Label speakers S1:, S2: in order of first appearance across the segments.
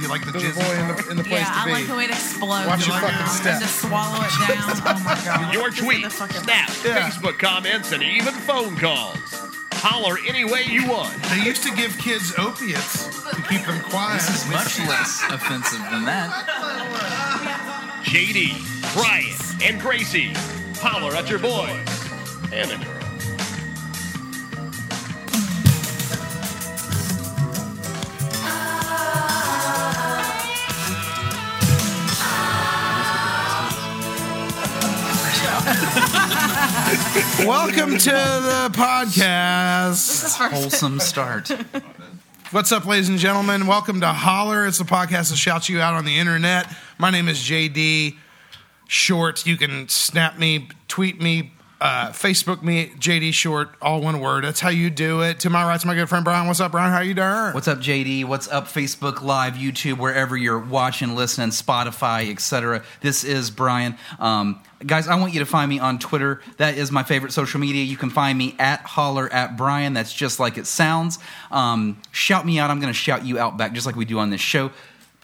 S1: You like the
S2: the boy
S1: jizz?
S2: in the, in the place
S3: Yeah, I
S2: to
S3: like
S2: be.
S3: the way it explodes.
S2: Watch your
S3: around
S2: fucking step.
S3: And just swallow it down. Oh my god.
S4: Your
S3: Just in
S4: tweets,
S3: the fucking-
S4: snaps,
S2: Yeah.
S4: Facebook comments, and even phone calls. Holler any way you want.
S1: They used to give kids opiates to keep them quiet.
S5: This is much less offensive than that.
S4: JD, Brian, and Gracie. Holler at your boys and the girl.
S1: Welcome to the podcast.
S5: Wholesome start.
S1: What's up, ladies and gentlemen? Welcome to Holler. It's a podcast that shouts you out on the internet. My name is JD Short. You can snap me, tweet me, uh, Facebook me, JD Short, all one word. That's how you do it. To my right's my good friend Brian. What's up, Brian? How you doing?
S5: What's up, JD? What's up, Facebook Live, YouTube, wherever you're watching, listening, Spotify, etc. This is Brian. Um, guys, I want you to find me on Twitter. That is my favorite social media. You can find me at holler at Brian. That's just like it sounds. Um, shout me out. I'm going to shout you out back, just like we do on this show.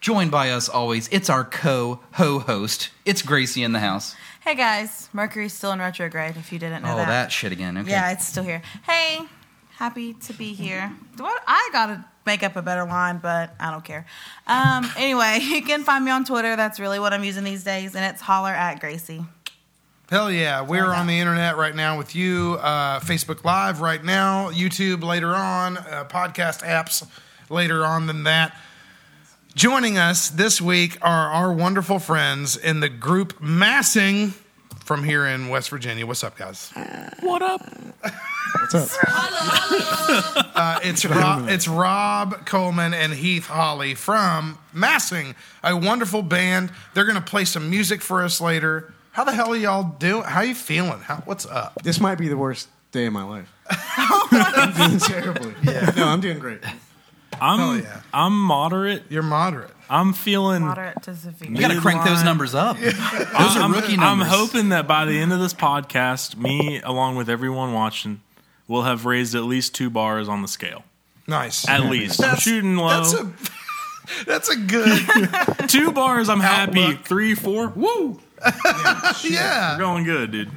S5: Joined by us always, it's our co-ho host. It's Gracie in the house.
S3: Hey guys, Mercury's still in retrograde. If you didn't know
S5: Oh,
S3: that.
S5: that. shit again. Okay.
S3: Yeah, it's still here. Hey, happy to be here. What I gotta make up a better line, but I don't care. Um, anyway, you can find me on Twitter. That's really what I'm using these days, and it's holler at Gracie.
S1: Hell yeah. We're
S3: yeah.
S1: on the internet right now with you, uh, Facebook Live right now, YouTube later on, uh, podcast apps later on than that. Joining us this week are our wonderful friends in the group Massing from here in West Virginia. What's up, guys? Uh, it's, Rob, it's Rob Coleman and Heath Holly from Massing, a wonderful band. They're going to play some music for us later. How the hell are y'all doing? How you feeling? How, what's up?
S2: This might be the worst day of my life. I'm doing terribly. No, I'm doing great.
S1: Hell
S6: I'm
S1: yeah.
S6: I'm moderate.
S1: You're moderate.
S6: I'm feeling.
S3: Moderate to severe.
S5: You got to crank those numbers up. Those are
S6: I'm,
S5: rookie
S6: I'm
S5: numbers.
S6: hoping that by the end of this podcast, me along with everyone watching, will have raised at least two bars on the scale.
S1: Nice.
S6: At least I'm shooting low.
S1: That's a that's a good
S6: two bars. I'm happy.
S1: Outlook.
S6: Three, four. Woo!
S1: yeah.
S6: Going good, dude.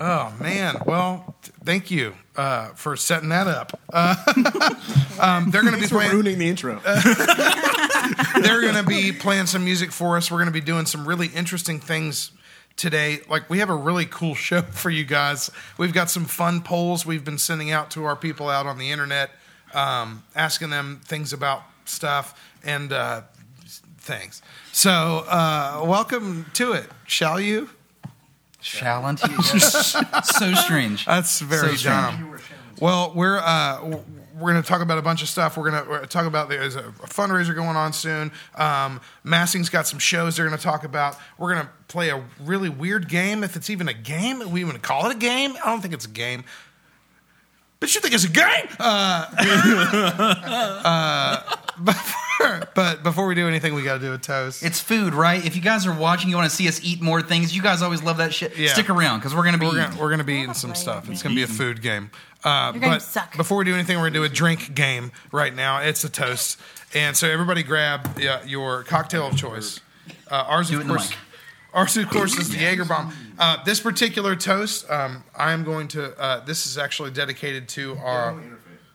S1: Oh man. Well, th- thank you uh, for setting that up. Uh, um, they're going to be
S2: We're
S1: playing.
S2: ruining the intro.
S1: They're going to be playing some music for us. We're going to be doing some really interesting things today. Like we have a really cool show for you guys. We've got some fun polls we've been sending out to our people out on the internet, um, asking them things about stuff and uh, things. So uh, welcome to it. Shall you?
S5: Shall unto you. so strange.
S1: That's very
S5: So
S1: dumb. Well, we're uh, w- we're going to talk about a bunch of stuff. We're going to talk about there's a fundraiser going on soon. Um, Massing's got some shows they're going to talk about. We're going to play a really weird game, if it's even a game. We even call it a game. I don't think it's a game. But you think it's a game? Uh, uh, but before we do anything, we got to do a toast.
S5: It's food, right? If you guys are watching, you want to see us eat more things. You guys always love that shit.
S1: Yeah.
S5: Stick around because we're gonna be.
S1: We're
S5: eating.
S1: gonna, we're gonna be eating some stuff. It's gonna be a food game. Uh,
S3: You're gonna
S1: but
S3: suck.
S1: before we do anything, we're gonna do a drink game right now. It's a toast, and so everybody grab yeah, your cocktail of choice. Uh, ours,
S5: Do it
S1: of
S5: in the
S1: course,
S5: mic.
S1: ours of course is the Jagerbomb. Uh, this particular toast, um, I am going to. Uh, this is actually dedicated to our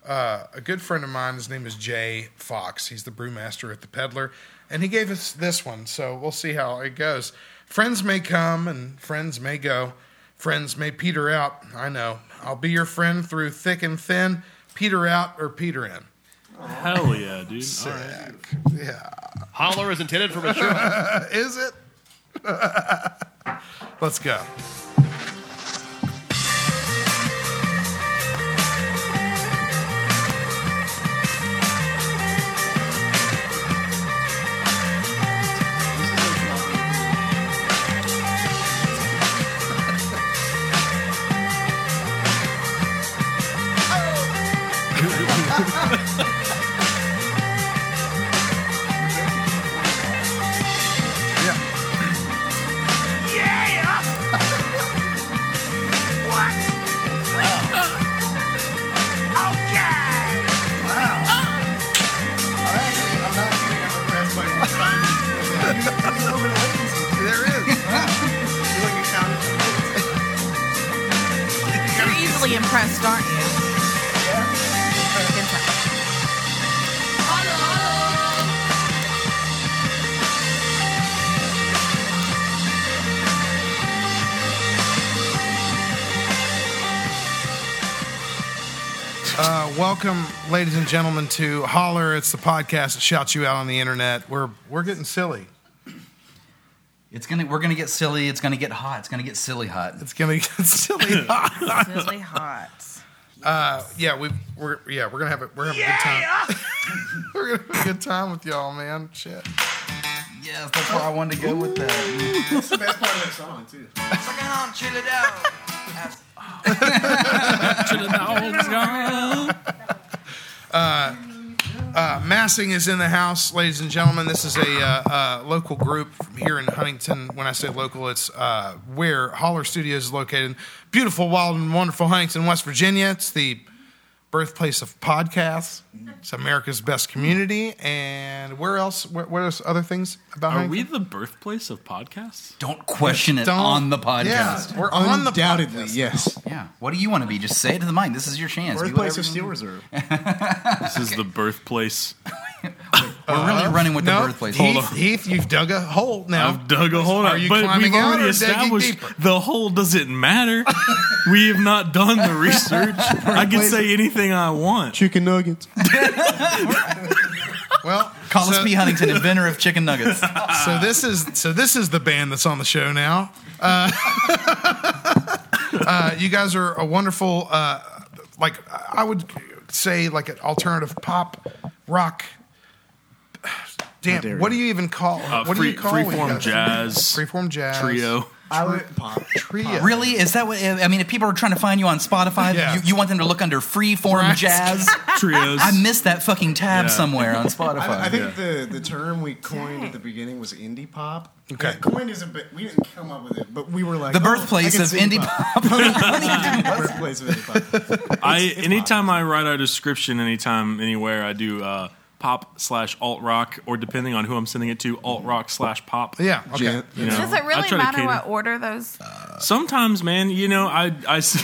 S1: uh, a good friend of mine. His name is Jay Fox. He's the brewmaster at the Peddler, and he gave us this one. So we'll see how it goes. Friends may come and friends may go. Friends may peter out. I know. I'll be your friend through thick and thin. Peter out or peter in.
S6: Hell yeah, dude. All right.
S4: Holler is intended for mature.
S1: Is it? Let's go.
S3: really impressed, aren't you? Fucking tough.
S1: Uh, welcome, ladies and gentlemen, to Holler. It's the podcast that shouts you out on the internet. We're we're getting silly.
S5: It's gonna we're gonna get silly. It's gonna get hot. It's gonna get silly hot.
S1: It's gonna get silly.
S3: It's really hot.
S1: yeah, we we're yeah we're gonna have a we're having a good time. we're gonna have a good time with y'all, man. Shit.
S5: Yes, that's where I wanted to go with that.
S2: That's the best part of that song too.
S1: Uh, Massing is in the house, ladies and gentlemen. This is a uh, uh, local group from here in Huntington. When I say local, it's uh, where Holler Studios is located. Beautiful, wild, and wonderful Huntington, West Virginia. It's the birthplace of podcasts. It's America's best community. And where else? Where, where else? Other things about
S6: Are we
S1: Huntington?
S6: the birthplace of podcasts?
S5: Don't question it
S1: Don't-
S5: on the podcast.
S1: Yeah, we're on the
S2: Undoubtedly,
S1: podcast.
S2: yes.
S5: Yeah. What do you want to be? Just say it to the mic. This is your chance. Be
S2: Birthplace
S5: whatever
S2: of
S5: you
S2: Steel
S5: want.
S2: Reserve.
S6: This is the birthplace.
S5: We're really running with
S1: No,
S5: the birthplace.
S1: Heath, Heath, you've dug a hole now.
S6: I've dug a hole.
S1: Are you
S6: but
S1: climbing
S6: we've
S1: out
S6: already
S1: or digging
S6: established
S1: deeper?
S6: the hole doesn't matter. we have not done the research. I can say anything I want.
S2: Chicken nuggets.
S1: Well,
S5: Call
S1: so-
S5: us P. Huntington, inventor of chicken nuggets.
S1: so this is so this is the band that's on the show now. Uh, uh, you guys are a wonderful, uh, like I would say, like an alternative pop rock.
S2: How dare
S1: Damn, what do
S2: you.
S1: you even call?
S6: Uh,
S1: what
S6: free,
S1: do you call what you
S6: freeform
S1: guys-
S6: jazz
S1: Freeform jazz
S6: trio.
S2: I would pop.
S1: trio.
S5: Really? Is that what? I mean, if people are trying to find you on Spotify,
S1: Yeah.
S5: you, you want them to look under free form
S1: Right.
S5: jazz.
S6: Trios.
S5: I missed that fucking tab
S6: Yeah.
S5: somewhere on Spotify.
S2: I, I think the, the term we coined at the beginning was indie pop.
S1: Okay.
S2: That coined isn't, but we didn't come up with it, but we were like
S5: the
S2: oh, I
S5: birthplace
S2: can
S5: of
S2: sing
S5: indie pop.
S2: birthplace of indie pop.
S6: I anytime I write a description, anytime anywhere, I do uh, pop slash alt rock, or depending on who I'm sending it to, alt rock slash pop.
S1: Yeah. Okay.
S2: Jan-
S6: You know,
S3: Does it
S6: I
S3: really
S6: try to
S3: matter
S6: cater.
S3: what order those?
S6: Sometimes, man, you know, I I. s-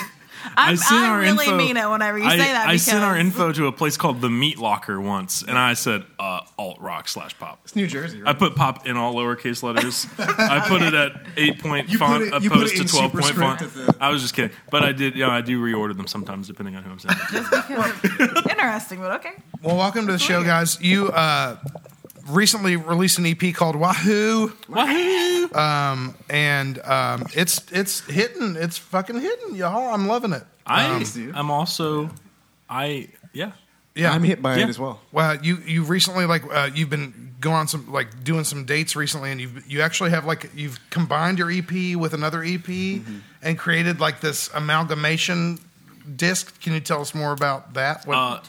S3: I'm-
S6: sent
S3: I
S6: our
S3: really
S6: info-
S3: mean it whenever you
S6: I-
S3: say that
S6: I sent our
S3: because-
S6: info to a place called the Meat Locker once, and I said uh, alt rock slash pop.
S2: It's New Jersey,
S6: I
S2: right?
S6: put pop in all lowercase letters. I put it at eight point
S2: You put
S6: font
S2: it- you put
S6: opposed
S2: it
S6: to
S2: in
S6: twelve point
S2: superscript
S6: font.
S2: at the-
S6: I was just kidding, but I did. You know, I do reorder them sometimes depending on who I'm sending. it to.
S3: Interesting, but okay.
S1: Well, welcome to the show, guys. You uh, recently released an EP called Wahoo.
S6: Wahoo!
S1: and um, it's it's hitting. It's fucking hitting, y'all. I'm loving it.
S6: I
S2: dude.
S6: am also, I yeah.
S1: Yeah,
S2: I'm hit by
S6: Yeah.
S2: it as well.
S1: Well, you you recently like uh, you've been going on some like doing some dates recently, and you've you actually have like you've combined your EP with another EP and created like this amalgamation disc. Can you tell us more about that? What,
S6: Uh,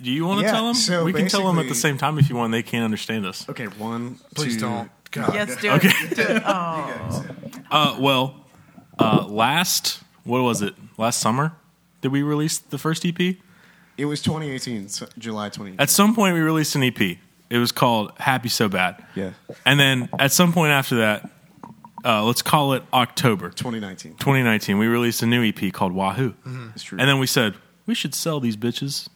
S6: do you want to
S2: Yeah,
S6: tell them?
S2: so
S6: we can tell them at the
S2: basically-
S6: same time if you want. They can't understand us.
S2: Okay, one,
S1: please do
S2: two,
S1: don't. God.
S3: Yes, do
S6: Okay.
S3: it. Do it. Oh,
S6: Uh, well, uh, last what was it? Last summer, did we release the first E EP?
S2: It was 2018, so July 2018.
S6: At some point, we released an EP. It was called Happy So Bad.
S2: Yeah.
S6: And then at some point after that, uh, let's call it October
S2: 2019.
S6: 2019, we released a new EP called Wahoo.
S2: Mm-hmm. It's true. Mm-hmm.
S6: And then we said we should sell these bitches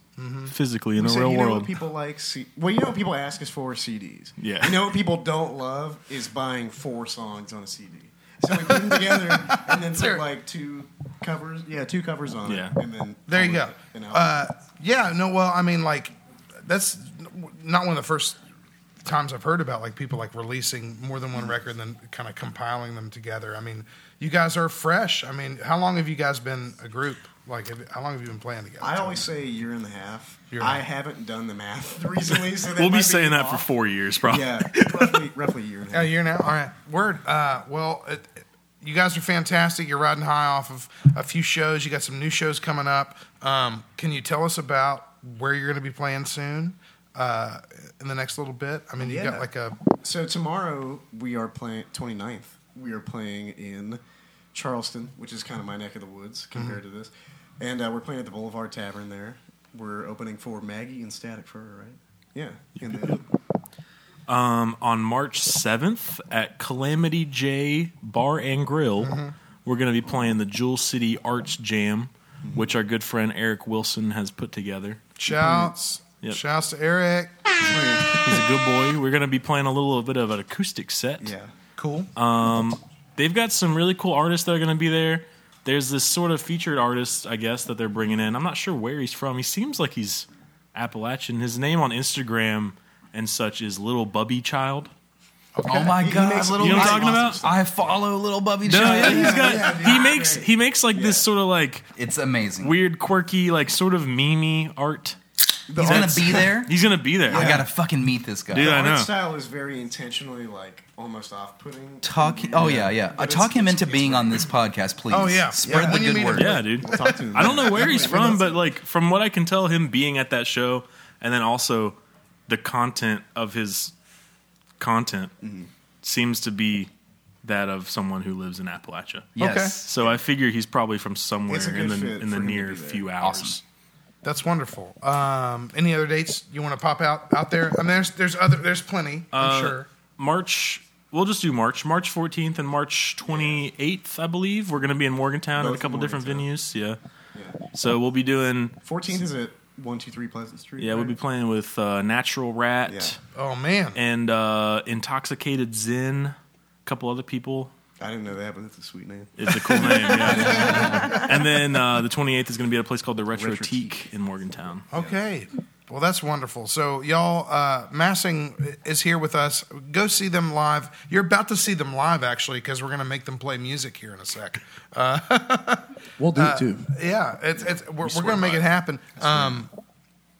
S6: physically in
S2: We
S6: the
S2: said,
S6: real
S2: you know
S6: world.
S2: what people like? C- well, you know what people ask us for CDs.
S6: Yeah.
S2: You know what people don't love is buying four songs on a CD. So we put them together and then put like two covers. Yeah, two covers on
S6: Yeah.
S2: it. And then
S1: There you go.
S2: And out.
S1: Uh, yeah, no, well, I mean, like, that's not one of the first times I've heard about like people like releasing more than one record and then kind of compiling them together. I mean, you guys are fresh. I mean, how long have you guys been a group? Like, have- how long have you been playing together?
S2: I always say a year and a half.
S1: Year and a
S2: I
S1: half.
S2: haven't done the math recently, so that
S6: we'll
S2: might
S6: be saying that for
S2: off.
S6: four years, probably.
S2: Yeah, roughly, roughly a year and a
S1: a
S2: half.
S1: year Oh, now. All right, word. Uh, well, it, it- you guys are fantastic. You're riding high off of a few shows. You got some new shows coming up. Um, can you tell us about where you're going to be playing soon? Uh, in the next little bit. I mean, you
S2: Yeah.
S1: got like a
S2: So tomorrow we are playing 29th. We are playing in Charleston, which is kind of my neck of the woods
S5: Mm-hmm.
S2: compared to this. And uh, we're playing at the Boulevard Tavern there. We're opening for Maggie and Static Fur, right? Yeah. And then
S6: on March 7th at Calamity
S2: Mm-hmm.
S6: J Bar and Grill. We're going to be playing the Jewel City Arts Jam
S2: Mm-hmm.
S6: which our good friend Eric Wilson has put together.
S1: Shouts.
S6: Yep.
S1: Shouts to Eric.
S6: He's a good boy. We're going to be playing a little bit of an acoustic set.
S2: Yeah.
S1: Cool.
S6: They've got some really cool artists that are going to be there. There's this sort of featured artist, I guess, that they're bringing in. I'm not sure where he's from. He seems like he's Appalachian. His name on Instagram and such is Little Bubby Child.
S5: Oh my
S2: He- he
S5: god,
S2: makes-
S5: little
S6: You know what I'm
S5: Bubby-
S6: talking about?
S5: I follow little Bubby
S6: No, yeah,
S5: Child.
S6: he's got. he makes he makes like this sort of like
S5: It's amazing.
S6: weird, quirky, like sort of memey art.
S5: he's gonna be there.
S6: He's gonna be there.
S5: I gotta fucking meet this guy.
S6: Dude, I
S2: The
S6: know.
S2: art style is very intentionally like almost off-putting.
S5: Talk. Oh yeah, yeah. Uh,
S2: But
S5: talk
S2: it's-
S5: him
S2: it's-
S5: into being on this podcast, please.
S1: Oh, yeah.
S5: Spread
S1: Yeah.
S5: the
S1: When you
S5: good
S1: meet
S5: word.
S1: him.
S6: Yeah, dude.
S2: Talk to him.
S6: I don't know where he's from, but like from what I can tell, him being at that show and then also the content of his content
S2: Mm-hmm.
S6: seems to be that of someone who lives in Appalachia.
S5: Yes.
S6: So I figure he's probably from somewhere
S2: It's a
S6: in
S2: good
S6: the
S2: fit
S6: in the
S2: for him to
S6: near
S2: be there.
S6: few hours.
S5: Awesome.
S1: That's wonderful. Um, any other dates you want to pop out out there? I mean, there's there's other there's plenty. I'm
S6: Uh,
S1: sure.
S6: March. We'll just do March, March 14th and March 28th, I believe. We're going to be in Morgantown at
S2: Both
S6: a
S2: in
S6: couple different
S2: Morgantown.
S6: venues. Yeah.
S2: Yeah.
S6: So we'll be doing.
S2: 14th is at 123 Pleasant Street.
S6: Yeah, we'll be
S2: right?
S6: playing with uh, Natural Rat.
S2: Yeah.
S1: Oh man,
S6: and uh, Intoxicated Zen, a couple other people.
S2: I didn't know that, but that's a sweet name.
S6: It's a cool name, yeah. and then uh, the 28th is going to be at a place called the Retro
S2: Retro
S6: Teak in Morgantown.
S1: Okay. Well, that's wonderful. So, y'all, uh, Massing is here with us. Go see them live. You're about to see them live, actually, because we're going to make them play music here in a sec. Uh,
S7: We'll do it too.
S1: Yeah, it's, it's, we're, we're going to make it happen. Um,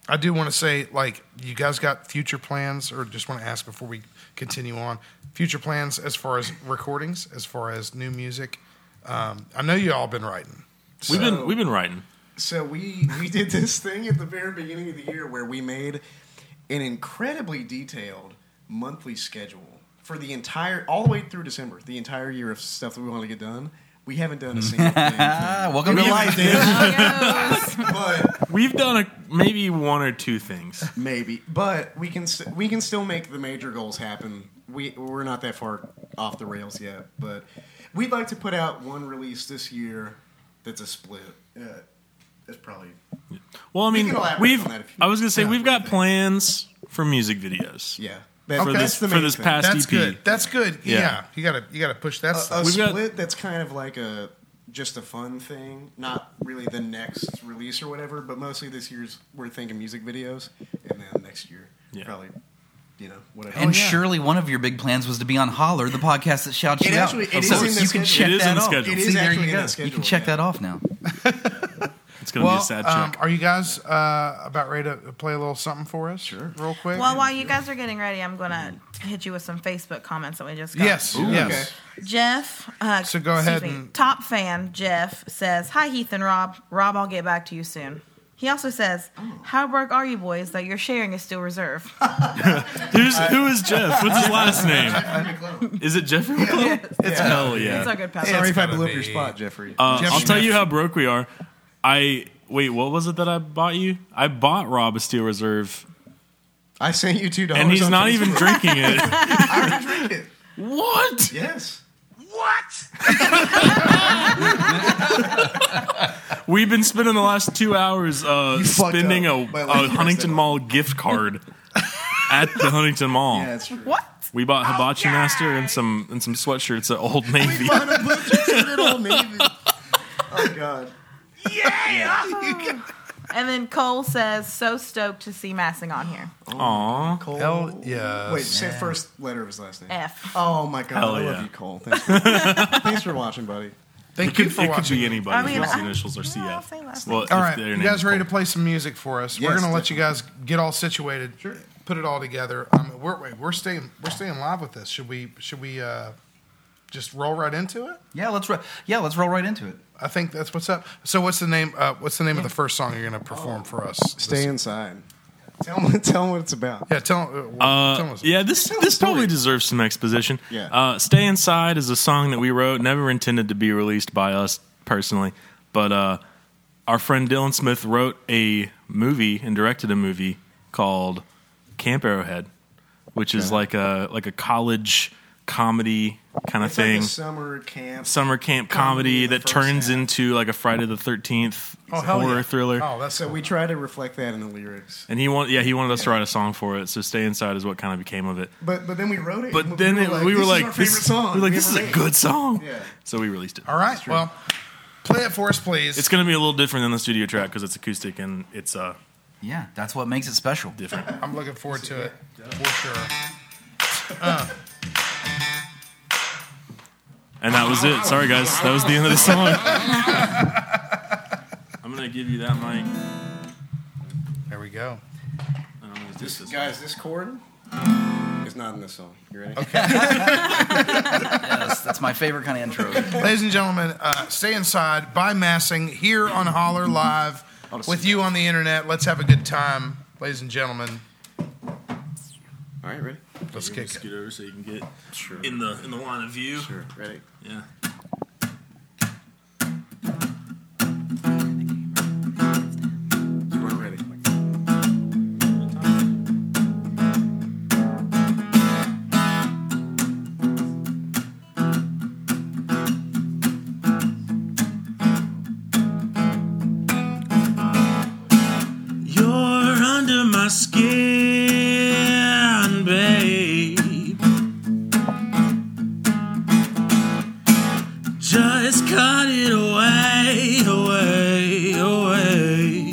S1: I do want to say, like, you guys got future plans, or just want to ask before we continue on future plans as far as recordings, as far as new music. Um, I know you all been writing.
S6: We've been we've been writing.
S2: So we we did this thing at the very beginning of the year where we made an incredibly detailed monthly schedule for the entire all the way through December, the entire year of stuff that we wanted to get done. We haven't done a single thing.
S5: Ah, welcome to life.
S2: but
S6: We've done a, maybe one or two things.
S2: maybe. But we can st- we can still make the major goals happen. We we're not that far off the rails yet, but we'd like to put out one release this year that's a split. Uh, that's probably
S6: Well, I
S2: We
S6: mean,
S2: can elaborate
S6: we've.
S2: on that if you-
S6: I was going to say we've got plans for music videos.
S2: yeah. That,
S1: Okay.
S2: that's the
S6: for
S2: main
S6: this
S2: thing.
S6: past
S1: That's
S6: EP.
S1: good. That's good. Yeah,
S6: Yeah.
S1: you gotta you gotta push
S7: Uh,
S1: that
S2: a, a
S7: oh,
S1: stuff.
S6: We've got-
S2: split that's kind of like a just a fun thing, not really the next release or whatever, but mostly this year's we're thinking music videos, and then next year
S6: Yeah.
S2: probably, you know, whatever. Oh,
S5: And surely one of your big plans was to be on Holler, the podcast that shouts
S2: It
S5: you
S2: actually-
S5: out.
S2: it
S5: so
S2: is in the
S5: you can
S2: schedule.
S5: check
S6: It is
S5: that
S6: in the
S5: off.
S6: schedule. It
S2: is
S5: See, there
S2: actually
S5: you
S2: in
S5: go.
S2: the
S5: You can
S2: schedule,
S5: check
S2: yeah.
S5: that off now.
S6: It's going to be a sad
S1: um,
S6: joke.
S1: are you guys uh, about ready to play a little something for us? Sure. Real quick.
S3: Well, while you guys are getting ready, I'm gonna hit you with some Facebook comments that we just got.
S1: yes. yes.
S3: Jeff. Uh,
S1: So go
S3: excuse
S1: ahead
S3: me,
S1: and-
S3: top fan Jeff says, "Hi Heath and Rob. Rob, I'll get back to you soon." He also says, "How broke are you boys that your sharing is still reserved?"
S6: Who's, who is Jeff? What's his last name?
S2: Sorry
S6: Is it Jeffrey? Wicklow? It's hell yeah.
S3: It's a good pass.
S2: if I
S1: gotta
S2: blew up your
S1: be-
S2: spot, Jeffrey.
S6: Uh,
S1: Jeff
S6: I'll tell
S1: Smith.
S6: you how broke we are. I wait. What was it that I bought you? I bought Rob a Steel Reserve,
S2: I sent you two dollars,
S6: and he's
S2: on
S6: not
S2: Facebook.
S6: even drinking it.
S2: I already drank it.
S6: what?
S2: Yes,
S6: We've been spending the last two hours uh,
S2: You fucked
S6: spending a,
S2: up. My life
S6: a
S2: messed
S6: Huntington
S2: up.
S6: Mall gift card at the Huntington Mall.
S2: yeah, that's true.
S3: What?
S6: We bought Hibachi
S3: Oh,
S6: Master and some and some sweatshirts at Old Navy.
S2: Bought a bunch of shit at Old Navy. Oh God!
S3: And then Cole says, "So stoked to see Massing on here."
S6: Aw,
S2: Cole.
S1: Hell yes.
S2: Wait, say first letter of his last name.
S3: F.
S2: Oh my God!
S6: Hell
S2: I love
S6: yeah.
S2: you, Cole. Thanks for, thanks for watching, buddy.
S1: Thank
S6: it could,
S1: you for
S6: it could
S1: watching.
S6: be anybody.
S3: I mean,
S6: Just the
S3: I-
S6: initials are
S3: yeah, I'll
S6: CF.
S3: say last
S6: Well,
S3: name.
S6: if
S1: All right,
S6: their
S1: you
S6: name
S1: guys
S6: is
S1: ready to
S6: Cole.
S1: play some music for us? we're
S2: Yes,
S1: gonna let you guys get all situated,
S2: Sure.
S1: put it all together. Um, we're wait, we're staying we're staying live with this. Should we should we uh, just roll right into it?
S5: Yeah, let's ro- yeah, let's roll right into it.
S1: I think that's what's up. So what's the name? Uh, what's the name of the first song you're gonna perform for us?
S2: Stay inside. Tell them, tell 'em what it's about.
S1: Yeah, tell, uh,
S6: Uh,
S1: tell us.
S6: yeah, this this probably deserves some exposition.
S2: Yeah.
S6: Uh, "Stay Inside" is a song that we wrote, never intended to be released by us personally, but uh, our friend Dylan Smith wrote a movie and directed a movie called Camp Arrowhead, which is like a like a college
S8: comedy kind of
S9: It's like
S8: thing.
S9: a summer camp.
S8: Summer camp comedy
S9: comedy in the
S8: that
S9: first
S8: turns
S9: half.
S8: into like a Friday the Thirteenth
S1: Oh, hell
S8: horror
S1: yeah.
S8: thriller.
S1: Oh, that's
S9: Uh, So we try to reflect that in the lyrics,
S8: And he wanted, yeah, he wanted us to write a song for it. So "Stay Inside" is what kind of became of it.
S9: but but then we wrote it.
S8: But
S9: and
S8: then it- we were
S9: this
S8: like,
S9: is our
S8: this,
S9: favorite song.
S8: we were like,
S9: we
S8: this is
S9: ever
S8: a
S9: made."
S8: good song.
S9: Yeah.
S8: So we released it.
S1: all right. Well, play it for us, please.
S8: It's going to be a little different than the studio track because it's acoustic and it's uh,
S2: Yeah, that's what makes it special.
S8: different.
S1: I'm looking forward to it for sure.
S8: And that was it. Sorry, guys. That was the end of the song. I'm going to give you that mic.
S1: There we go.
S8: And I'm gonna do
S9: This,
S8: this.
S9: guys, this chord is not in this song. You ready?
S2: Yes, that's my favorite kind of intro.
S1: Ladies and gentlemen, uh, stay inside by massing here on Holler Live with you on the internet. Let's have a good time, ladies and gentlemen.
S9: All right, ready?
S1: Let's
S8: Give me a
S1: kick it.
S8: scoot over so you can get
S9: Sure.
S8: in the in the line of view.
S9: Sure. Ready?
S8: Yeah.
S9: So we're ready.
S8: You're under my skin, babe. Just cut it away, away, away.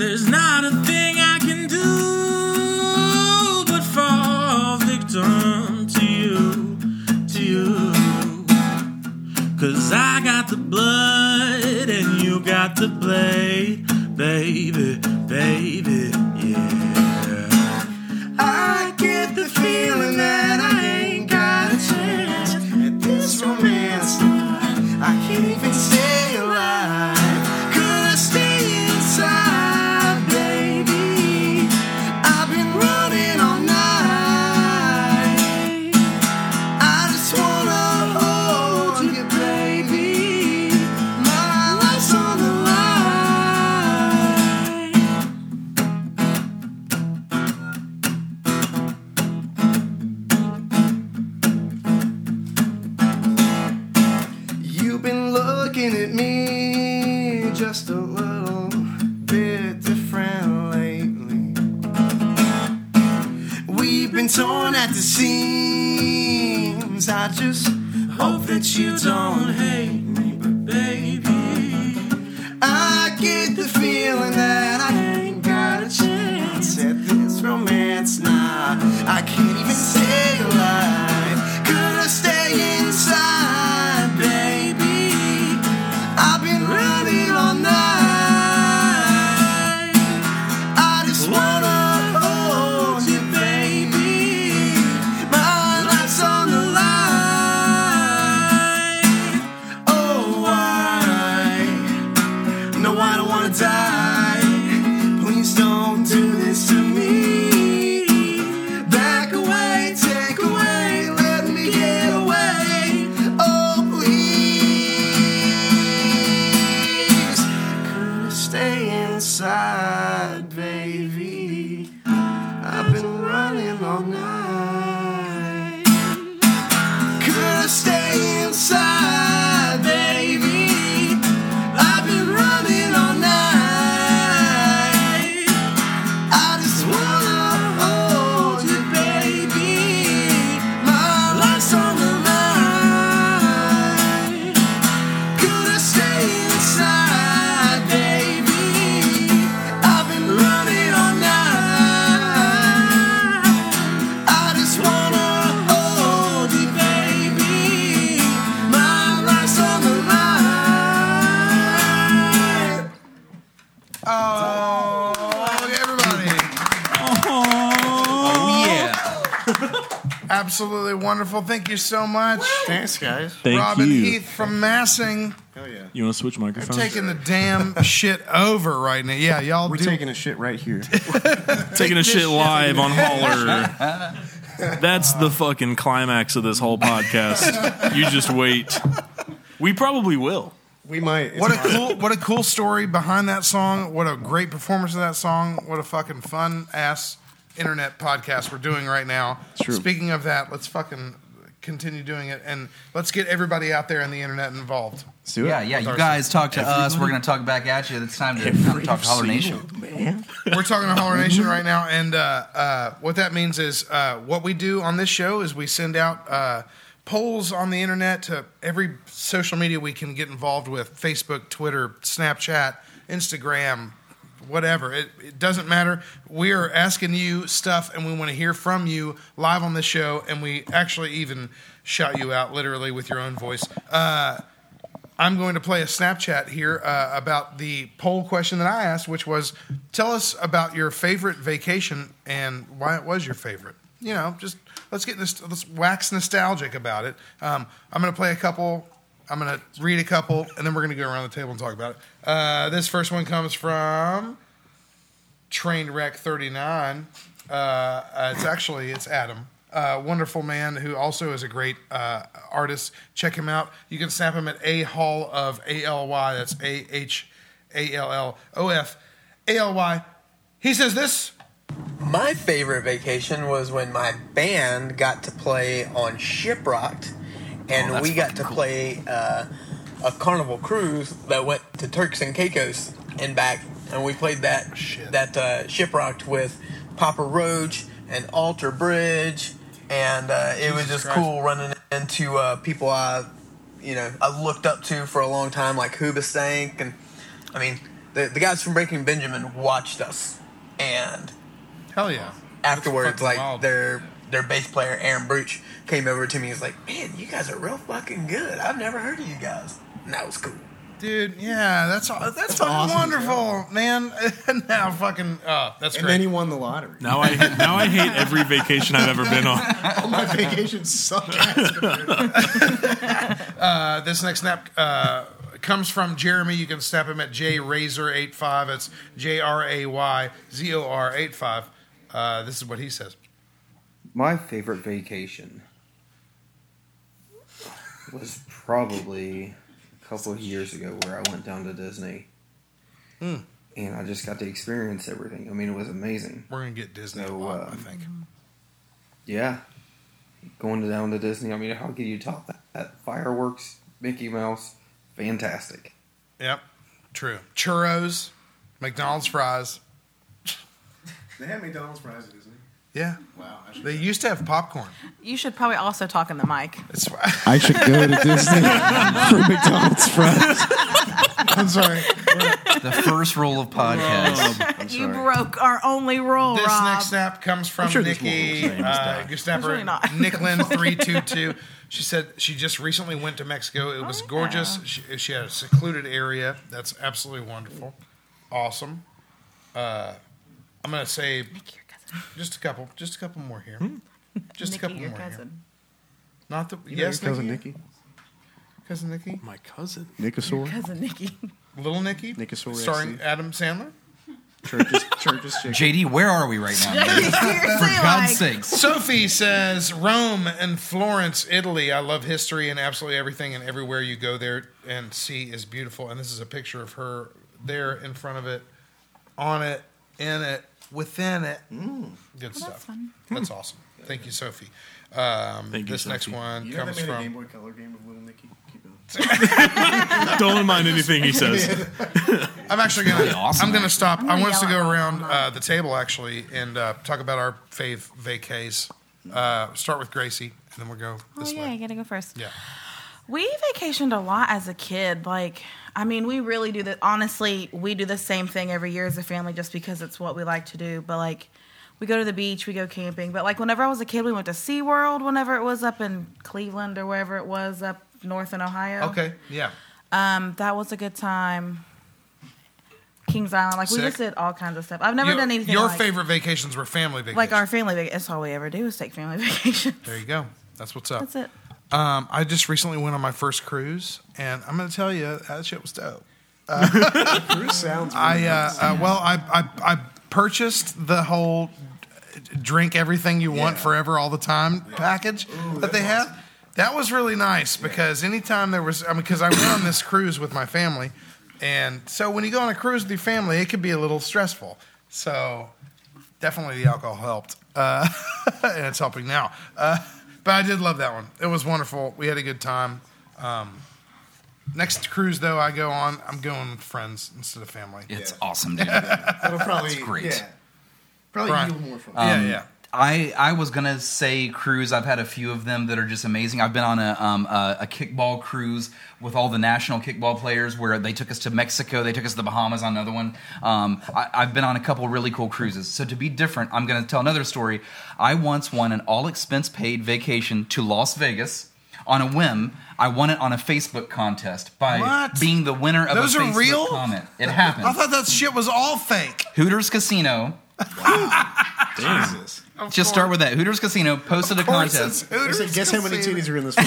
S8: There's not a thing I can do but fall victim to you, to you. Cause I got the blood and you got the blade, baby, baby, yeah. I get the feeling that I ain't got a chance at this romance. I can't even stay alive. Could I stay inside, baby? I've been running all night. I just wanna hold you, baby. My life's on the line.
S9: You've been looking at me just a little bit different lately. We've been torn at the seams. I just hope that you don't hate me, but baby, I get the feeling that I ain't got a chance at this romance now. I can't even stay alive. Could I stay inside, baby? I've been running all night. I just wanna hold you, baby. My life's on the line. Oh, why? No, I don't wanna die. Please don't do this to me. Back away, take away, let me get away. Oh, please. Could I stay inside, baby? I've been running all night. Could I stay inside, baby? I've been running all night. I just wanna hold you, baby. My life's on the line. Could I stay inside, baby? I've been running all night. I just wanna hold you, baby. My life's on the line.
S1: Oh, everybody.
S2: Oh yeah.
S1: Absolutely wonderful. Thank you so much,
S9: Thanks, guys.
S8: Thank
S1: Robin Heath from Massing.
S9: Hell yeah.
S8: You want to switch microphones?
S1: Taking the damn shit over right now. Yeah, y'all
S9: We're
S1: do.
S9: taking a shit right here.
S8: Taking a shit live on Holler. That's the fucking climax of this whole podcast. You just wait. We probably will.
S9: We might. It's
S1: what a
S9: fine.
S1: cool, what a cool story behind that song. What a great performance of that song. What a fucking fun ass internet podcast we're doing right now.
S7: True.
S1: Speaking of that, let's fucking continue doing it and let's get everybody out there on the internet involved.
S2: Let's do it.
S5: Yeah, yeah. You
S1: Darcy.
S5: guys talk to us. We're going to talk back at you. It's time to time to talk to Holler Nation.
S7: Man.
S1: We're talking to Holler Nation right now, and uh, uh, what that means is uh, what we do on this show is we send out uh, polls on the internet to every social media we can get involved with: Facebook, Twitter, Snapchat, Instagram, whatever. It, it doesn't matter. We are asking you stuff, and we want to hear from you live on the show, and we actually even shout you out literally with your own voice. I'm going to play a Snapchat here uh, about the poll question that I asked, which was tell us about your favorite vacation and why it was your favorite. You know, just let's get this, let's wax nostalgic about it. Um, I'm going to play a couple, I'm going to read a couple, and then we're going to go around the table and talk about it. Uh, this first one comes from Trainwreck39. Uh, uh, it's actually it's Adam, uh, wonderful man who also is a great uh, artist. Check him out. You can snap him at a hall of a l y. That's a h a l l o f a l y. He says this.
S10: My favorite vacation was when my band got to play on Shipwrecked,
S1: Oh,
S10: and we got to play uh, a carnival cruise that went to Turks and Caicos and back, and we played that
S1: Oh, Shit.
S10: that uh, Shipwrecked with Papa Roach and Alter Bridge, and uh, it was
S1: Jesus
S10: just
S1: Christ.
S10: cool running into uh, people I, you know, I looked up to for a long time, like Hoobastank, and I mean, the, the guys from Breaking Benjamin watched us, and
S1: Hell yeah.
S10: afterwards,
S1: That's
S10: like
S1: fucking wild.
S10: their their bass player Aaron Bruch came over to me. and was like, "Man, you guys are real fucking good. I've never heard of you guys." And that was cool.
S1: dude. Yeah, that's aw- that's, fucking wonderful, man. now fucking, oh, that's
S2: And
S1: great.
S2: then he won the lottery.
S6: Now I now I hate every vacation I've ever been on.
S2: All my vacations suck ass compared to
S1: Uh, this next snap uh, comes from Jeremy. You can snap him at jrazor85. It's J R A Y Z O R 85. Uh, this is what he says.
S11: My favorite vacation was probably a couple of years ago where I went down to Disney.
S12: Hmm.
S11: And I just got to experience everything. I mean, it was amazing.
S1: We're going to get Disney a
S11: No,
S1: lot,
S11: uh,
S1: I think.
S11: Yeah. Going to down to Disney, I mean, how could you top that? that? Fireworks, Mickey Mouse, fantastic.
S1: Yep, true. Churros, McDonald's fries.
S2: They had McDonald's fries, didn't they?
S1: Yeah.
S2: Wow. I should-
S1: They used to have popcorn.
S3: You should probably also talk in the mic.
S1: It's,
S7: I should go to Disney for McDonald's fries.
S1: I'm sorry.
S5: The first rule of podcast.
S3: You broke our only rule,
S1: This
S3: Rob.
S1: next snap comes from
S2: sure there's
S1: Nikki.
S2: more rules.
S1: Uh, your snapper,
S3: There's really not.
S1: Nicklin322. She said she just recently went to Mexico. It was
S3: Oh, yeah.
S1: gorgeous. She, she had a secluded area. That's absolutely wonderful. Awesome. Uh, I'm going to say
S3: Nikki, your cousin.
S1: just a couple, just a couple more here. Just a
S3: Nikki,
S1: couple
S3: your
S1: more here.
S3: cousin.
S1: Not the
S2: Hmm. You know
S1: yes,
S2: your cousin
S1: Nikki.
S2: Nikky?
S1: Cousin Nikki,
S6: My cousin.
S7: Nicosaur.
S3: Cousin Nikki.
S1: little Nikki,
S2: Nickosaurus.
S1: starring Adam Sandler.
S2: Church's, Church's chicken.
S5: JD, where are we right now? man?
S3: Seriously,
S5: For
S3: like,
S5: God's sakes.
S1: Sophie says Rome and Florence, Italy. I love history and absolutely everything, and everywhere you go there and see is beautiful. And this is a picture of her there in front of it, on it, in it, within it. Mm. Good stuff.
S3: that's fun.
S1: That's awesome. Thank you, Sophie. Um,
S6: Thank you,
S1: this next
S6: Sophie.
S1: one
S2: You know
S1: comes
S2: they made a Game
S1: from
S2: Boy Color game of Little Nicky? Keep going.
S6: Don't mind anything he says.
S1: I'm actually gonna.
S5: awesome,
S1: I'm gonna stop.
S3: I'm
S1: I
S3: gonna
S1: want us to
S3: yell
S1: go
S3: at
S1: around
S3: Mom.
S1: uh, the table actually and uh, talk about our fave vacays. Uh, start with Gracie, and then we'll go
S3: Oh
S1: this
S3: yeah, I
S1: way.
S3: gotta go first.
S1: Yeah.
S3: We vacationed a lot as a kid. Like, I mean, we really do the Honestly, we do the same thing every year as a family just because it's what we like to do. But, like, we go to the beach, we go camping. But, like, whenever I was a kid, we went to SeaWorld whenever it was up in Cleveland or wherever it was up north in Ohio.
S1: Okay. Yeah.
S3: Um, that was a good time. Kings Island. Like, we
S1: Sick.
S3: just did all kinds of stuff. I've never
S1: your,
S3: done anything
S1: Your
S3: like,
S1: favorite vacations were family vacations.
S3: Like, our family vacation. That's all we ever do is take family vacations.
S1: There you go. That's what's up.
S3: That's it.
S1: Um, I just recently went on my first cruise, and I'm going to tell you that shit was dope.
S2: Bruce sounds
S1: I uh, uh, well, I, I I purchased the whole drink everything you want
S2: Yeah.
S1: forever all the time package that they have. That was really nice because anytime there was, I mean, because I went on this cruise with my family, and so when you go on a cruise with your family, it could be a little stressful. So Definitely the alcohol helped, uh, and it's helping now. Uh, but I did love that one. It was wonderful. We had a good time. Um, next cruise though, I go on. I'm going with friends instead of family.
S5: It's awesome, dude.
S2: That'll probably
S5: great.
S2: Yeah, probably
S1: Brian.
S2: yield more from. it.
S1: yeah, yeah.
S5: Um, I, I was gonna say cruise. I've had a few of them that are just amazing. I've been on a um, a, a kickball cruise with all the national kickball players, where they took us to Mexico, they took us to the Bahamas on another one. Um, I, I've been on a couple really cool cruises. So to be different, I'm gonna tell another story. I once won an all expense paid vacation to Las Vegas on a whim. I won it on a Facebook contest by
S1: What?
S5: being the winner of
S1: Those
S5: a
S1: are
S5: Facebook
S1: real?
S5: comment. It happened.
S1: I thought that shit was all fake.
S5: Hooters Casino.
S2: Jesus.
S5: Just start with that. Hooters Casino posted a
S1: Of course
S5: contest.
S1: it's Hooters
S2: Listen, guess how many
S1: Casino.
S2: titties are in this one?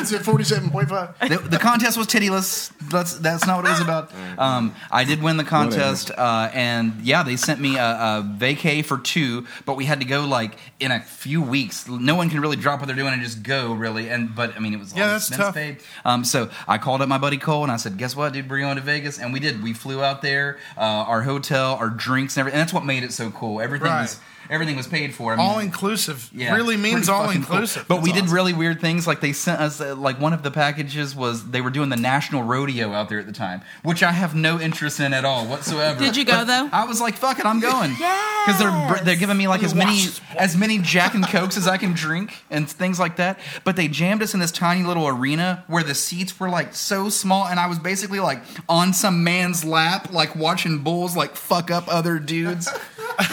S2: it's at 47.5.
S5: the, the contest was tittyless. That's that's not what it was about. Um, I did win the contest, uh, and yeah, they sent me a, a vacay for two, but we had to go like in a few weeks. No one can really drop what they're doing and just go really. And but I mean, it was
S1: Yeah,
S5: all
S1: that's
S5: expense
S1: tough.
S5: Paid. Um, so I called up my buddy Cole and I said, "Guess what, dude? We're going to Vegas," and we did. We flew out there, uh, our hotel, our drinks, and everything. And that's what made it so cool. Everything
S1: Right.
S5: was everything was paid for. I mean,
S1: All inclusive
S5: yeah,
S1: really means
S5: pretty
S1: all
S5: fucking cool.
S1: inclusive.
S5: But we did really weird things. Like they sent us uh, like one of the packages was they were doing the national rodeo out there at the time, which I have no interest in at all whatsoever.
S3: Did you go,
S5: But
S3: though?
S5: I was like, fuck it, I'm going.
S3: Yes.
S5: because they're br- they're giving me like as many
S1: Watch.
S5: as many Jack and Cokes as I can drink and things like that. But they jammed us in this tiny little arena where the seats were like so small, and I was basically like on some man's lap, like watching bulls like fuck up other dudes.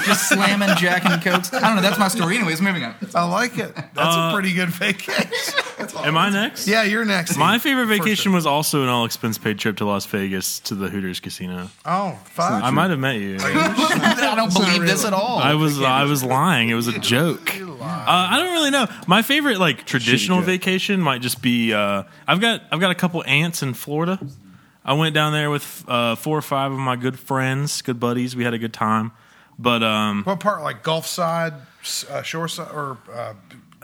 S5: Just slamming Jack and Cokes. I don't know. That's my story. Anyways, moving on.
S1: I like it. That's a
S6: Uh,
S1: pretty good vacation.
S6: Am I next?
S1: yeah, you're next.
S6: My favorite
S1: For
S6: vacation
S1: sure.
S6: was also an all expense paid trip to Las Vegas to the Hooters Casino.
S1: Oh, fuck.
S6: I might have met you.
S5: I don't believe
S2: real.
S5: this at all.
S1: Oh,
S6: I was I was lying. It was a joke. Uh, I don't really know. My favorite like traditional
S11: joke.
S6: vacation might just be uh, I've got I've got a couple aunts in Florida. I went down there with uh, four or five of my good friends, good buddies. We had a good time. But um,
S1: What part? Like Gulf side, s- uh, shore side, or uh,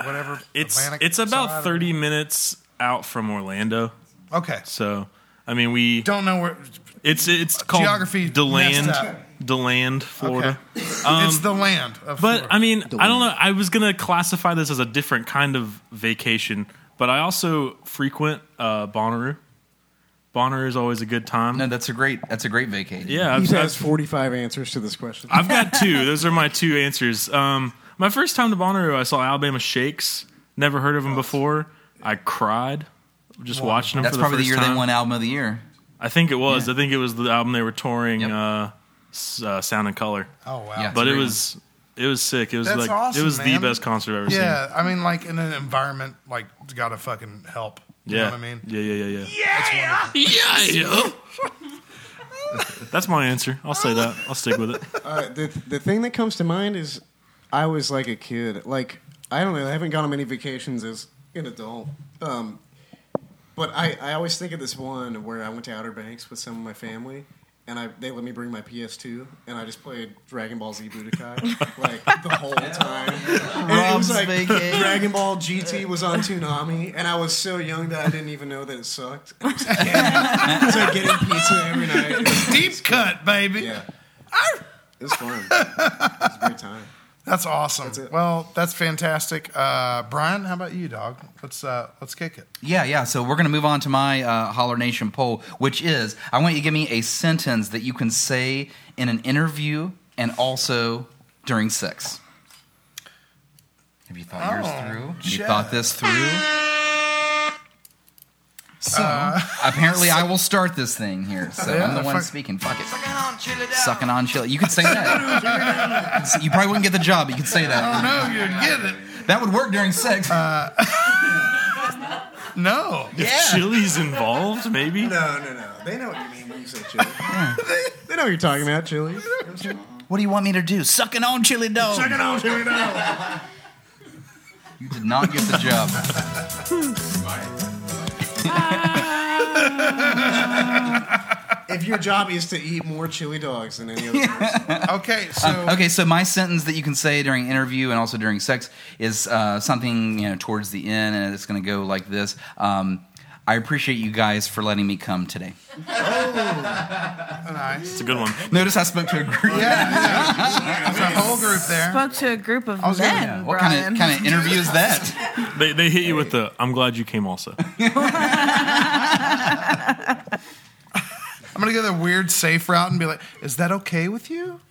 S1: whatever?
S6: it's
S1: Atlantic
S6: it's
S1: side?
S6: about thirty minutes out from Orlando.
S1: Okay.
S6: So I mean we
S1: Don't know where.
S6: it's it's called
S1: Geography
S6: Deland
S1: messed up.
S6: Deland, Florida.
S1: it's the land
S6: But
S1: of. Florida.
S6: I mean, I don't know. I was gonna classify this as a different kind of vacation, but I also frequent uh, Bonnaroo. Bonnaroo is always a good time.
S5: no, that's a great that's a great vacation.
S6: yeah,
S2: He
S6: I've,
S2: has
S6: I've,
S2: 45 answers to this question.
S6: I've got two. Those are my two answers. Um, my first time to Bonnaroo, I saw Alabama Shakes. Never heard of them before. I cried just watching them.
S5: That's
S6: for the
S5: probably the
S6: first
S5: year
S6: time.
S5: they won album of the year.
S6: I think it was. I think it was the album they were touring,
S5: Yep.
S6: uh, S- uh, Sound and Color.
S1: oh wow.
S5: Yeah.
S6: But it
S5: Great.
S6: was it was sick. It was
S1: That's
S6: like
S1: awesome,
S6: it was
S1: man.
S6: the best concert I've ever seen.
S1: Yeah, I mean, like in an environment like it's gotta fucking help. You know what I mean?
S6: Yeah, yeah, yeah, yeah. Yeah, yeah, That's my answer. I'll say that. I'll stick with it.
S2: Uh, the the thing that comes to mind is I was like a kid. Like I don't know. I haven't gone on many vacations as an adult. Um, but I, I always think of this one where I went to Outer Banks with some of my family, and I they let me bring my PS2, and I just played Dragon Ball Z Budokai like the whole time. And it
S5: Rob's
S2: was like
S5: vacation.
S2: Dragon Ball GT was on Toonami, and I was so young that I didn't even know that it sucked. It was like getting pizza every night.
S1: Deep cut, baby.
S2: Yeah, it was fun. It was a great time.
S1: That's awesome.
S2: it.
S1: Well, that's fantastic. Uh, Brian, how about you, dog? Let's uh, let's kick it.
S5: Yeah, yeah. So we're gonna move on to my uh, Holler Nation poll, which is I want you to give me a sentence that you can say in an interview and also during sex. Have you thought
S1: Oh,
S5: yours through? Have you
S1: shit. Uh,
S5: thought this through? So apparently, I will start this thing here. So I'm the one
S1: fuck-
S5: speaking. Fuck it. Sucking on chili. You could say that. you probably wouldn't get the job. but You could say that.
S1: Oh,
S6: Oh,
S1: No, Uh, you get it.
S5: That would work during sex.
S1: No.
S6: Chili's involved, maybe.
S2: No, no, no. They know what you mean when you say chili. they, they know what you're talking about, chili.
S5: what do you want me to do? Sucking on chili dog. You did not get the job.
S2: If your job is to eat more chili dogs than any other person,
S1: Okay, so
S5: okay, so my sentence that you can say during interview and also during sex is uh, something you know towards the end, and it's going to go like this. Um, I appreciate you guys for letting me come today.
S1: Nice.
S6: It's a good one.
S5: Notice I spoke to a group.
S1: There's a whole group there.
S3: Spoke to a group of men,
S1: was gonna-
S3: Brian.
S5: What kind of kind of interview is that?
S6: They, they hit you with the "I'm glad you came." Also,
S1: I'm gonna go the weird safe route and be like, "Is that okay with you?"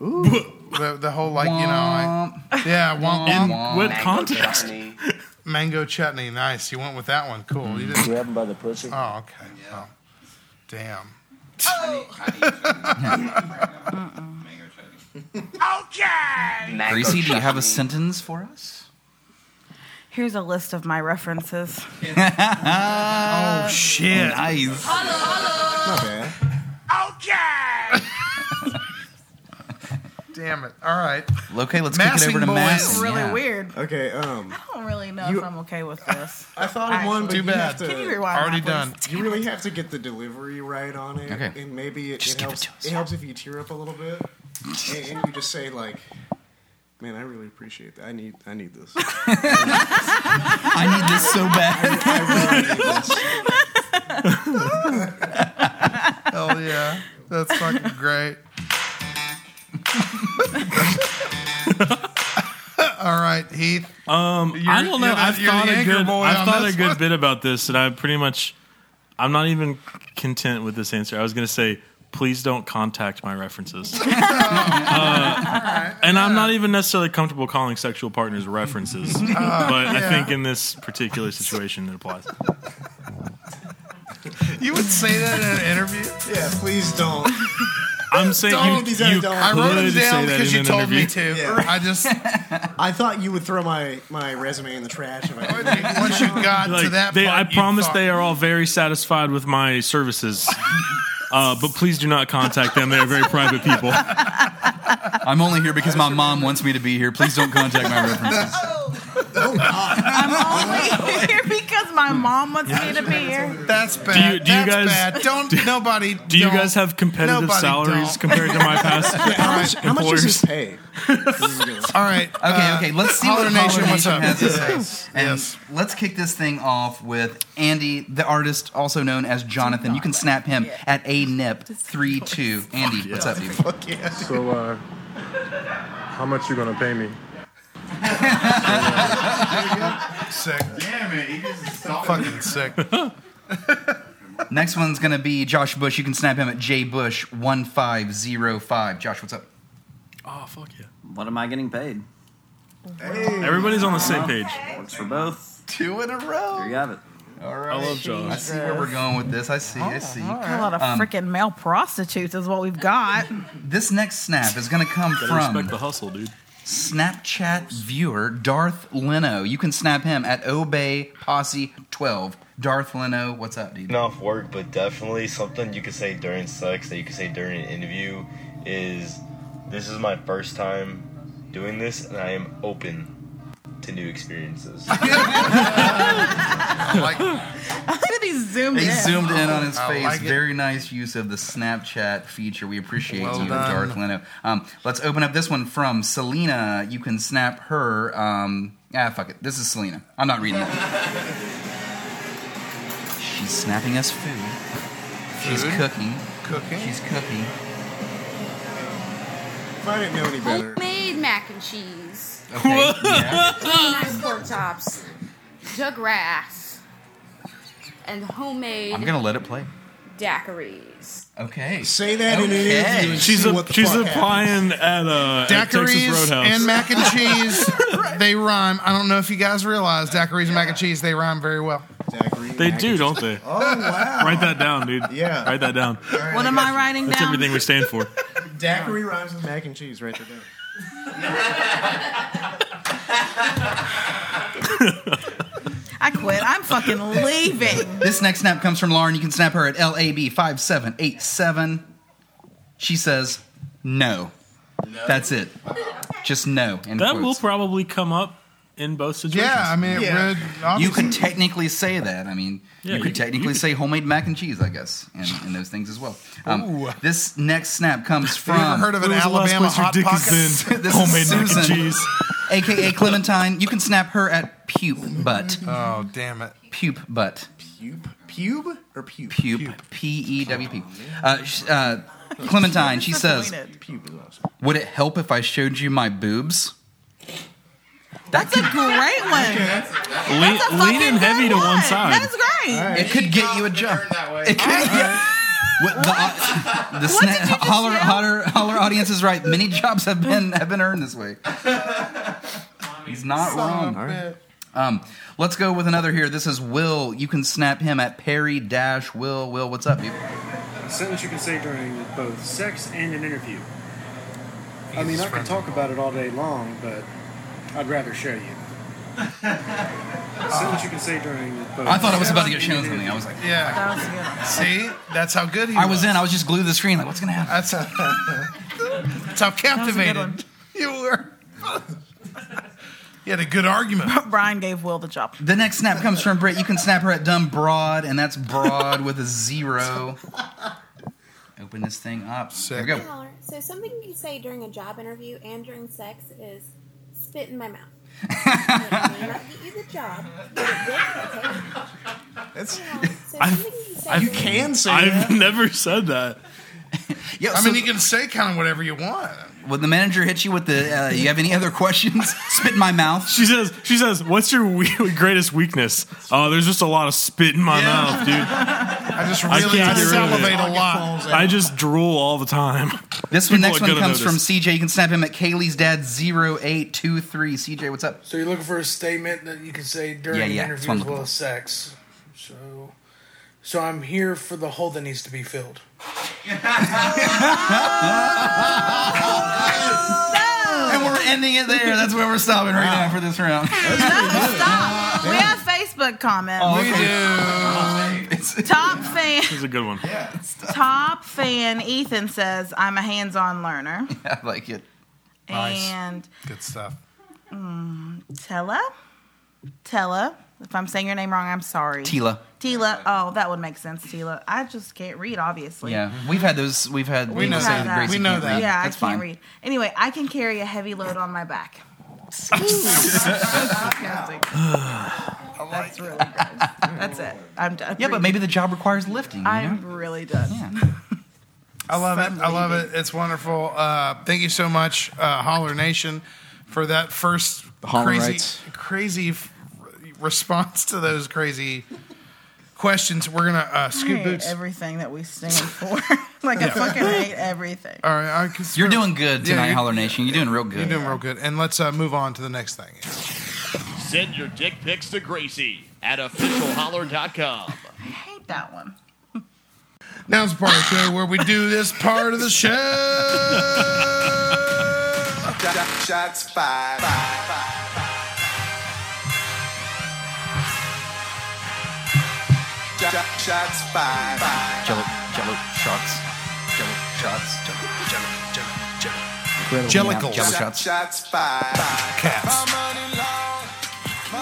S1: Ooh. the, the whole like you know, like, yeah, womp
S6: in
S1: womp.
S6: what context?
S1: mango chutney. Nice. You went with that one. Cool. You didn't.
S12: Grab him by the pussy.
S6: Mm-hmm.
S1: Oh, okay. Well, damn.
S5: Gracie, do you have a sentence for us?
S3: Here's a list of my references.
S1: Oh shit.
S5: Nice.
S2: Not bad.
S1: Damn it. All right.
S5: Okay, let's kick
S1: Massing
S5: it over to
S1: boys.
S5: Mass.
S3: Really
S5: yeah.
S3: weird.
S2: Okay, um,
S3: I don't really know
S2: You-
S3: if I'm okay with this.
S2: I thought of
S3: Actually,
S2: one, but
S1: Too
S2: you
S1: bad.
S2: have to-
S3: Can you rewind?
S1: Already
S3: that, please?
S1: done.
S2: You really have to get the delivery right on it,
S5: Okay.
S2: and maybe it,
S5: Just
S2: it
S5: give it
S2: helps.
S5: to us.
S2: It helps if you tear up a little bit, and, and you just say like, "Man, I really appreciate that. I need, I need this.
S5: I need this so bad.
S2: I really need this."
S1: Hell yeah. That's fucking great. All right, Heath.
S6: Um,
S1: You're-
S6: I don't know.
S1: you're the-
S6: I've
S1: you're
S6: thought
S1: the
S6: a
S1: anchor
S6: good.
S1: boy on
S6: I've thought
S1: this
S6: a good
S1: one.
S6: bit about this, and I pretty much. I'm not even content with this answer. I was going to say, please don't contact my references, Uh, and I'm not even necessarily comfortable calling sexual partners references.
S1: Uh,
S6: but I think in this particular situation, it applies.
S1: You would say that in an interview?
S2: Yeah, please don't.
S6: I'm saying
S2: Don't,
S6: you,
S2: these guys
S6: you
S2: don't.
S1: I wrote
S6: could
S1: it
S6: say
S1: down
S6: that
S1: because
S6: in
S1: you
S6: an
S1: told me
S6: interview.
S1: to.
S2: Yeah.
S1: I just
S2: I thought you would throw my, my resume in the trash if I didn't.
S1: once you got to
S6: Like,
S1: that
S6: they,
S1: part,
S6: I
S1: you
S6: promise
S1: thought-
S6: they are all very satisfied with my services. Uh, but please do not contact them. They are very private people.
S5: I'm only here because my mom wants me to be here. Please don't contact my references.
S3: Oh.
S5: Oh,
S3: I'm only here because my mom wants me to be here.
S1: That's bad.
S6: you- do you
S1: That's
S6: guys-
S1: bad. Don't nobody.
S6: Do you guys have competitive
S1: Nobody
S6: salaries
S1: don't.
S6: compared to my past?
S2: How much, how much
S6: Employers.
S2: is this pay? This is a good one.
S1: All right.
S5: Okay,
S1: uh,
S5: okay. Let's see
S1: Holler
S5: what
S1: Nation,
S5: Holler
S1: what's
S5: Nation
S1: up?
S5: has to say.
S1: Yes,
S5: And
S1: yes.
S5: let's kick this thing off with Andy, the artist also known as Jonathan. You can snap him at a nip three two. Andy, what's up, dude?
S1: Fuck yeah.
S13: So, uh, how much you gonna pay me?
S1: Sick. Damn it. Fucking sick.
S5: Next one's gonna be Josh Bush. You can snap him at J Bush one five zero five. Josh, what's up?
S6: Oh fuck yeah!
S12: What am I getting paid?
S6: Everybody's on the same page.
S12: Works for both.
S5: Two in a
S12: There
S5: row.
S12: you have it.
S5: All
S6: I
S5: right.
S6: love Josh.
S5: I see where we're going with this. I see. I see.
S3: A lot of
S5: Um,
S3: freaking male prostitutes is what we've got.
S5: This next snap is gonna come
S6: Gotta respect the
S5: from
S6: hustle, dude.
S5: Snapchat viewer Darth Leno. You can snap him at Obey Posse twelve. Darth Leno, what's up, dude?
S13: Off work, but definitely something you could say during sex that you could say during an interview is this is my first time doing this, and I am open to new experiences.
S1: I like
S3: Look at these zoomed
S5: He
S3: in.
S5: zoomed in on his
S1: I
S5: face.
S1: like it.
S5: Very nice use of the Snapchat feature. We appreciate
S1: Well
S5: you,
S1: done.
S5: Darth Leno. Um, let's open up this one from Selena. You can snap her. Um, ah, fuck it. This is Selena. I'm not reading it. She's snapping us food. She's
S1: Food?
S5: cooking.
S1: cooking.
S5: She's cooking.
S2: If I didn't know any better,
S13: Made mac and cheese,
S5: Okay. yeah.
S13: nice pork chops, duck grass, and homemade
S5: I'm gonna let it play.
S13: daiquiris.
S5: Okay.
S2: say that in an
S5: Okay.
S2: interview. And
S6: She's
S2: see
S6: a,
S2: what the
S6: she's
S2: fuck happens.
S6: applying at uh, at Texas
S1: Daiquiris
S6: Roadhouse.
S1: and mac and cheese, they rhyme. I don't know if you guys realize daiquiris and mac and cheese, they rhyme very well.
S2: Zachary
S6: they
S2: Mack
S6: do,
S2: is-
S6: don't they?
S2: Oh wow!
S6: Write that down, dude.
S2: Yeah.
S6: Write that down.
S3: What am I writing
S6: That's
S3: down?
S6: everything we stand for.
S2: Daiquiri rhymes with mac and cheese. Right there.
S3: I quit. I'm fucking leaving.
S5: This next snap comes from Lauren. You can snap her at LAB5787. She says, no. That's it. Just no. In
S6: That will
S5: quotes.
S6: probably come up in both situations.
S1: Yeah, I mean, it
S2: Yeah.
S1: read.
S5: you
S1: obviously-
S5: could technically say that. I mean,
S6: Yeah,
S5: you could
S6: you-
S5: technically say homemade mac and cheese, I guess, and, and those things as well. Um, this next snap comes
S1: Have you ever
S5: from,
S1: heard of
S6: When
S1: an
S6: was the last
S1: Alabama
S6: place your
S1: hot
S6: dick
S1: pocket?
S6: is in?
S5: This is
S6: Homemade mac
S5: Susan.
S6: and cheese.
S5: aka Clementine. You can snap her at Pupe butt.
S1: Oh, damn it.
S5: Pupe butt.
S2: Pube? Pube or pube?
S5: Pupe. P E W P. Uh, sh- uh, Clementine, she says,
S2: Pube is awesome.
S5: Would it help if I showed you my boobs?
S3: That's a great one. That's a fucking good one. That's great.
S5: It could get you a job. It could What the, uh, the sna- holler, holler, holler audience is right. Many jobs have been have been earned this way. He's not
S2: Son
S5: wrong.
S2: of a bitch.
S5: Um, let's go with another here. This is Will. You can snap him at Perry Dash Will. Will, what's up? dude?
S14: A sentence you can say during both sex and an interview. I
S5: He's
S14: mean, I could
S5: friends
S14: talk about it all day long, but I'd rather show you. A sentence you can say during both
S5: I thought I was
S14: sex
S5: about to get
S14: and
S5: shown
S14: an
S5: something. I
S14: interview.
S5: was like,
S1: Yeah. See? That's how good he
S5: I was in. I was just glued to the screen. Like, what's gonna happen?
S1: That's how, that's how captivated you were. You had a good argument.
S3: Brian gave Will the job.
S5: The next snap comes from Britt. You can snap her at dumb broad, and that's broad with a zero. Open this thing up. There we go.
S15: So something you say during a job interview and during sex is spit in my mouth. it may not get you the job, but it will protect you.
S2: That's,
S15: so
S6: I've-
S15: something you say
S6: I've-
S15: during-
S6: I've never said that.
S5: Yeah,
S1: I mean, you can say kind of whatever you want.
S5: When the manager hits you with the, uh, you have any other questions? Spit in my mouth.
S6: She says, she says, what's your we- greatest weakness? Oh, there's just a lot of spit in my mouth, dude.
S1: I just
S6: I
S1: really
S6: can't get rid of it.
S1: salivate a lot.
S6: I just drool all the time.
S5: This one,
S6: People
S5: next
S6: are
S5: one
S6: gonna
S5: comes
S6: notice.
S5: from CJ. You can snap him at Kaylee's dad 0823. CJ, what's up?
S16: So you're looking for a statement that you can say during
S5: Yeah,
S16: an
S5: yeah, that's
S16: interview
S5: what I'm
S16: as
S5: looking
S16: well as sex. So, so I'm here for the hole that needs to be filled.
S5: And we're ending it there. That's where we're stopping right now for this round.
S3: Stop. We have Facebook comments.
S5: Oh, okay.
S3: Top fan.
S6: This is a good one.
S3: Top fan Ethan says, "I'm a hands-on learner."
S5: I like it.
S1: Nice.
S3: And
S1: Good stuff.
S3: mm, Tella, Tella. If I'm saying your name wrong, I'm sorry.
S5: Tila.
S3: Tila. Oh, that would make sense. Tila. I just can't read, obviously.
S5: Yeah, we've had those. We've had.
S3: We know
S5: people say
S3: that.
S5: Gracie
S3: We
S1: know
S5: can't
S1: that.
S5: read.
S3: Yeah,
S5: That's
S3: I can't
S5: fine.
S3: read. Anyway, I can carry a heavy load on my back. That's really gross. That's it. I'm done.
S5: Yeah, but maybe the job requires lifting. you know?
S3: I'm really done.
S1: I love it. I love it. It's wonderful. Uh, thank you so much, uh, Holler Nation, for that first crazy,
S7: Hollerites.
S1: crazy f- response to those crazy questions. We're gonna uh,
S3: I
S1: scoot
S3: hate
S1: boots.
S3: everything that we stand for. like I
S1: Yeah.
S3: fucking hate everything.
S1: All right, I can
S5: You're doing good
S1: Yeah,
S5: tonight,
S1: you-
S5: Holler Nation. You're doing real good.
S1: You're doing real good. And let's uh, move on to the next thing.
S4: Send your dick pics to Gracie at officialholler.com.
S3: hate that one.
S1: Now it's part of the show where we do this part of the show.
S9: Shots five. Shots five.
S5: Jello, jello shots. Jello shots. Jello, jello, jello, jello.
S1: Jellicles.
S5: Jello shots.
S9: Shots five.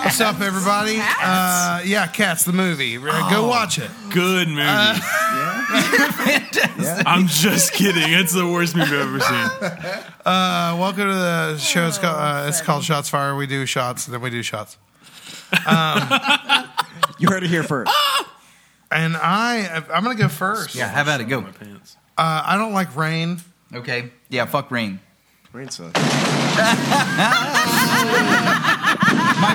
S1: What's up, everybody? Uh, yeah, Cats the movie. Uh, Go watch it.
S6: Good
S1: Uh,
S6: movie. I'm just kidding. It's the worst movie I've ever seen.
S1: Uh, welcome to the show. It's called, uh, it's called Shots Fire. We do shots, and then we do shots. Um,
S2: you heard it here first.
S1: And I, I'm gonna go first.
S5: Yeah, how about it? Go.
S1: Uh, I don't like rain.
S5: Okay. Yeah, fuck rain.
S2: Rain sucks.
S5: My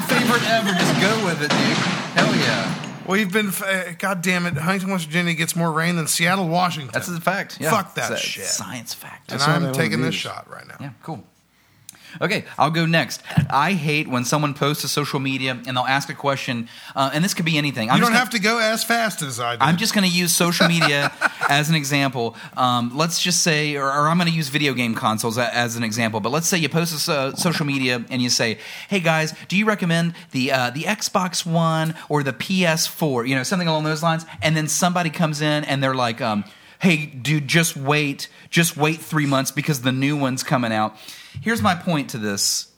S5: favorite ever. Just go with it, dude. Hell yeah.
S1: We've been, f- uh, God damn it, Huntington, West Virginia gets more rain than Seattle, Washington.
S5: That's a fact. Yeah.
S1: Fuck that
S5: It's a
S1: shit.
S5: Science fact.
S1: And I'm taking this shot right now.
S5: Yeah, cool. Okay, I'll go next. I hate when someone posts to social media and they'll ask a question, uh, and this could be anything.
S1: you don't
S5: gonna-
S1: have to go as fast as I do.
S5: I'm just going to use social media as an example. Um, let's just say, or, or I'm going to use video game consoles a- as an example. But let's say you post this uh, social media and you say, "Hey guys, do you recommend the uh, the Xbox One or the PS4?" You know, something along those lines. And then somebody comes in and they're like, um, "Hey, dude, just wait, just wait three months because the new one's coming out." Here's my point to this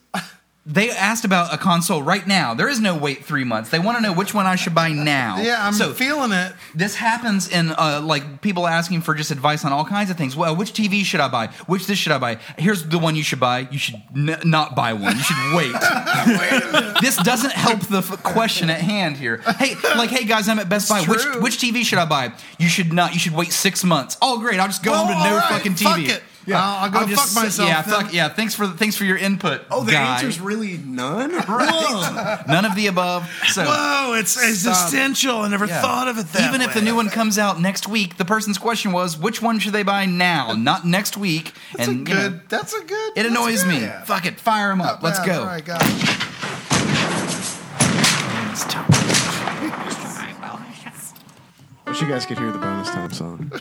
S5: They asked about a console right now. There is no wait three months. They want to know which one I should buy now.
S1: Yeah, I'm
S5: so
S1: feeling it.
S5: This happens in uh, like people asking for just advice on all kinds of things. Well, which TV should I buy? Which this should I buy? Here's the one you should buy. You should n- not buy one. You should wait. this doesn't help the f- question at hand here. Hey, like, hey guys, I'm at Best Buy. Which
S1: true.
S5: which TV should I buy? You should not. You should wait six months. Oh, great! I'll just go
S1: Well,
S5: home to
S1: all
S5: no
S1: right,
S5: fucking TV.
S1: fuck it. I'll- I'll go
S5: just
S1: fuck
S5: sit-
S1: myself
S5: Yeah,
S1: then.
S5: fuck, yeah. Thanks for thanks for your input.
S2: Oh, the
S5: guy.
S2: answer's really none.
S5: None of the above. So,
S2: Whoa, it's
S1: existential. I never thought of it that
S5: Even if the new one comes out next week, the person's question was, which one should they buy now, not next week?
S1: That's
S5: and
S1: a
S5: you know,
S1: good. that's a good.
S5: it
S1: that's
S5: annoys
S1: good.
S5: me. Fuck it, fire them up. Let's
S1: Yeah,
S5: go.
S1: All right, got it.
S2: Wish you guys could hear the bonus time song.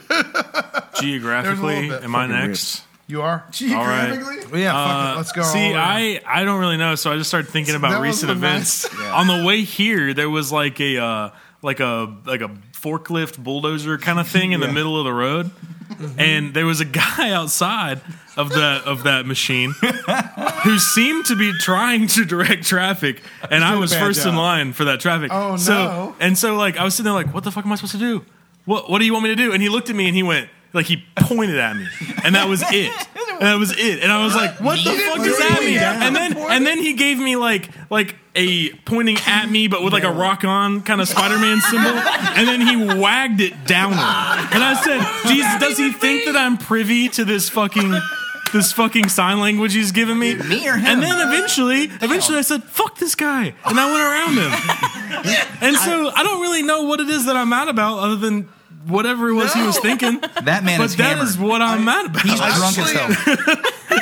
S6: Geographically,
S2: bit.
S6: am I
S2: Fucking
S6: next?
S1: You are
S6: All
S1: Yeah, fuck
S6: Uh,
S1: it. Let's go.
S6: See,
S1: all in.
S6: I I don't really know, so I just started thinking about
S1: That was
S6: recent
S1: the
S6: events.
S1: best. Yeah.
S6: On the way here, there was like a uh, like a like a forklift bulldozer kind of thing in the middle of the road,
S1: Mm-hmm.
S6: and there was a guy outside of the of that machine who seemed to be trying to direct traffic, and I
S1: doing a
S6: was
S1: bad
S6: first in
S1: job.
S6: line for that traffic.
S1: Oh,
S6: so,
S1: no.
S6: And so like I was sitting there like, what the fuck am I supposed to do? What what do you want me to do? And he looked at me and he went like he pointed at me, and that was it. And that was it. And I was like, what the
S1: You didn't
S6: fuck does
S1: really
S6: that mean? And
S1: have to
S6: then and then he gave me like like a pointing at me, but with like a rock on kind of Spider Man symbol, and then he wagged it downward. And I said, Jesus, does he think that I'm privy to this fucking? This fucking sign language he's giving me,
S5: me or him?
S6: and then eventually, eventually, I said, "Fuck this guy," and I went around him. And so I, don't really know what it is that I'm mad about, other than whatever it was he was thinking.
S5: That man
S6: but
S5: is
S6: that
S5: hammered.
S6: is what I'm mad about.
S5: He's drunk as hell.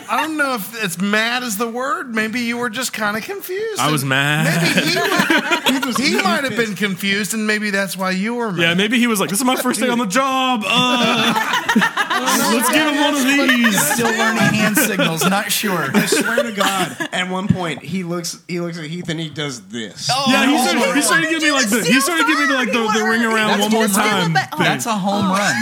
S1: I don't know if it's mad is the word. Maybe you were just kind of confused.
S6: I was mad.
S1: Maybe he, he might have been confused, and maybe that's why you were mad.
S6: Yeah, maybe he was like, "This is my first day on the job. Uh, let's give him one of these."
S5: Still learning hand signals, not sure.
S2: I swear to God, at one point he looks he looks at Heath and he does this.
S6: yeah, he started, he started giving me like the he started giving me like the, the ring around one more time.
S5: That's a home run.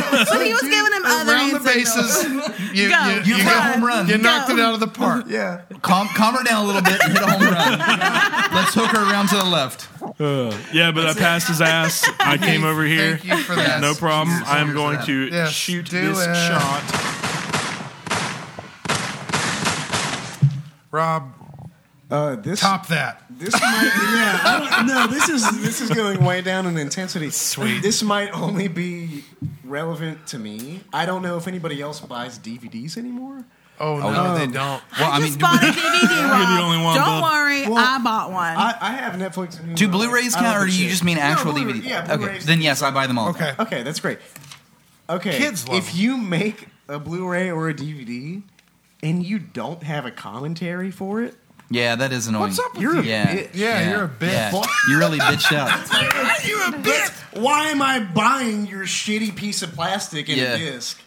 S3: But he was giving him other
S1: Around the
S3: hand
S1: bases,
S3: signals.
S1: you,
S3: Go.
S1: you,
S5: You
S1: you
S5: hit a
S1: got-
S5: home run.
S1: You knocked it out of the park.
S2: Yeah.
S5: Calm, calm her down a little bit and hit a home run. Let's hook her around to the left.
S6: Uh, yeah, but I passed his ass. I came over here.
S1: Thank you for that.
S6: No problem. I am going
S5: that.
S6: to
S1: Yes,
S6: shoot
S1: do
S6: this
S1: it.
S6: shot.
S1: Rob,
S2: Uh, this
S1: top that.
S2: This might, yeah, I don't- no, this is this is going way down in intensity. Sweet. This might only be relevant to me. I don't know if anybody else buys DVDs anymore.
S1: Oh, no, they don't.
S5: Well, I,
S3: I
S5: mean,
S3: just bought a DVD, Rob.
S6: only one,
S3: Don't
S6: bub.
S3: worry,
S2: Well,
S3: I bought one.
S2: I, I have Netflix and Hulu.
S5: do Blu-rays
S2: I don't
S5: count, or
S2: give a
S5: do you
S2: shit.
S5: just mean
S2: No,
S5: actual
S2: Blu-ray-
S5: DVD?
S2: Yeah,
S5: okay,
S2: Blu-rays.
S5: then yes, I buy them all.
S1: Okay.
S2: Okay, that's great. Okay,
S1: Kids love
S2: if
S1: them.
S2: you make a Blu-ray or a DVD and you don't have a commentary for it,
S5: Yeah, that is annoying.
S1: What's up with
S2: you're a
S1: you?
S5: Yeah,
S2: bitch.
S1: Yeah, you're a bitch.
S5: Yeah. You really bitched out.
S2: You're a bitch. Why am I buying your shitty piece of plastic in
S5: Yeah.
S2: a disc?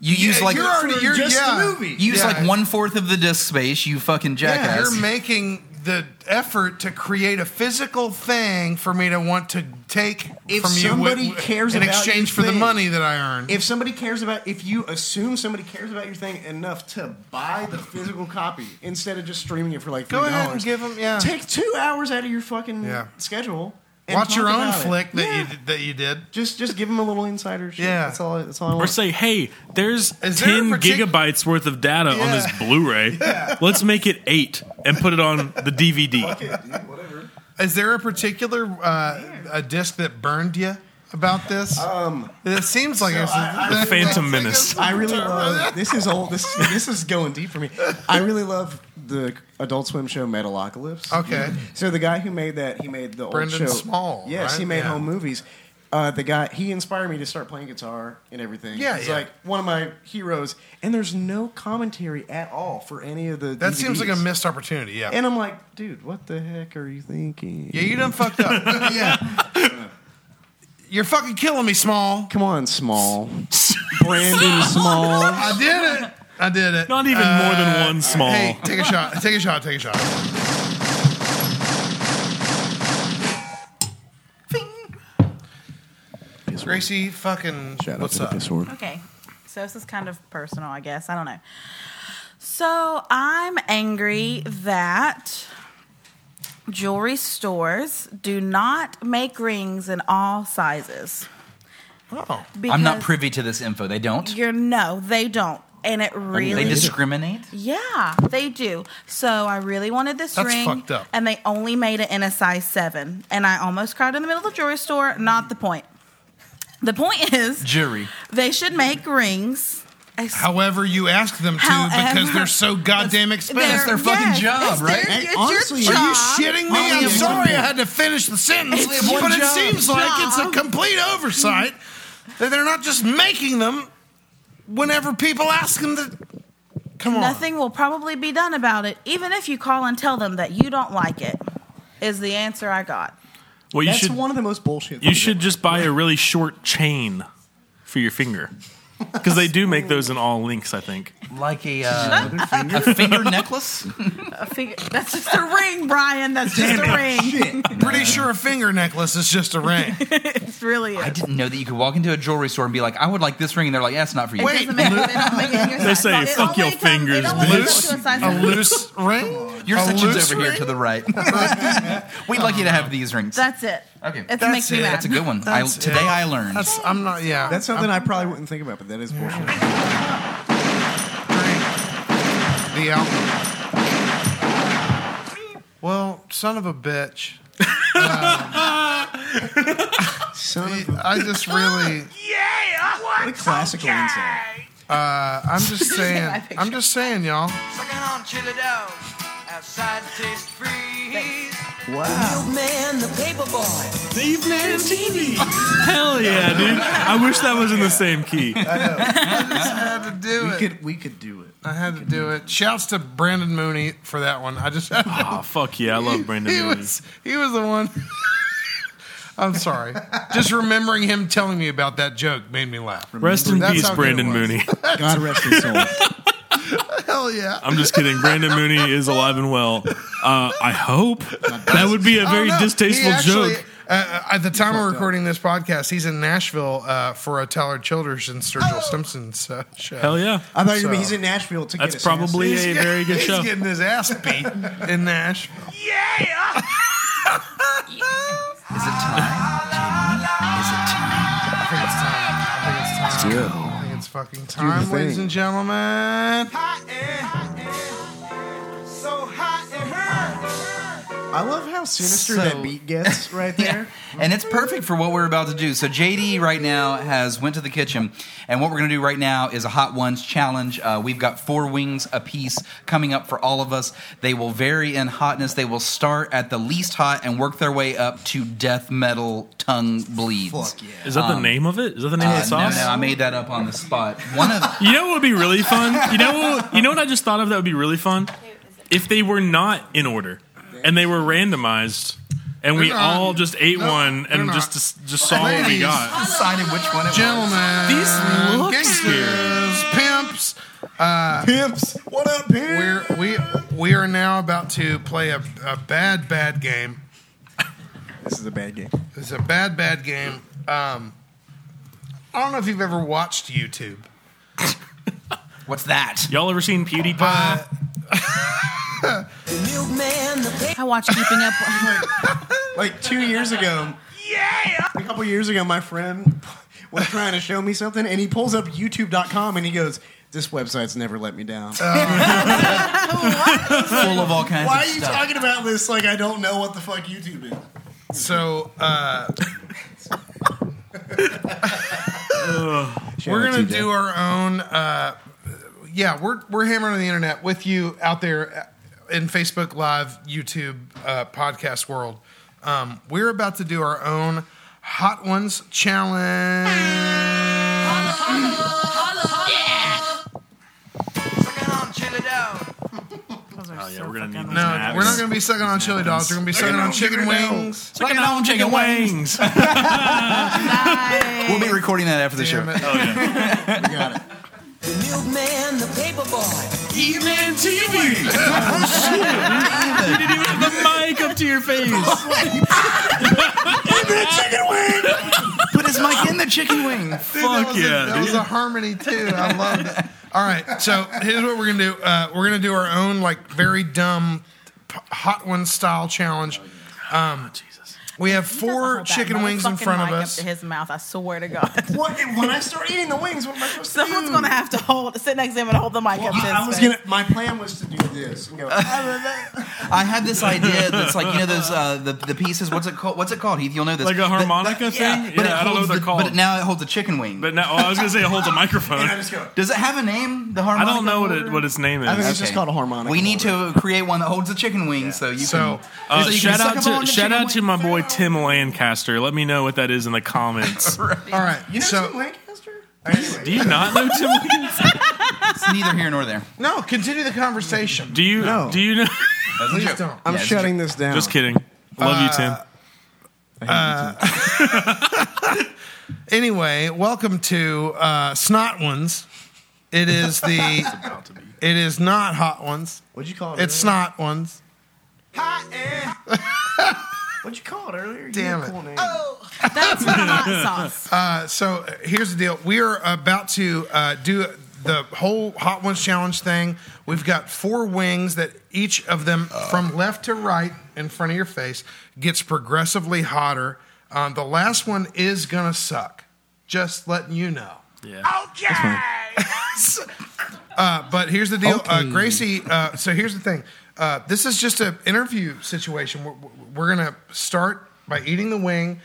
S5: You use like
S1: you're already you're,
S2: just
S1: yeah.
S2: the movie.
S5: you use
S1: Yeah.
S5: like one fourth of the disc space. You fucking
S1: Yeah,
S5: jackass.
S1: you're making the effort to create a physical thing for me to want to take
S2: If
S1: from you
S2: somebody
S1: wi-
S2: cares
S1: in
S2: about
S1: exchange
S2: your
S1: for the
S2: thing,
S1: money that I earn.
S2: If somebody cares about, if you assume somebody cares about your thing enough to buy the physical copy instead of just streaming it for like $3,
S1: Go ahead and give them yeah.
S2: take two hours out of your fucking
S1: Yeah.
S2: schedule. and
S1: Watch
S2: talk
S1: your own
S2: about it.
S1: flick that you
S2: Yeah.
S1: that you did.
S2: just just give them a little insider. Shit.
S1: Yeah.
S2: that's all. That's all I
S6: Or
S2: want.
S6: say, hey, there's
S1: Is there a
S6: ten
S1: partic-
S6: gigabytes worth of data on this
S1: Yeah.
S6: Blu-ray. Let's make it eight and put it on the DVD.
S1: Is there a particular uh, a disc that burned you about this? Um, it seems like it's
S6: The Phantom Menace.
S2: I really love this. Is old. This this is going deep for me. I really love the Adult Swim show Metalocalypse.
S1: Okay.
S2: So the guy who made that, he made the
S1: Brendan
S2: old show.
S1: Small,
S2: Yes,
S1: right?
S2: he made
S1: Yeah.
S2: home movies. Uh, the guy he inspired me to start playing guitar and everything.
S1: Yeah,
S2: he's
S1: yeah.
S2: like one of my heroes. And there's no commentary at all for any of the.
S1: that seems like a
S2: DVDs.
S1: missed opportunity. Yeah.
S2: And I'm like, dude, what the heck are you thinking?
S1: yeah, you done fucked up. yeah. You're fucking killing me, Small.
S2: Come on, small. Brandon Small.
S1: I did it. I did it.
S6: Not even more than one small.
S1: Uh, Hey,
S2: Oh.
S1: take a shot. Take a shot. Take a shot. Gracie, fucking,
S2: Shout out
S1: what's
S2: to the
S1: up?
S2: piss word.
S3: okay, so this is kind of personal, I guess. I don't know. So I'm angry that jewelry stores do not make rings in all sizes.
S1: Oh.
S5: I'm not privy to this info. They don't.
S3: You're no, they don't, and it really
S5: They discriminate.
S3: Yeah, they do. So I really wanted this
S5: That's
S3: ring,
S5: fucked up.
S3: and they only made it in a size seven, and I almost cried in the middle of the jewelry store. Not the point. The point is
S5: Jury.
S3: they should make rings.
S1: However, you ask them to because
S3: However-
S1: they're so goddamn expensive.
S3: That's their fucking yes, job, it's right? their- it's your
S1: honestly, are you
S3: job.
S1: shitting
S3: Only
S1: me? I'm
S3: have one
S1: sorry I
S3: job.
S1: had to finish the sentence,
S3: It's your
S1: but it
S3: job.
S1: seems like it's a
S3: Job.
S1: complete oversight that they're not just making them whenever people ask them to. Come on.
S3: Nothing will probably be done about it, even if you call and tell them that you don't like it. Is the answer I got?
S6: Well, you
S2: That's
S6: should
S2: one of the most bullshit.
S6: you should just buy a really short chain for your finger because they do make those in all links. I think.
S5: Like a uh, a finger necklace.
S3: A figure, that's just a ring, Brian. That's just a ring.
S1: Pretty sure a finger necklace is just a ring.
S3: it really is.
S5: I didn't know that you could walk into a jewelry store and be like, "I would like this ring," and they're like, "That's not for you."
S1: Wait,
S5: They say, "Fuck your fingers,
S1: loose, a loose ring.
S5: Your
S1: A
S5: section's
S1: loose
S5: over here
S1: ring?
S5: to the right. We'd like you to have these rings.
S3: That's it.
S5: Okay.
S3: It's
S5: That's
S3: makes me
S5: it.
S3: mad.
S5: That's a good one. I- That's today it. I learned.
S1: That's, I'm not. Yeah,
S2: that's something i probably wouldn't think about, but that is bullshit.
S1: The album. Well, son of a bitch. son of I just really.
S9: Yeah, what?
S2: classical inside.
S1: Uh, I'm just saying. I'm just saying, y'all.
S9: Sucking on chili dough. Outside taste freeze.
S1: Wow.
S9: man, the paper boy.
S6: The evening TV. Hell yeah, dude! I wish that was in the same key.
S1: I had to do
S2: we
S1: it.
S2: could we could do it.
S1: I had to do it. Shouts to Brandon Mooney for that one. I just had to.
S6: Oh fuck yeah, I love Brandon.
S1: he
S6: Mooney.
S1: was he was the one. I'm sorry. Just remembering him telling me about that joke made me laugh.
S6: Rest in
S1: That's
S6: peace,
S1: how good it
S6: Brandon
S1: was.
S6: Mooney.
S2: God rest his soul.
S1: Hell yeah.
S6: I'm just kidding. Brandon Mooney is alive and well. Uh, I hope that would be a
S1: Oh,
S6: very
S1: no.
S6: distasteful
S1: He actually-
S6: joke.
S1: Uh, at the time we're recording this podcast, he's in Nashville uh, for a Tyler Childers and Sturgill Simpson's uh, show.
S6: Hell yeah.
S2: I thought you mean
S1: So-
S2: he's in Nashville to
S6: That's
S2: get his
S6: probably
S2: ass.
S6: a very good
S1: he's
S6: show.
S1: getting his ass beat in Nashville. I think it's time. I think it's time. I think it's fucking
S9: do the
S1: time, ladies
S9: thing.
S1: and gentlemen.
S9: So hot it hurts.
S2: I love how sinister
S5: So-
S2: that beat gets right there.
S5: and it's perfect for what we're about to do. So JD right now has went to the kitchen, and what we're going to do right now is a hot ones challenge. Uh, we've got four wings apiece coming up for all of us. They will vary in hotness. They will start at the least hot and work their way up to death metal tongue bleeds.
S6: Is that the
S5: Um,
S6: name of it? Is that the name of
S5: uh,
S6: the sauce?
S5: No, no, I made that up on the spot. One of
S6: You know what would be really fun? You know, what- you know what I just thought of that would be really fun? If they were not in order and they were randomized, and we
S1: They're not.
S6: all just ate
S1: No,
S6: one and
S1: they're
S6: just just- just saw what we
S1: Ladies,
S6: got.
S5: decided which one it was.
S1: Gentlemen,
S6: These look
S1: gangsters, pimps, uh,
S2: pimps. What up,
S1: pimps? We're, we we are now about to play a, a bad bad game.
S2: This is a bad game.
S1: It's a bad bad game. Um, I don't know if you've ever watched YouTube.
S5: What's that?
S6: Y'all ever seen PewDiePie?
S3: I watched Keeping Up.
S2: Like two years ago. Yeah. A couple years ago, my friend was trying to show me something, and he pulls up YouTube.com and he goes, "This website's never let me down."
S5: full of all kinds
S2: Why
S5: of
S2: are you
S5: stuff.
S2: talking about this like I don't know what the fuck YouTube is?
S1: So uh,
S2: out
S1: we're gonna
S2: to
S1: do
S2: Jeff.
S1: our own. Uh, yeah, we're we're hammering the internet with you out there uh, in Facebook Live, YouTube, uh, podcast world. Um, we're about to do our own Hot Ones challenge.
S6: Oh, yeah, we're gonna need these
S1: No,
S6: naps.
S1: we're not gonna be sucking on chili dogs. We're gonna be sucking on chicken wings.
S6: Sucking on chicken wings.
S5: We'll be recording that after the show.
S6: Oh,
S9: Milkman, the paper boy.
S6: Evening TV. You didn't even have the mic up to your face.
S5: Put his mic in the chicken wing.
S1: Dude, that
S6: Fuck
S1: was a-
S6: yeah,
S1: that was
S6: dude.
S1: a harmony too. I loved it. All right, so here's what we're gonna do. Uh, we're gonna do our own like very dumb, p- hot one style challenge. Um, Jesus. We have four
S3: Hold that
S1: chicken wings in
S3: motherfucking
S1: front of
S3: mic
S1: us.
S3: Up to his mouth, I swear to God.
S2: What? When I start eating the wings, what am I supposed
S3: to Someone's gonna have to hold, sit next to him and hold the mic up. To his
S2: I was
S3: face.
S2: gonna. My plan was to do this. and go,
S5: I had this idea that's like you know those uh, the the pieces. What's it called? What's it called? Heath, you'll know this.
S6: Like a
S5: That- that-
S6: harmonica
S5: Yeah,
S6: thing?
S5: but
S6: Yeah,
S5: it
S6: I don't know
S5: holds
S6: what they're
S5: the-
S6: called.
S5: But now it holds a chicken wing.
S6: But now, oh, I was gonna say it holds a microphone.
S5: Does it have a name? The harmonica.
S6: I don't know what, it, what its name is.
S5: Okay. We need to create one that holds a chicken wing, so you
S6: So,
S5: can.
S6: uh,
S5: so you can
S6: shout
S5: suck
S6: out
S5: up all
S6: to
S5: the
S6: shout
S5: chicken
S6: out to my boy Tim Lancaster. Let me know what that is in the comments.
S1: All right, you know so,
S6: Do you not know Tim?
S5: it's neither here nor there.
S1: No, continue the conversation.
S6: Do you?
S1: No.
S6: Do you know?
S1: Please don't.
S2: I'm shutting this down.
S6: Just kidding. Love you, Tim.
S1: Anyway, welcome to uh, Snot Ones. It is the. it is not hot ones.
S2: What'd you call it?
S1: It's
S2: earlier?
S1: snot ones.
S2: What'd you call it earlier? You
S1: Damn
S2: had
S1: it.
S2: a cool name.
S3: That's not hot sauce.
S1: Uh, so uh, here's the deal. We are about to uh, do the whole Hot Ones Challenge thing. We've got four wings that each of them, from left to right in front of your face, gets progressively hotter. Um, the last one is going to suck. Just letting you know.
S6: Yeah.
S1: Uh, but here's the deal, uh, Gracie. Uh, so here's the thing. Uh, this is just an interview situation. We're, we're gonna start by eating the wing.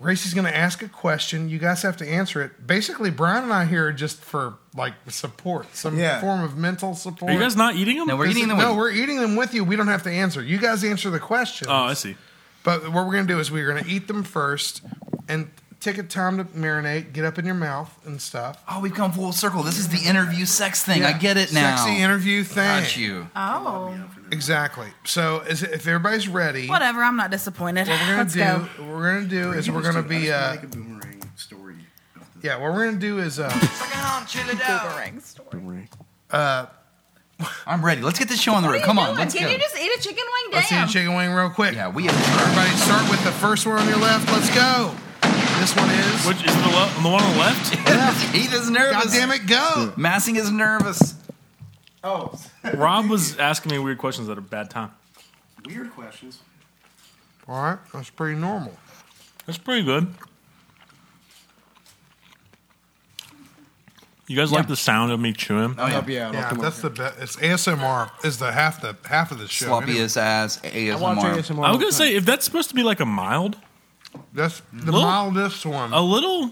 S1: Gracie's gonna ask a question. You guys have to answer it. Basically, Brian and I here are just for like support, some
S2: Yeah.
S1: form of mental support.
S6: Are you guys not eating them?
S1: No, we're eating them with you. We don't have to answer. You guys answer the question.
S6: Oh, I see.
S1: But what we're gonna do is we're gonna eat them first and take a time to marinate, get up in your mouth and stuff.
S5: Oh, we've come full circle. This is the interview sex thing. I
S1: Yeah.
S5: get it now.
S1: Sexy interview thing.
S5: Got you.
S3: Oh,
S1: Exactly. So is if everybody's ready,
S3: whatever. I'm not disappointed.
S1: what we're gonna
S3: Let's
S1: do,
S3: go.
S1: what we're gonna do is we're gonna be, uh, yeah, what we're gonna do is, uh,
S3: Boomerang story.
S1: uh,
S5: I'm ready. Let's get this show on the road. Come on, let's
S3: Can
S5: go.
S3: you just eat a chicken wing? Damn.
S1: let's eat a chicken wing real quick. Yeah,
S5: we.
S1: Everybody, start with the first one on your left. Let's go. This one is.
S6: Which is the, le- the one on the left?
S5: Heath is nervous.
S1: God damn it, go!
S5: Massing is nervous.
S2: Oh,
S6: Rob was asking me weird questions at a bad time.
S2: weird questions.
S1: All right, that's pretty normal.
S6: That's pretty good. You guys like the sound of me chewing?
S5: Oh,
S1: that's the best. It's ASMR is the half the half of the show.
S5: Sloppy as ass. ASMR.
S6: I was gonna say if that's supposed to be like a mild,
S1: that's the mildest one.
S6: A
S5: Oh,
S6: little,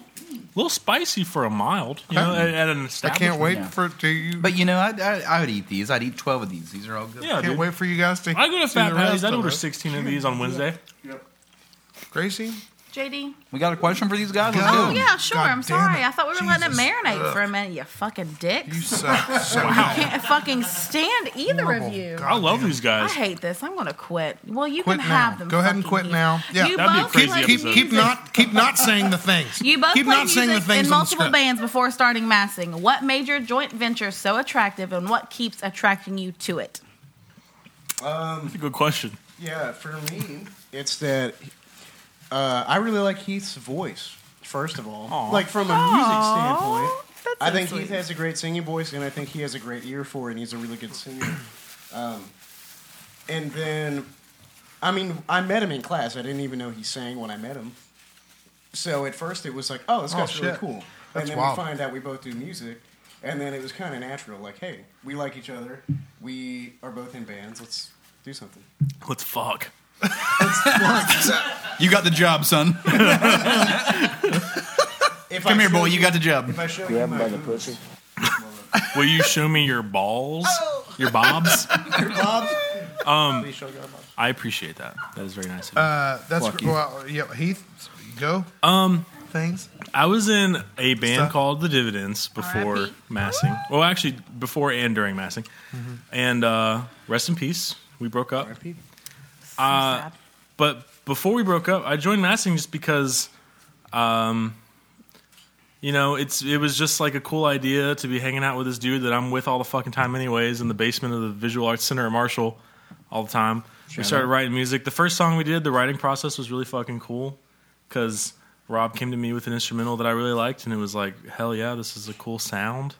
S6: little spicy for a mild. You know, at, at an establishment.
S1: for it to you.
S5: But you know, I, I, I would eat these. I'd eat twelve of these. These are all good.
S6: Yeah, dude.
S1: for you guys to.
S6: I go to
S5: see
S6: Fat
S5: the
S6: Patty's.
S5: rest
S6: I'd
S5: of
S6: order
S5: it.
S6: sixteen of these on Wednesday.
S1: Gracie,
S3: JD.
S5: we got a question for these guys. Let's
S3: Oh
S5: go.
S3: yeah, sure. I'm sorry. I thought we were letting it
S5: Jesus.
S3: marinate
S5: Ugh.
S3: for a minute. You fucking dicks. You
S1: suck so
S3: I can't fucking stand either
S1: Oh,
S3: of you.
S6: I love these
S3: I
S6: guys.
S3: hate this. I'm gonna quit. Well, you
S1: quit
S3: can
S1: now.
S3: have them.
S1: Go ahead and
S3: fucking
S1: quit
S3: here.
S1: now. Yeah,
S3: You That'd be a both crazy like
S1: keep,
S3: episode.
S1: keep not keep not saying the things.
S3: You both
S1: keep
S3: played
S1: not saying the
S3: music
S1: things
S3: in
S1: on the
S3: multiple
S1: script.
S3: bands before starting massing. What made your joint venture so attractive, and what keeps attracting you to it?
S2: Um,
S6: That's a good question.
S2: yeah, for me, it's that uh, I really like Heath's voice. First of all,
S6: Aw.
S2: like from a music
S6: Aw,
S2: standpoint,
S6: that's
S2: I think
S6: so sweet.
S2: Heath has a great singing voice, and I think he has a great ear for it. and He's a really good singer. Um, and then, I mean, I met him in class. I didn't even know he sang when I met him. So at first it was like, oh, this
S1: Oh,
S2: guy's really
S1: shit.
S2: cool.
S1: That's
S2: and then
S1: wild.
S2: we find out we both do music. And then it was kind of natural. Like, hey, we like each other. We are both in bands. Let's do something.
S6: Let's fuck.
S5: You got the job, son.
S2: If
S5: Come
S2: I
S5: here,
S2: show
S5: boy. You got the job.
S2: If I show
S6: Grab
S2: you
S6: him
S2: my
S6: by the
S2: boobs-
S6: Will you show me your balls, your bobs?
S2: Your bobs?
S6: Um,
S2: Please show your bobs.
S6: I appreciate that. That is very nice. Of you.
S1: Uh, that's
S6: Fuck you.
S1: well, yeah, Heath, go
S6: Um,
S1: things.
S6: I was in a band
S1: Stuff.
S6: called The Dividends before massing. Well, actually, before and during massing. And uh, rest in peace. We broke up. Uh, but before we broke up, I joined massing just because, um, you know, it's it was just like a cool idea to be hanging out with this dude that I'm with all the fucking time, anyways, in the basement of the Visual Arts Center at Marshall, all the time. we
S11: Shout
S6: started
S11: out.
S6: writing music. The first song we did, the writing process was really fucking cool because Rob came to me with an instrumental that I really liked, and it was like, hell yeah, this is a cool sound.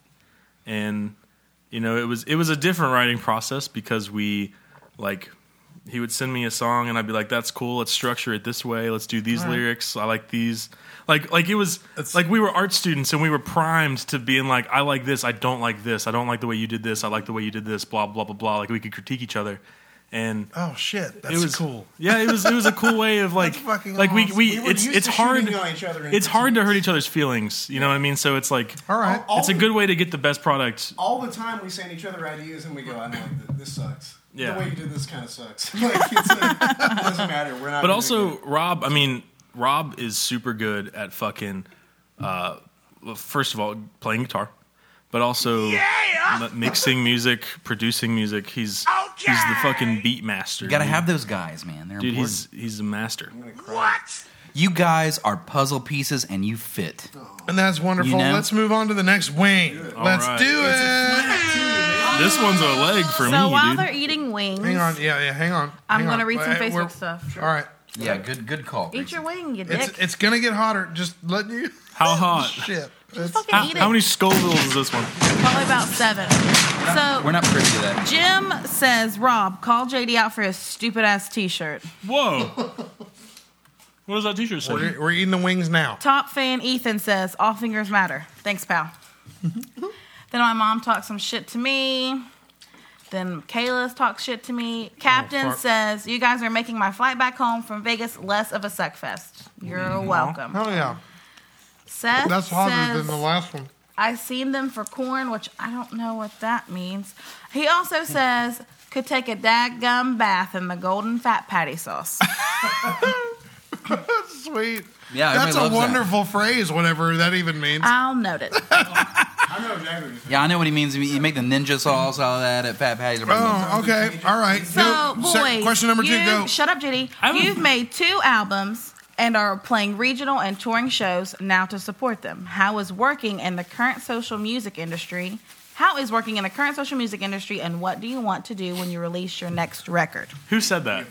S6: and you know it was it was a different writing process because we like he would send me a song and I'd be like that's cool let's structure it this way let's do these
S8: All right.
S6: lyrics I like these like like it was like we were art students and we were primed to being like I like this I don't like this I don't like the way you did this I like the way you did this blah blah blah blah like we could critique each other and
S1: Oh shit, that's
S6: it was
S1: cool.
S6: Yeah, it was it was a cool way of like
S1: fucking
S6: like we
S1: awesome.
S6: we,
S1: We were
S6: it's
S1: used
S6: it's
S1: to
S6: hard
S1: shooting on each other in
S6: it's hard to hurt each other's feelings. You know what I mean? So it's like
S1: all right,
S6: it's a good way to get the best product.
S2: All the time we send each other ideas and we go, I know th- this sucks.
S6: Yeah.
S2: The way you did this kind of sucks. like, it's like, it doesn't matter. We're not.
S6: But
S2: gonna
S6: also Rob, I mean Rob is super good at fucking. Uh, well, first of all, playing guitar, but also m- mixing music, producing music. He's he's the fucking beat master.
S5: You gotta
S6: dude.
S5: have those guys, man. They're
S6: Dude,
S5: important.
S6: he's he's a master.
S5: What? You guys are puzzle pieces, and you fit.
S1: And that's wonderful.
S5: You know?
S1: Let's move on to the next wing. Let's
S6: right.
S1: do it.
S6: This one's a leg for
S3: so while they're eating wings,
S1: Hang on, yeah, yeah, hang on.
S3: I'm
S1: hang
S3: gonna
S1: on.
S3: read some
S1: Wait,
S3: Facebook
S1: we're-
S3: stuff.
S1: All right.
S5: Yeah, good, good call.
S3: Eat your wing, you dick.
S1: It's it's gonna get hotter. Just letting you.
S6: How hot?
S1: Shit.
S3: fucking
S6: How,
S3: eat it.
S6: how many Scovilles is this one?
S3: Probably about seven. So
S5: We're not privy to that.
S3: Jim says, Rob, call JD out for his stupid ass t shirt.
S6: Whoa. What does that T-shirt say?
S1: We're, we're eating the wings now.
S3: Top fan Ethan says, All fingers matter. Thanks, pal. then my mom talks some shit to me. Then Kayla talks shit to
S1: Oh,
S3: me. Captain
S15: fuck.
S3: says, You guys are making my flight back home from Vegas less of a suck fest. You're welcome.
S1: Hell yeah.
S3: Seth
S1: Mm-hmm. That's hotter
S3: says,
S1: than the last one.
S3: I seen them for corn, which I don't know what that means. He also
S1: Hmm.
S3: says could take a daggum bath in the golden fat patty sauce.
S1: That's sweet.
S5: Yeah,
S1: That's
S5: everybody loves
S1: a
S5: that.
S1: wonderful phrase, whatever that even means.
S3: I'll note it.
S5: Yeah, I know what he means. You make the ninja sauce, all that at Pat Patty's.
S1: Oh, okay. All right.
S3: So,
S1: Go.
S3: boys,
S1: Sec- question number two.
S3: you-
S1: Go.
S3: Shut up, Judy. You've made two albums and are playing regional and touring shows now to support them. How is working in the current social music industry? How is working in the current social music industry, and what do you want to do when you release your next record?
S6: Who said that?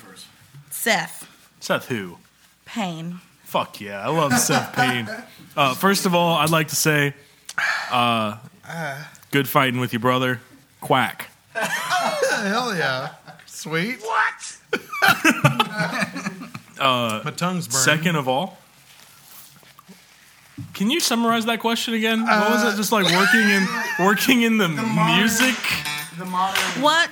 S3: Seth
S6: Seth who?
S3: Payne.
S6: Fuck yeah, I love Seth Payne. Uh, first of all, I'd like to say, uh, good fighting with your brother, Quack.
S1: Hell yeah. Sweet. What?
S6: Uh,
S1: My tongue's burning.
S6: Second of all, can you summarize that question again? what was
S1: Uh,
S6: it? Just like working in working in the, music.
S3: What?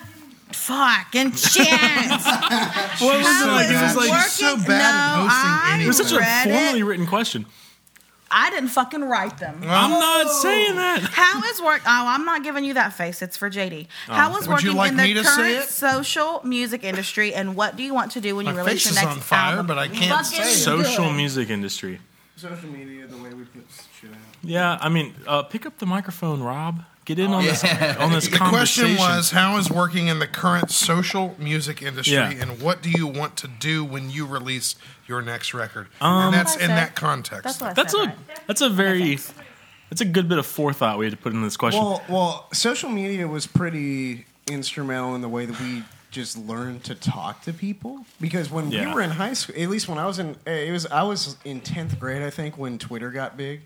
S3: Fucking chance! what
S6: What was it like? It was like
S3: no, I
S6: It was such a
S3: read it.
S6: formally written question.
S3: I didn't fucking write them.
S6: I'm not saying that.
S3: How is work? Oh, I'm not giving you that face. It's for JD.
S6: Oh,
S3: How is
S6: okay. Would you
S3: working
S6: like
S3: in
S6: me
S3: the
S6: to
S3: current
S6: say it?
S3: social music industry, and what do you want to do when
S6: My
S3: you release
S6: face
S3: your
S6: is
S3: next
S6: on fire,
S3: album?
S6: but I
S2: can't
S3: Fucking
S2: say it.
S6: Social
S3: good.
S6: music industry.
S2: do- Social media, the way we put shit out.
S6: Yeah, I mean, uh, pick up the microphone, Rob. Get in on this
S2: Yeah.
S6: on this
S1: Oh, the
S6: conversation.
S1: question was how is working in the current social music industry
S6: Yeah.
S1: and what do you want to do when you release your next record
S6: Um,
S1: and that's in
S6: That's what I said.
S1: that context
S6: that's a that's a very that's a good bit of forethought we had to put in this question.
S2: Well, well, social media was pretty instrumental in the way that we just learned to talk to people. Because when
S6: Yeah.
S2: we were in high school, at least when I was in, eh, it was I was in tenth grade, I think, when Twitter got big.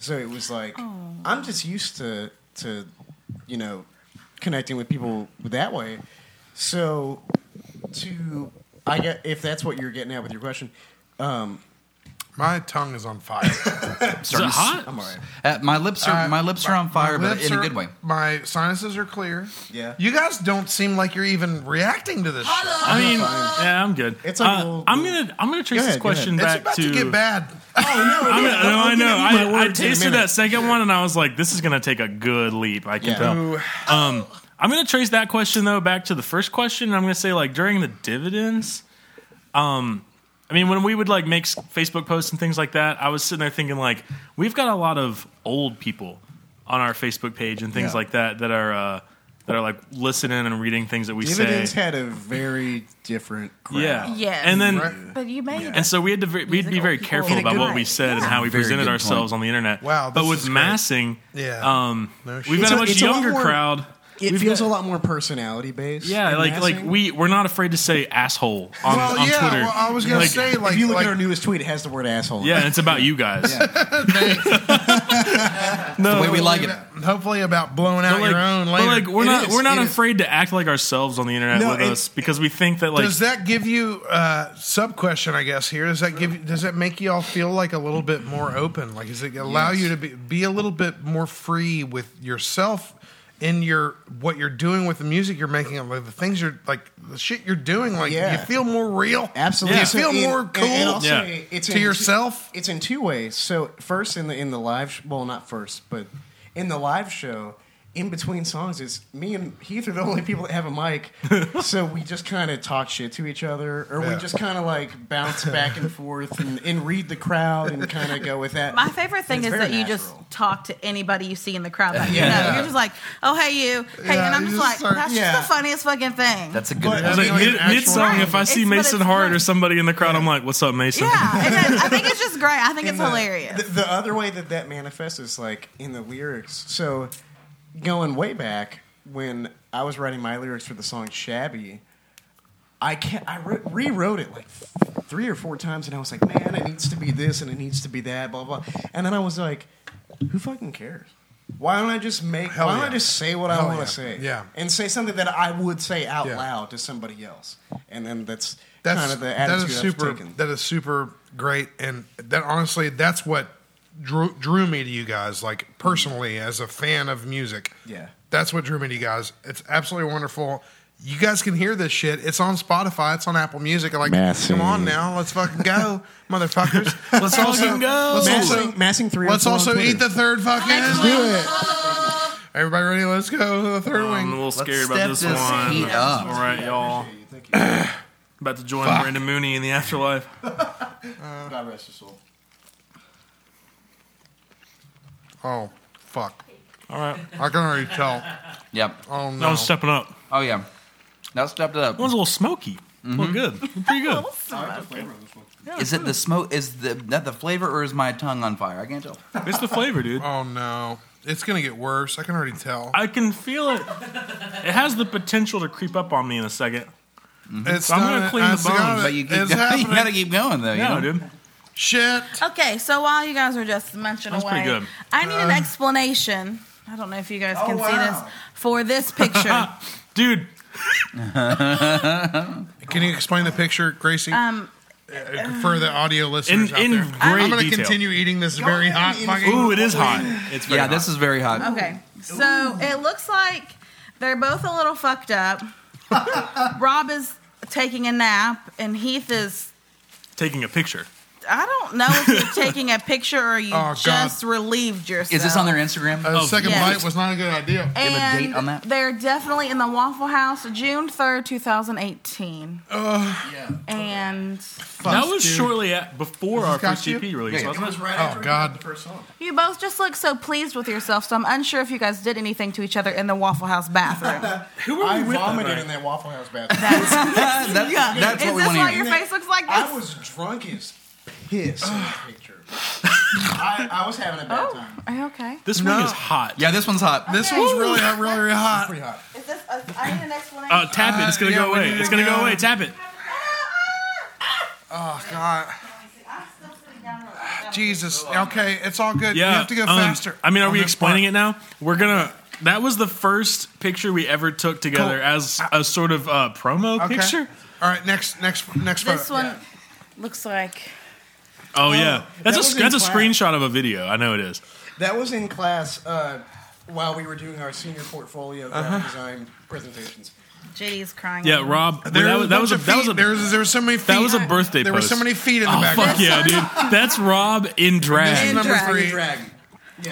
S2: So it was like I'm just used to to you know connecting with people that way. So to I get if that's what you're getting at with your question. Um,
S1: my tongue is on fire.
S5: Starting to-
S2: I'm all right.
S5: Uh, my lips are
S1: Uh,
S5: my lips are on
S1: my
S5: fire, but
S1: lips
S5: in a
S1: are-
S5: good way.
S1: my sinuses are clear
S2: yeah
S1: you guys don't seem like you're even reacting to this shit.
S6: I mean, yeah, I'm good. It's
S1: like
S6: uh, I'm gonna I'm gonna trace
S1: Go
S6: this
S1: ahead, go
S6: question
S1: ahead.
S6: back
S1: It's about
S6: to,
S1: to get bad. Oh
S2: no!
S6: I'm gonna, no, I know. I, I tasted that
S1: second.
S6: second one, and I was like, "This is gonna take a good leap." I can
S1: Yeah. Ooh.
S6: tell. Um, I'm gonna trace that question though back to the first question. and I'm gonna say like during the dividends. Um, I mean, when we would like make s- Facebook posts and things like that, I was sitting there thinking like, we've got a lot of old people on our Facebook page and things
S2: Yeah.
S6: like that that are uh, that are like listening and reading things that we
S2: Dividends
S6: say.
S2: had a very different crowd.
S6: Yeah,
S3: Yes.
S6: and then
S3: but you made
S6: and so we had to ver- we'd
S3: "Oh,
S6: be very careful
S2: In a
S6: about
S2: good
S6: what
S2: way.
S6: we said and
S2: Yeah.
S6: how we
S2: Very
S6: presented
S2: good
S6: ourselves
S2: point.
S6: on the internet.
S2: Wow,
S6: but
S2: this
S6: with
S2: is great.
S6: massing,
S2: Yeah.
S6: um,
S2: No shit.
S6: we've got
S2: It's
S6: a,
S2: a-
S6: much
S2: it's a lot
S6: younger
S2: more-
S6: crowd.
S2: It
S6: We've
S2: feels
S6: got-
S2: a lot more personality based.
S6: yeah,
S2: and
S6: like like
S2: massing.
S6: we we're not afraid to say asshole on,
S2: Well,
S6: on
S2: yeah,
S6: Twitter.
S2: well, I was
S1: gonna
S6: Like,
S1: say like
S2: if you look
S1: like
S2: at our newest tweet, it has the word asshole.
S6: yeah, and it's about you guys.
S2: Yeah.
S6: No,
S1: the way we like it. hopefully about blowing out
S6: like,
S1: your own
S6: but
S1: later.
S6: like, we're
S1: It
S6: not
S1: is,
S6: we're not
S1: it is.
S6: afraid to act like ourselves on the internet
S1: No,
S6: with
S1: and-
S6: us because we think that like
S1: does that give you uh, sub question? I guess here does that give you, does that make you all feel like a little bit more open? Like does it allow you to be be a little bit more free with yourself in your what you're doing with the music you're making, and, like the things you're like the shit you're doing? Like
S2: Yeah.
S1: you feel more real.
S2: Absolutely.
S1: you
S2: So
S1: feel
S2: in-
S1: more
S2: and-
S1: cool.
S2: and also it's
S1: to
S2: in two-
S1: yourself.
S2: it's in two ways. So first in the in the live sh- well not first, but in the live show, in between songs, it's me and Heath are the only people that have a mic. so we just kind of talk shit to each other, or
S1: Yeah.
S2: we just kind of like bounce back and forth and, and read the crowd and kind of go with that.
S3: My favorite thing
S2: It's
S3: is
S2: very
S3: that you just talk to anybody you see in the crowd that
S2: Yeah.
S3: you know. You're just like, oh hey you, hey,
S2: Yeah,
S3: and I'm
S2: you
S3: just,
S2: just
S3: like,
S2: start-
S3: that's
S2: yeah.
S3: just the funniest fucking thing.
S5: That's a
S6: But, like, mid, mid song, if I see
S3: It's- but
S6: Mason
S3: it's
S6: Hart or somebody in the crowd, I'm like, "What's up, Mason?"
S3: Yeah, and I I think it's just great. I think
S2: in
S3: it's
S2: the-
S3: hilarious.
S2: The, the other way that that manifests is like in the lyrics. So going way back when I was writing my lyrics for the song Shabby, I can I re- rewrote it like three or four times, and I was like, man, it needs to be this and it needs to be that, blah blah. And then I was like, who fucking cares? Why don't I just make?
S1: Hell
S2: why don't
S1: yeah.
S2: I just say what
S1: Hell
S2: I want
S1: yeah.
S2: to say?
S1: Yeah.
S2: and say something that I would say out
S1: Yeah.
S2: loud to somebody else. And then that's,
S1: that's
S2: kind of the
S1: that
S2: attitude
S1: is
S2: I've
S1: super
S2: taken.
S1: that is super great and that honestly that's what drew drew me to you guys like personally as a fan of music
S2: Yeah.
S1: that's what drew me to you guys it's absolutely wonderful you guys can hear this shit it's on spotify it's on apple music like
S2: Massing.
S1: come on now let's fucking go motherfuckers let's also
S2: Fucking go.
S1: let's also
S2: Massing- massing three
S1: let's
S2: or four on
S1: also
S2: Twitter.
S1: eat the third fucking let's do it everybody ready let's go to the third wing
S6: I'm a little scared about
S1: step
S6: this,
S1: this
S6: one.
S1: heat up.
S6: All right, y'all. About to join
S1: Fuck.
S6: Brandon Mooney in the afterlife.
S2: God rest your soul.
S1: oh fuck
S6: all right
S1: i can already tell
S5: Yep.
S1: oh no
S6: That was stepping up.
S5: Oh yeah, that stepped it up. That
S6: was a little smoky. Well, good. Pretty good.
S5: is it the smoke? Is the that the flavor, or is my tongue on fire? I can't tell.
S6: It's the flavor, dude.
S1: Oh no, it's gonna get worse. I can already tell.
S6: I can feel it. It has the potential to creep up on me in a second.
S1: It's
S6: So I'm gonna
S1: not-
S6: clean the
S1: it's
S6: bones,
S1: gotta-
S6: but you keep
S1: it's
S6: going. You
S1: happening.
S6: gotta keep going, though, you
S1: No,
S6: know? dude.
S1: Shit.
S3: Okay, so while you guys were just munching
S6: That's
S3: away,
S6: pretty good.
S3: I need an
S6: Uh,
S3: explanation. I don't know if you guys
S6: Oh,
S3: can see
S6: wow.
S3: this for this picture.
S6: dude.
S1: Can you explain the picture, Gracie?
S3: um,
S1: Uh, For the audio listeners
S6: In-
S1: out
S6: in
S1: there, I'm
S6: great
S1: gonna
S6: detail.
S1: continue eating this very hot. Fucking
S6: Ooh, it is hot. It's very
S5: yeah, this is very hot.
S3: Okay, so it looks like they're both a little fucked up. Rob is taking a nap, and Heath is.
S6: Taking a picture.
S3: I don't know if you're taking a picture or you
S6: Oh, God.
S3: just relieved yourself.
S5: Is this on their Instagram?
S1: Uh, second
S3: Yes.
S1: bite was not a good idea.
S5: They have a date
S3: And
S5: on that.
S3: They're definitely in the Waffle House, June third, two thousand eighteen. yeah. And
S6: that was shortly at, before our first EP release, wasn't it?
S1: oh God.
S3: You both just look so pleased with yourself, so I'm unsure if you guys did anything to each other in the Waffle House bathroom.
S2: Who
S3: were
S2: I
S3: you with that
S2: vomited
S3: night?
S2: in that Waffle House bathroom.
S3: That's- That's- Yeah. that's Is what we this wanna why hear. your face looks like
S2: I
S3: this?
S2: was drunk as piss in that picture. I, I was having a bad
S1: Oh.
S2: time.
S3: Oh, Are you okay?
S6: This
S5: No.
S6: one is hot.
S5: Yeah, this one's hot.
S1: This one's really hot, really, really Uh, hot.
S2: Pretty hot.
S3: Is this? A, I need an explanation.
S6: Uh, tap it. It's gonna
S1: Uh, yeah,
S6: go
S1: we
S6: away.
S1: need
S6: It's
S1: to
S6: gonna go
S1: go.
S6: away. Tap it.
S1: Oh God.
S2: Oh,
S1: Jesus. Okay, it's all good.
S6: Yeah.
S1: You have to go
S6: um,
S1: faster.
S6: I mean, are
S1: on
S6: we
S1: this part.
S6: explaining it now? We're gonna. That was the first picture we ever took together as a sort of uh, promo
S1: Okay.
S6: picture.
S1: All right, next, next, next
S3: This
S1: photo.
S3: one looks like.
S6: Oh, yeah, that's
S2: that
S6: a
S2: was in
S6: that's a
S2: class.
S6: screenshot of a video. I know it is.
S2: That was in class uh, while we were doing our senior portfolio graphic
S6: Uh-huh.
S2: design presentations.
S3: JD's crying.
S6: Yeah, Rob. that was that was a, that was a
S1: there was there were so many feet.
S6: that was a birthday.
S1: There were
S6: post.
S1: so many feet in the
S6: oh,
S1: background.
S6: Fuck yeah, dude. That's Rob in drag.
S1: number
S2: Drag.
S1: three.
S2: Drag.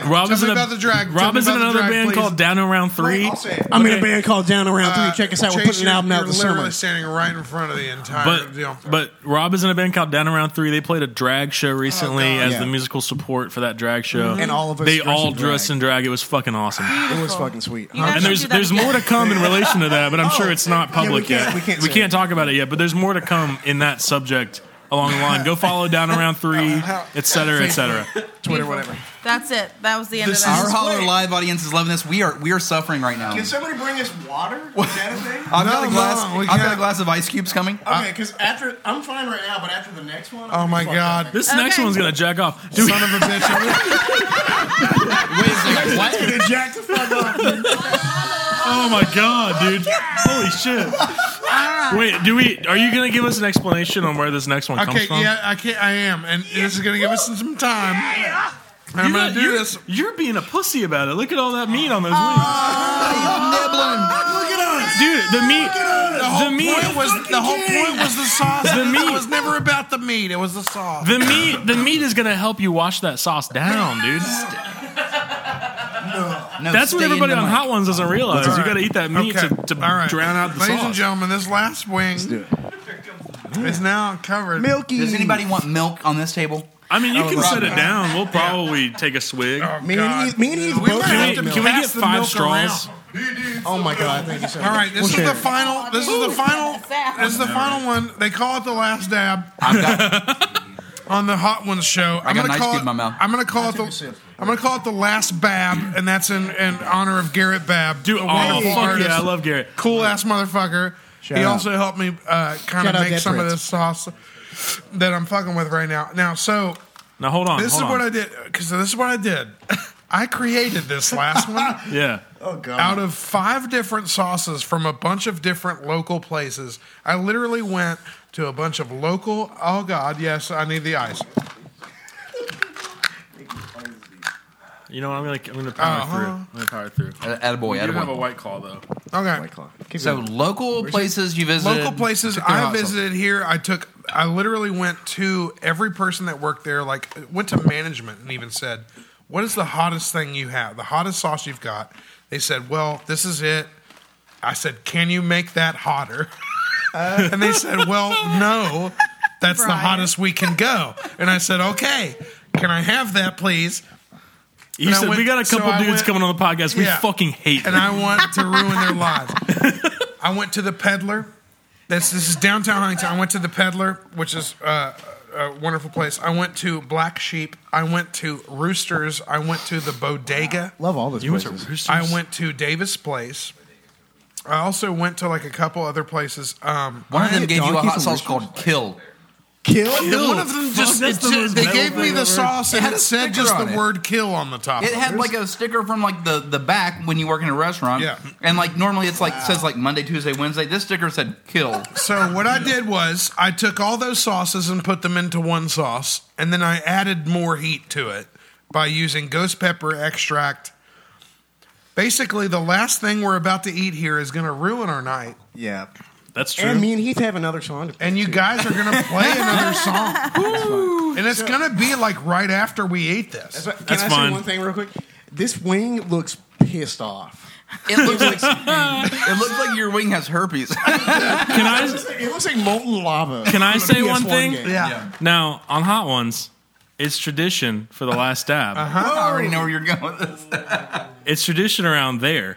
S6: Rob
S1: Tell
S6: is
S1: me
S6: in a,
S1: about the drag. Tell
S6: Rob
S1: me
S6: is in
S1: about the
S6: another
S1: drag,
S6: band
S1: please.
S6: called Down Around Three.
S2: I'm in a
S6: Okay.
S2: band called Down Around
S1: Uh,
S2: Three. Check us out. We're
S1: Chase,
S2: putting an album
S1: you're-
S2: out
S1: you're
S2: this
S1: literally
S2: summer.
S1: standing right in front of the entire
S6: But
S1: deal.
S6: but Rob is in a band called Down Around Three. They played a drag show recently
S1: Oh,
S2: God.
S6: as
S2: Yeah.
S6: the musical support for that drag show,
S2: Mhm. And all of us
S6: They
S2: dressed
S6: all
S2: in
S6: dressed in drag. It was fucking awesome.
S2: It was fucking sweet.
S6: And there's there's more to come in relation
S1: Oh.
S6: to that, but I'm sure it's not
S2: we
S6: public
S2: can't-
S6: yet.
S2: we can't say
S6: talk about it yet, but there's more to come in that subject along the line. Go follow down around three, et cetera, et cetera.
S1: Twitter, whatever.
S3: That's it. That was the end of that.
S5: Our holler live audience is loving this. We are we are suffering right now.
S2: Can somebody bring us water? Is that a thing?
S5: I've got a glass. I've got a glass of ice cubes coming.
S2: Okay, because after I'm fine right now, but after the next one.
S1: Oh my god.
S6: This next one's gonna jack off. Dude,
S1: Son of a bitch.
S2: What? Gonna jack the fuck off.
S6: oh my god, dude! Holy shit!
S1: Ah.
S6: Wait, do we? Are you gonna give us an explanation on where this next one comes
S1: Okay,
S6: from?
S1: yeah, I can I am, and this is gonna give us some time. And I'm
S6: You're
S1: gonna
S6: not-
S1: do
S6: you're-
S1: this.
S6: You're being a pussy about it. Look at all that meat on those
S1: Ah. Look at us,
S6: wings, dude. The meat.
S1: The
S6: The
S1: whole
S6: meat
S1: point was the whole point was the sauce.
S6: The
S1: It
S6: meat.
S1: was never about the meat. It was the sauce.
S6: The meat. The meat is gonna help you wash that sauce down, dude.
S5: No,
S6: That's what
S5: stay in
S6: everybody
S5: the
S6: on
S5: mic.
S6: Hot Ones doesn't realize.
S1: All
S6: You
S1: right.
S6: got to eat that meat
S1: Okay.
S6: to, to
S1: All right.
S6: drown out the
S1: Ladies and
S6: sauce.
S1: gentlemen, this last wing is now covered. Milky.
S5: Does anybody want milk on this table?
S6: I mean, you
S5: Oh,
S6: can
S5: right.
S6: set it down. We'll probably take a swig.
S1: Me and you- me and you both
S6: Can we,
S1: have to
S6: can we
S1: pass
S6: get
S1: the
S6: five
S1: milk
S6: straws?
S2: Oh my god, thank you so much.
S1: All right, this is the final. This is the final. This is the
S5: All
S1: final one. They call it the last dab
S5: I've got,
S1: on the Hot Ones show.
S5: I
S1: I'm
S5: got an
S1: gonna
S5: ice
S1: call
S5: cube
S1: it.
S5: in my mouth.
S1: I'm gonna call it the. I'm gonna call it the last bab, and that's in, in honor of Garrett Bab,
S6: Dude,
S1: a
S6: oh,
S1: wonderful
S6: fuck
S1: artist,
S6: yeah, I love Garrett.
S1: cool ass motherfucker.
S2: Shout
S1: he
S2: out.
S1: also helped me uh, kind of
S2: Shout out
S1: make
S2: Dead
S1: some of
S2: Prince.
S1: this sauce that I'm fucking with right now. Now, so
S6: Now, hold on.
S1: this is
S6: hold
S1: what
S6: on.
S1: I did because this is what I did. I created this last one
S6: Yeah.
S2: Oh god.
S1: out of five different sauces from a bunch of different local places. I literally went to a bunch of local. Oh God, yes, I need the ice.
S6: You know what? I'm going to I'm gonna power
S1: Uh-huh.
S6: through. I'm going to power through.
S5: attaboy,
S6: I do have a
S5: attaboy.
S6: white claw, though.
S1: Okay,
S5: Uh, So local places you visited.
S1: local places
S5: took their
S1: I
S5: hot sauce.
S1: visited here. I took. I literally went to every person that worked there. Like went to management and even said, "What is the hottest thing you have? The hottest sauce you've got?" They said, "Well, this is it." I said, "Can you make that hotter?" and they said, "Well, no, that's the
S3: Brian.
S1: hottest we can go." And I said, "Okay, can I have that, please?"
S6: You
S1: And I
S6: said,
S1: went-
S6: we got a
S1: so
S6: couple
S1: I
S6: dudes
S1: went-
S6: coming on the podcast. We
S1: Yeah.
S6: fucking hate
S1: and
S6: them.
S1: I want to ruin their lives. I went to the Peddler. That's this is downtown Huntington. I went to the Peddler, which is uh, a wonderful place. I went to Black Sheep. I went to Roosters. I went to the Bodega.
S2: Love all those
S6: You went to
S2: places.
S6: Roosters?
S1: I went to Davis Place. I also went to like a couple other places. Um,
S5: One of them gave you a
S2: Donkey
S5: hot
S2: from
S5: sauce
S2: Roosters.
S5: called Kill.
S2: Kill.
S1: the one of them just
S6: that's the
S1: it-
S6: most
S1: they
S6: metal
S1: gave me
S6: thing
S1: the
S6: I've
S1: sauce and
S5: had
S1: it
S5: a
S1: said
S5: sticker
S1: just the
S5: on it.
S1: word "kill" on the top.
S5: It
S1: of
S5: had like a sticker from like the, the back when you work in a restaurant.
S1: Yeah.
S5: And like normally it's like says like Monday, Tuesday, Wednesday. This sticker said Kill.
S1: So what I did was I took all those sauces and put them into one sauce, and then I added more heat to it by using ghost pepper extract. Basically, the last thing we're about to eat here is going to ruin our night,
S2: Yeah.
S6: That's true.
S2: And me and Heath have another song. To play
S1: and you
S2: too.
S1: guys are going to play another song, and it's going to be like right after we eat this.
S2: That's what- Can
S6: That's
S2: I
S6: fine.
S2: say one thing real quick? This wing looks pissed off.
S5: It looks like it looks like your wing has herpes.
S6: Can I,
S2: It looks like molten lava.
S6: Can I
S2: from a
S6: say
S2: PS1
S6: one thing?
S2: game.
S1: Yeah.
S6: now, on Hot Ones, it's tradition for the last dab.
S1: Uh-huh.
S5: I already know where you're going with this.
S6: It's tradition around there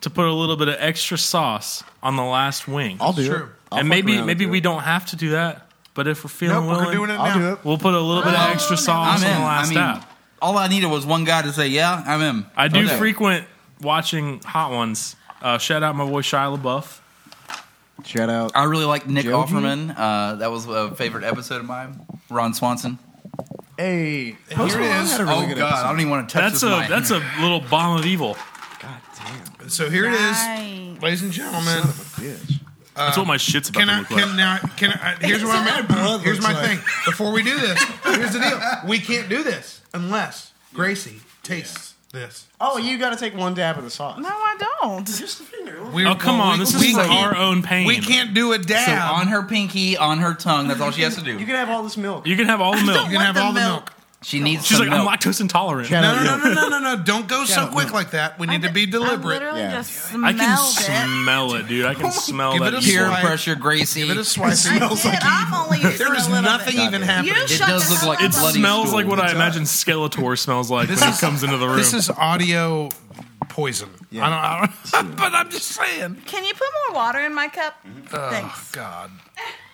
S6: to put a little bit of extra sauce on the last wing.
S2: I'll do it.
S1: True.
S2: I'll
S6: and
S2: fuck around
S6: maybe
S2: and
S6: maybe
S2: do
S6: we
S2: it.
S6: don't have to do that, but if we're feeling
S1: Nope, we're
S6: willing,
S1: doing it now.
S2: I'll do it.
S6: we'll put a little bit of extra sauce
S5: I'm in.
S6: on the
S5: I
S6: last
S5: mean,
S6: dab.
S5: all I needed was one guy to say, "Yeah, I'm in."
S6: I do
S5: Okay.
S6: frequent watching Hot Ones. Uh, shout out my boy Shia LaBeouf.
S2: Shout out.
S14: Uh,
S5: I really like Nick
S2: Joji?
S5: Offerman. Uh, that was a favorite episode of mine. Ron Swanson.
S2: Hey,
S1: Here it is.
S2: had a really
S5: oh
S2: good
S5: God,
S2: episode.
S5: I don't even want to touch
S6: That's
S5: this
S6: a
S5: mic.
S6: that's a little bomb of evil.
S2: God damn,
S1: Oh, So here it is,
S3: Right.
S1: ladies and gentlemen.
S2: son of a bitch.
S6: That's what my shit's about
S1: Uh, Can
S6: to
S1: I?
S6: look like.
S1: Can now? Can I? Here's what I'm. Here's my thing. Before we do this, here's the deal. We can't do this unless Gracie tastes this.
S2: Oh, you got to take one dab of the sauce.
S3: No, I don't.
S2: Just a finger.
S1: We-
S6: Oh come
S1: well,
S6: on!
S1: we-
S6: This is
S1: we
S6: for
S1: can't-
S6: our own pain.
S1: We can't do a dab.
S5: so on her pinky, on her tongue. That's all she has to
S2: You
S5: do.
S2: can have all this milk.
S6: You can have all the milk.
S1: you can have all the milk.
S5: She needs.
S6: She's
S5: some
S6: like,
S5: milk.
S6: I'm lactose intolerant.
S2: Shout
S1: No,
S2: out
S1: no,
S2: milk.
S1: no, no, no, no, no! Don't go so
S2: Yeah.
S1: quick like that. We need to be
S3: I
S1: deliberate.
S3: literally
S2: Yeah.
S3: just
S6: I
S3: smelled
S6: can
S3: it.
S6: smell it, dude. I can smell
S1: Give it
S6: that.
S1: a
S6: evil.
S5: peer
S1: swipe.
S5: pressure, Gracie.
S1: Give it a swipe.
S3: I did. I'm only using
S1: There is
S3: a little
S1: nothing
S3: bit.
S1: even
S3: You
S1: happening.
S5: It
S3: shut
S5: does
S3: the
S5: look
S3: hell
S5: like it
S3: up.
S5: bloody
S6: smells
S5: stool.
S6: like what I imagine Skeletor smells like when he comes into the room.
S1: This uh, is audio poison.
S2: Yeah.
S1: I don't.
S6: uh,
S1: I don't but I'm just saying.
S3: Can you put more water in my cup? Thanks.
S1: God.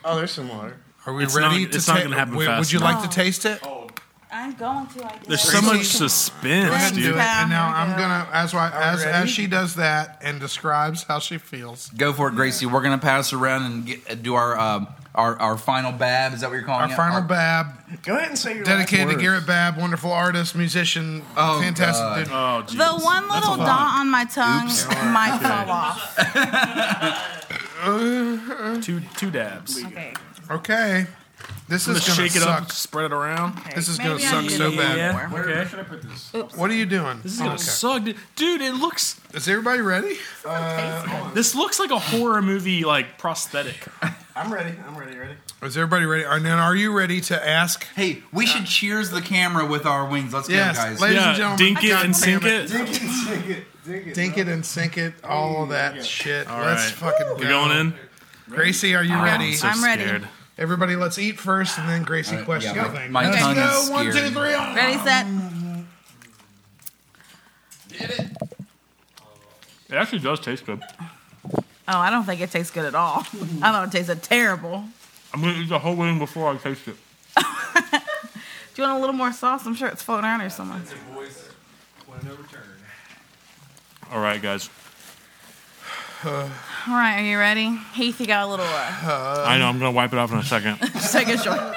S2: Oh, there's some water.
S1: Are we
S6: It's
S1: ready
S6: not-
S1: to
S6: it's not
S1: ta-
S6: gonna happen
S1: Would,
S6: fast
S1: would you
S6: enough.
S1: like to taste it?
S3: I'm going to. I
S6: There's so much suspense,
S1: Go ahead and do
S6: dude.
S1: it. And now I'm
S3: Here we go.
S1: gonna as I,
S3: Are we
S1: as as
S3: ready?
S1: she does that and describes how she feels.
S5: Go for it, Gracie. We're gonna pass around and get, uh, do our um, our our final bab. Is that what you're calling
S1: Our
S5: it?
S1: final bab.
S2: Go ahead and say your
S1: dedicated
S5: last
S1: to
S5: words.
S1: Garrett Babb, wonderful artist, musician,
S5: Oh,
S1: fantastic
S5: God.
S1: dude.
S6: Oh,
S3: The one little dot on my tongue might fall off.
S6: two two dabs.
S3: Okay.
S1: Okay. This
S6: I'm
S1: is
S6: gonna
S1: gonna
S6: shake it up,
S1: suck.
S6: spread it around.
S1: This is gonna suck so bad.
S6: Okay.
S1: What are you doing?
S6: This is gonna suck, dude. dude. It looks.
S1: Is everybody ready?
S6: this looks like a horror movie, like prosthetic.
S2: I'm ready. I'm ready. Ready.
S1: Is everybody ready? And then are you ready to ask?
S5: Hey, we should cheers the camera with our wings. Let's
S1: Yes,
S5: go, guys.
S1: ladies and gentlemen. God damn
S2: Dink it, sink it, dink it.
S1: Dink it and sink it, all of that shit.
S6: All
S1: let's
S6: right.
S1: fucking go.
S6: We're going in?
S1: Gracie, are you
S6: Oh, I'm
S1: ready?
S6: so I'm ready. scared.
S1: Everybody, let's eat first, and then Gracie
S5: Uh,
S1: questions.
S5: yeah,
S1: everything.
S5: my- my
S1: let's
S5: tongue
S1: go.
S5: is
S1: One, two,
S5: scared.
S1: three. on.
S3: Ready, set.
S6: It actually does taste good.
S3: Oh, I don't think it tastes good at all. I thought it tasted terrible.
S6: I'm gonna eat the whole wing before I taste it.
S3: Do you want a little more sauce? I'm sure it's floating around here somewhere.
S6: All right, guys.
S3: All right, are you ready? Heath, you got a little. Uh,
S6: I know I'm gonna wipe it off in a second.
S3: just take a shot.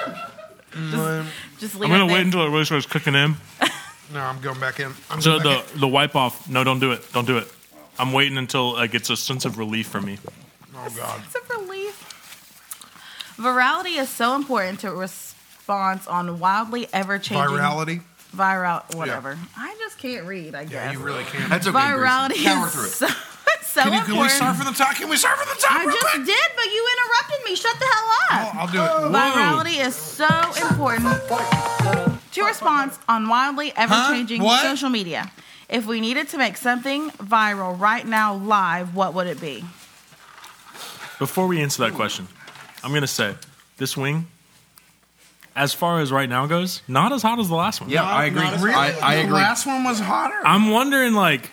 S3: Just, just
S6: I'm
S3: leave
S6: gonna
S3: it there.
S6: wait until it really starts cooking in.
S1: No, I'm going back in. I'm
S6: So
S1: going
S6: the
S1: back
S6: the wipe off. No, don't do it. Don't do it. I'm waiting until like it's a sense of relief for me.
S1: in. Oh God.
S3: It's a relief. Virality is so important to response on wildly ever changing.
S1: Virality?
S3: Viral, whatever. I just can't read, I guess.
S1: Yeah, you really can.
S5: That's okay,
S3: Virality
S5: Gracie. Power
S3: is
S5: through it.
S3: so, so
S1: Can, you,
S3: important.
S1: can we start from the top? Can we start from the top?
S3: I
S1: real
S3: just
S1: quick?
S3: did, but you interrupted me. Shut the hell up.
S1: I'll do it.
S3: Virality is so important to response on wildly ever changing
S1: Huh? What?
S3: social media. If we needed to make something viral right now live, what would it be?
S6: Before we answer that question, I'm gonna say this wing, as far as right now goes, not as hot as the last one.
S5: Yeah, I agree. I, I
S1: the
S5: agree.
S1: last one was hotter.
S6: I'm wondering like,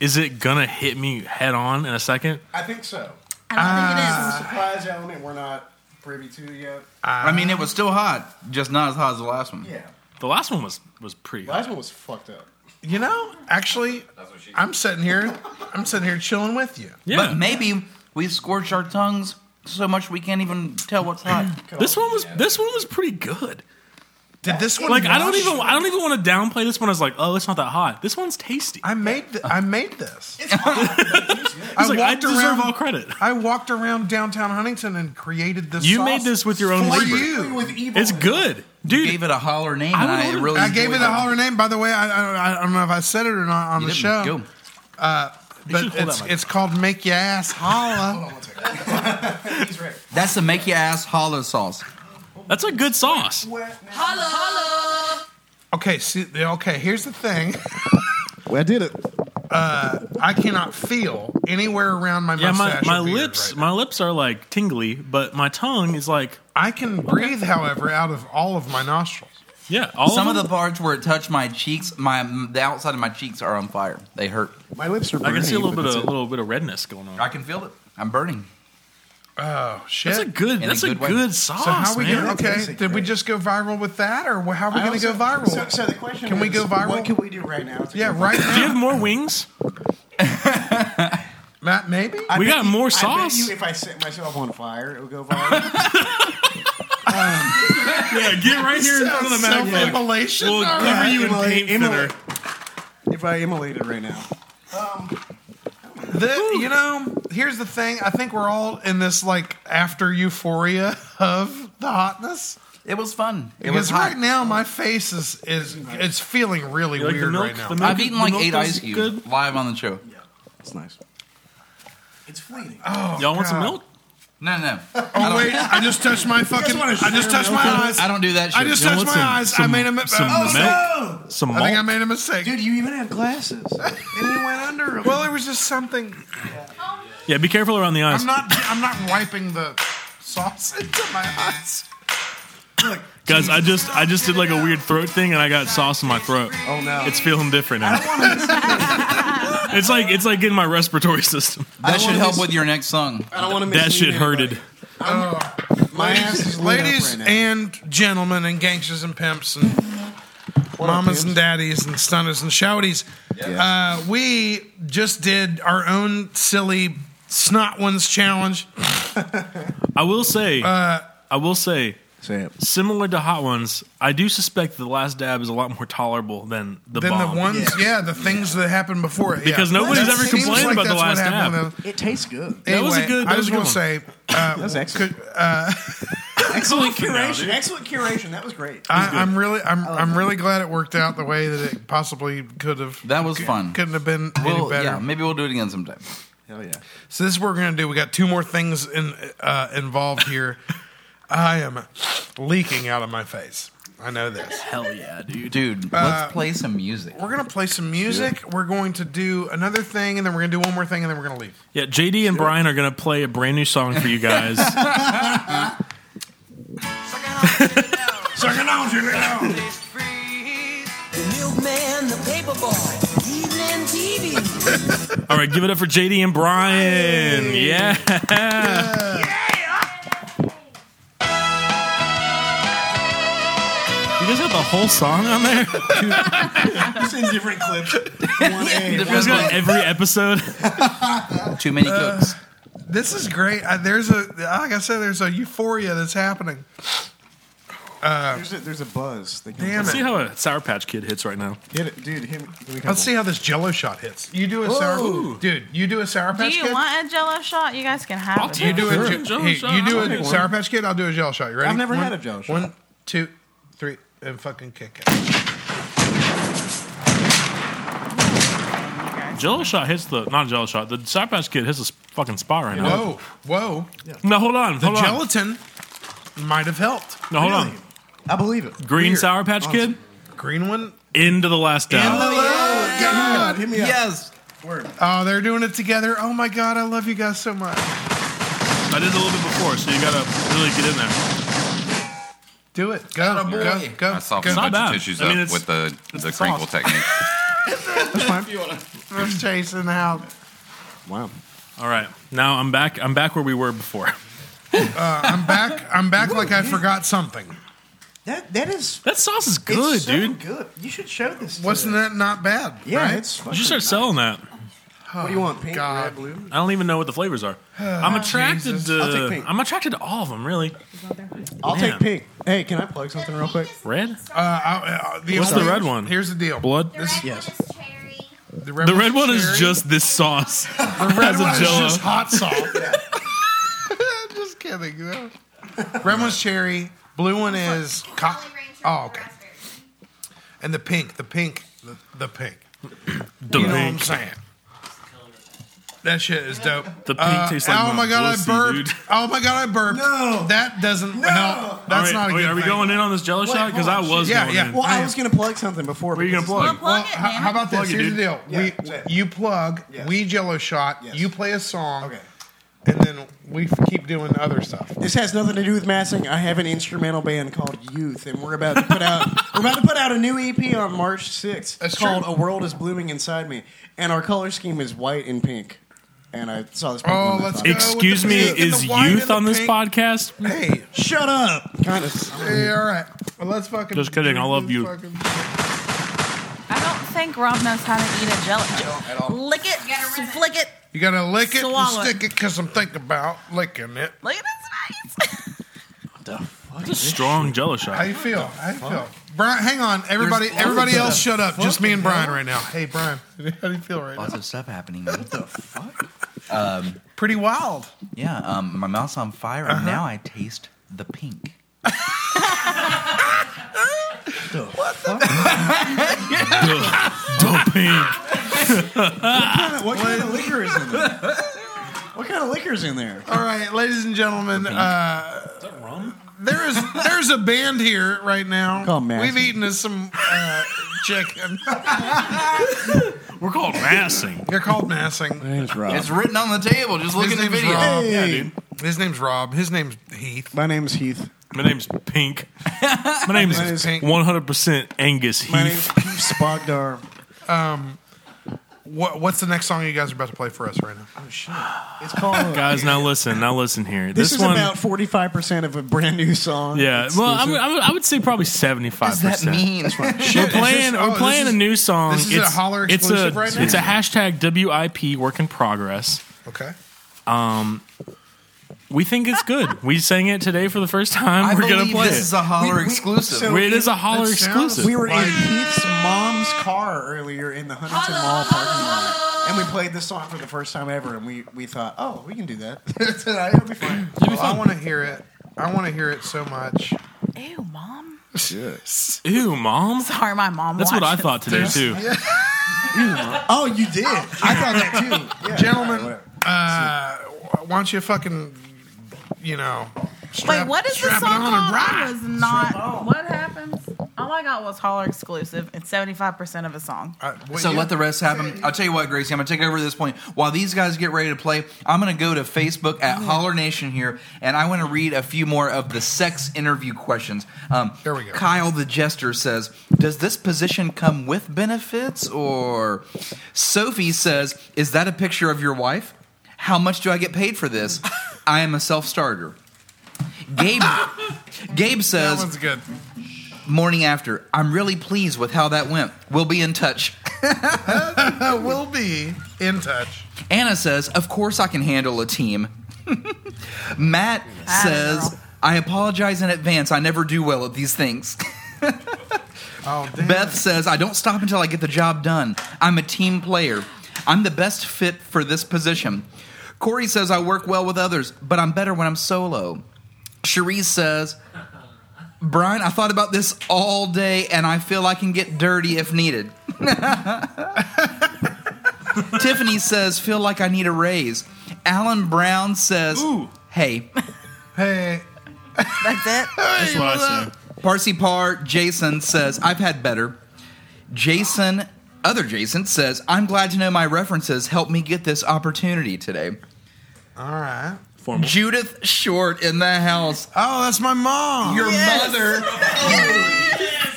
S6: is it gonna hit me head on in a second?
S2: I think so.
S3: I don't
S1: Uh,
S2: There's
S3: think
S2: some surprise element we're not privy to yet.
S5: I mean, it was still hot, just not as hot as the last one.
S2: Yeah.
S6: The last one was was pretty. Hot.
S2: Last one was fucked up.
S1: You know, actually, I'm sitting here. I'm sitting here chilling with you.
S6: Yeah.
S5: But maybe we scorched our tongues so much we can't even tell what's hot.
S6: this one was this one was pretty good.
S1: Did this one?
S6: Like I don't
S1: wash?
S6: even I don't even want to downplay this one. I was like, oh, it's not that hot. This one's tasty.
S1: I made. Th- I made this.
S6: I was like, I
S1: walked
S6: deserve
S1: around-
S6: all credit.
S1: I walked around downtown Huntington and created this.
S6: You
S1: sauce
S6: made this with your own
S1: for
S6: labor.
S1: you.
S6: It's good,
S5: You
S6: dude.
S5: gave it a holler name,
S6: I
S5: and
S6: would
S5: I
S6: order-
S5: really
S1: I gave it
S5: enjoyed
S1: a holler name. By the way, I, I, I don't know if I said it or not on
S5: You
S1: the
S5: didn't.
S1: show, Uh,
S5: Go.
S1: but
S6: should hold
S1: it's
S6: that mic.
S1: it's called "Make Your Ass Holla."
S5: That's the make your ass holler sauce.
S6: That's a good sauce.
S1: okay, see, okay. Here's the thing: Uh,
S7: Well, I did it.
S1: I cannot feel anywhere around my
S6: Yeah, my,
S1: mustache.
S6: my
S1: or beard
S6: lips
S1: right now.
S6: my lips are like tingly, but my tongue is like
S1: I can breathe, however, out of all of my nostrils.
S6: yeah. All
S5: Some
S6: of,
S5: of
S6: them,
S5: the parts where it touched my cheeks, my the outside of my cheeks are on fire. They hurt.
S7: My lips are
S6: I
S7: burning.
S6: can see a little
S7: but
S6: bit of
S7: that's
S6: a little bit of redness going on.
S5: I can feel it. I'm burning.
S1: Oh shit!
S6: That's a good.
S5: In a
S6: That's a
S5: good
S6: good,
S5: way.
S6: sauce,
S1: so how we
S6: man.
S1: gonna, okay?
S2: Basic,
S1: Did we
S2: right?
S1: just go viral with that, or wh- how are we
S2: I
S1: going to go
S2: also-
S1: viral?
S2: So, so the question
S1: Can we
S2: is,
S1: go viral?
S2: What can we do right now? to
S1: yeah,
S2: go
S1: right
S6: Do you
S1: now,
S6: have more wings?
S1: Matt. Maybe
S2: I
S6: We
S2: bet
S6: got
S2: you-
S6: more
S2: I bet
S6: sauce.
S2: you if I set myself on fire, it would go viral.
S6: Yeah, get right here in front of the magnum.
S1: self-immolation.
S6: We'll
S1: All
S6: cover
S1: right.
S6: you in
S2: Emily,
S6: paint
S2: Emily.
S6: thinner.
S2: if I immolate it right now,
S1: The- you know, here's the thing. I think we're all in this like after euphoria of the hotness.
S5: It was fun. It was
S1: Because
S5: hot.
S1: right now my face is is it's feeling really
S6: You like the
S1: weird
S6: milk?
S1: right now.
S6: The milk-
S5: I've eaten
S6: the
S5: like
S6: milk
S5: eight
S6: does
S5: ice cubes
S6: good?
S5: live on the show.
S2: it's nice. It's fleeting.
S6: Y'all want some
S1: Oh, God.
S6: milk?
S5: No, no.
S1: Oh wait, I just touched my fucking.
S2: wanna
S1: I just touched my eyes.
S5: I don't do that shit.
S1: I just
S6: Y'all
S1: touched
S6: want
S1: my
S6: some-
S1: eyes. I
S6: some-
S1: made a mi-
S6: some
S1: oh,
S6: milk.
S2: No,
S6: Some
S1: I think I
S6: malt.
S1: made a mistake.
S2: dude, you even have glasses, and you went under them.
S1: Well, there was just something.
S6: Yeah, be careful around the eyes,
S1: I'm not. I'm not wiping the sauce into my eyes.
S6: guys. I just I just did like a weird throat thing, and I got sauce in my throat.
S2: oh no,
S6: It's feeling different now. it's like it's like in my respiratory system.
S5: that should
S2: wanna
S5: help
S2: miss-
S5: with your next song.
S2: I don't want to.
S6: That shit hurted.
S2: My ass is lit up
S1: ladies
S2: right now.
S1: and gentlemen and gangsters and pimps and mamas and daddies and stunners and shouties. Uh, we just did our own silly snot ones challenge.
S6: I will say, I will Uh, say, similar to hot ones, I do suspect the last dab is a lot more tolerable than the
S1: then
S6: bomb.
S1: the ones, yeah, the things that happened before it. yeah.
S6: Because nobody's
S1: That
S6: ever
S1: seems
S6: complained about the
S1: that's what
S6: last
S1: happened
S6: dab.
S1: with them.
S2: It tastes good.
S6: That was a
S1: Anyway,
S6: good-
S1: I
S6: that
S1: was
S6: was a
S1: going
S6: good
S1: to say,
S6: one.
S1: uh,
S2: That was excellent.
S1: could- uh,
S2: Excellent
S1: Open now,
S2: curation.
S1: dude.
S2: Excellent curation. That was great.
S1: I, I'm really, I'm, I'm really glad it worked out the way that it possibly could have.
S5: That was fun.
S1: Couldn't have been any
S5: Well,
S1: better.
S5: yeah, maybe we'll do it again sometime.
S2: Hell yeah.
S1: So this is what we're gonna do. We got two more things in, uh, involved here. I am leaking out of my face. I know this.
S6: Hell yeah, dude.
S5: Dude,
S1: Uh,
S5: let's play some music.
S1: We're gonna play some music. We're going to do another thing, and then we're gonna do one more thing, and then we're gonna leave.
S6: Yeah, JD and Brian are gonna play a brand new song for you guys.
S1: Sucking on, sucking on.
S9: The milkman, the paper boy, evening TV.
S6: All right, give it up for JD and Brian. Yeah. You guys got the whole song on there?
S2: It's in different clips. One
S6: You
S2: A,
S6: guys
S2: one
S6: got
S2: B.
S6: every episode?
S5: Too many cooks.
S1: This is great. I, there's a like I said, there's a euphoria that's happening. Uh,
S2: There's a, there's a buzz. That
S1: Damn
S6: Let's
S1: it.
S6: see how a Sour Patch Kid hits right now.
S2: Hit it, dude. Hit me. Give me a couple.
S1: Let's see how this Jello shot hits. You do a
S2: Ooh.
S1: sour, dude. You do a sour
S3: Do
S1: patch
S3: you
S1: kid.
S3: want a Jello shot? You guys can have it.
S1: you do
S2: Sure.
S1: a Je-
S2: Jell-O
S1: hey,
S2: shot.
S1: You do
S2: I'll take
S1: a
S2: one.
S1: sour patch kid. I'll do a Jello shot. You ready?
S2: I've never
S1: One,
S2: had a Jell-O shot.
S1: One, two, three, and fucking kick it.
S6: Jello shot hits the not Jello shot. The Sour Patch Kid hits a fucking spot right now.
S1: Whoa, whoa.
S6: No, hold on,
S1: The
S6: hold on.
S1: gelatin might have helped.
S6: No, hold
S2: Really? I believe it.
S6: on. Green
S1: Weird.
S6: Sour Patch
S1: Honestly.
S6: Kid
S1: Green one.
S6: into the last down.
S1: God.
S2: Hit me up.
S5: Yes.
S2: Word.
S1: Oh, they're doing it together. Oh my god, I love you guys so much.
S6: I did it a little bit before, so you gotta really get in there.
S1: Do it. Go. Go. Go.
S8: I softened
S1: go.
S8: a bunch
S6: bad.
S8: of tissues
S6: I mean,
S8: up
S6: it's-
S8: with the the
S6: sauce.
S8: crinkle technique.
S1: First chase in the house.
S2: Wow.
S6: All right, now I'm back. I'm back where we were before.
S1: Uh, I'm back. I'm back like I forgot something.
S2: That that is
S6: That sauce is
S2: it's
S6: good,
S2: so
S6: dude.
S2: Good. You should show this. to-
S1: Wasn't that not bad?
S2: Yeah,
S1: right? Oh,
S2: it's.
S6: You
S2: Fucking,
S6: should start selling that.
S2: what do you want? Pink,
S1: God.
S2: red, blue.
S6: I don't even know what the flavors are. I'm attracted
S1: Ah, Jesus.
S2: I'll take
S6: to.
S2: pink.
S6: I'm attracted to all of them, really.
S2: I'll
S6: Man.
S2: take pink. Hey, can I plug something real quick?
S6: Red,
S1: Uh, I- uh,
S6: What's
S1: only-
S6: the red one?
S1: Here's the deal.
S6: blood.
S2: Yes.
S6: The red one is just this sauce.
S1: the red
S6: a
S1: one is
S6: Jell-O.
S1: just hot sauce. just kidding. No. Red one's cherry. Blue one is co- oh okay. And the pink, the pink, the, the pink.
S6: The
S1: you know
S6: pink.
S1: what I'm saying? That shit is dope.
S6: The pink
S1: Uh,
S6: tastes like
S1: oh my god,
S6: pussy,
S1: I burped.
S6: dude.
S1: Oh my god, I burped.
S2: No.
S1: that doesn't help. That's
S6: All right,
S1: not a
S6: wait,
S1: good
S6: Are we
S1: thing.
S6: going in on this Jello
S2: Wait,
S6: shot? Because I
S2: hold on.
S6: was
S1: Yeah,
S6: going
S1: yeah.
S6: in.
S2: Well, I was gonna plug something before.
S6: What are you gonna plug?
S1: Well,
S3: Plug it,
S1: h-
S3: man.
S1: how about this?
S6: Plug it,
S1: Here's
S6: dude.
S1: the deal.
S2: Yeah,
S1: we
S2: say it.
S1: you plug,
S2: Yes.
S1: we Jello shot.
S2: Yes.
S1: You play a song,
S2: Okay.
S1: and then we f- keep doing other stuff.
S2: This has nothing to do with massing. I have an instrumental band called Youth, and we're about to put out we're about to put out a new EP on March sixth.
S1: That's
S2: called
S1: true.
S2: "A World Is Blooming Inside Me," and our color scheme is white and pink. And I saw this.
S1: Oh,
S2: and I
S1: let's
S2: thought,
S1: go.
S6: Excuse
S1: with the
S6: me,
S1: pink and
S6: is
S1: the white and
S6: youth
S1: the
S6: on this
S1: pink.
S6: podcast?
S1: Hey,
S2: Shut up. Kind of.
S1: hey, all right. Well, let's fucking.
S6: Just kidding, I love you.
S3: I don't think Rob knows how to eat a Jello. Lick it, flick it,
S1: You gotta lick it
S3: Swallow
S1: and
S3: it.
S1: stick it because I'm thinking about licking it.
S3: look at this face.
S6: That's a strong Jello
S1: How
S6: shot.
S1: you feel? How you feel? Brian, hang on. Everybody, everybody else, shut up. Just me and Brian right now. Hey, Brian, how do you feel right now?
S5: Lots of stuff happening. man.
S1: Pretty wild.
S5: yeah, um, my mouth's on fire, and now I taste the pink.
S6: Don't pink.
S2: What kind of liquor is in there? What kind of liquor is in there?
S1: All right, ladies and gentlemen, uh,
S6: Rum?
S1: there is there's a band here right now.
S2: Call Massey.
S1: We've eaten us some uh, chicken.
S6: We're called massing.
S1: They're called massing.
S2: Name's Rob.
S5: It's written on the table. Just look
S1: His
S5: at the
S1: name's
S5: video.
S1: Rob.
S2: Hey.
S6: Yeah, dude.
S1: His name's Rob. His name's Heath.
S2: My name's Heath.
S6: My name's Pink. My name's
S1: Mine is Pink.
S6: 100% Angus
S2: My name's
S6: Heath.
S2: Keith Spogdar.
S1: What, what's the next song you guys are about to play for us right now?
S2: Oh shit! It's called
S6: Guys, now listen. Now listen here.
S2: This,
S6: This,
S2: is
S6: one.
S2: about forty five percent of a brand new song.
S6: yeah, well, I would, I, would, I would say probably seventy-five percent. We're playing. we're playing a new song.
S1: This is a holler
S6: it's
S1: exclusive
S6: a,
S1: right now?
S6: It's a hashtag WIP work in progress.
S1: Okay.
S6: Um, we think it's good. we sang it today for the first time.
S5: I
S6: we're gonna
S5: believe
S6: play
S5: this
S6: it.
S5: is a holler
S6: We- we-
S5: exclusive.
S6: we- it is a holler exclusive.
S2: We were in Keith's mom's car earlier in the Huntington Mall parking lot, and we played this song for the first time ever, and we, we thought, oh, we can do that. Tonight, it'll be fine.
S1: Well, I want to hear it. I want to hear it so much.
S3: Ew, mom.
S6: Yes. Ew, mom.
S3: Sorry, my mom.
S6: That's what I
S3: watches
S6: thought today
S3: this.
S6: too.
S2: Oh, you did. I thought that too.
S1: Gentlemen, uh, why don't you fucking, you know, strap,
S3: Wait, what is the
S1: strap
S3: song
S1: it on and
S3: called?
S1: rock?
S3: It was not. What happens? All I got was holler exclusive and seventy five percent of a song.
S1: Uh,
S5: so let the rest happen. I'll tell you what, Gracie, I'm going to take over this point. While these guys get ready to play, I'm going to go to Facebook at Holler Nation here, and I want to read a few more of the sex interview questions. Um, there we go. Kyle the Jester says, Does this position come with benefits? Or Sophie says, Is that a picture of your wife? How much do I get paid for this? I am a self starter. Gabe, Gabe says,
S1: That one's good.
S5: morning after. I'm really pleased with how that went. We'll be in touch.
S1: we'll be in touch.
S5: Anna says, Of course I can handle a team. Matt
S1: Ah,
S5: says, I apologize in advance. I never do well at these things.
S1: Oh,
S5: Beth says, I don't stop until I get the job done. I'm a team player. I'm the best fit for this position. Corey says, I work well with others, but I'm better when I'm solo. Cherise says, Brian, I thought about this all day and I feel I can get dirty if needed. Tiffany says, feel like I need a raise. Alan Brown says, hey.
S1: Hey.
S3: That's it.
S5: That's
S6: what I said.
S5: Parsi Par Jason says, I've had better. Jason, other Jason, says, I'm glad to know my references helped me get this opportunity today.
S1: All right.
S5: Judith Short in the house.
S1: Oh, that's my mom.
S5: Your
S1: Yes.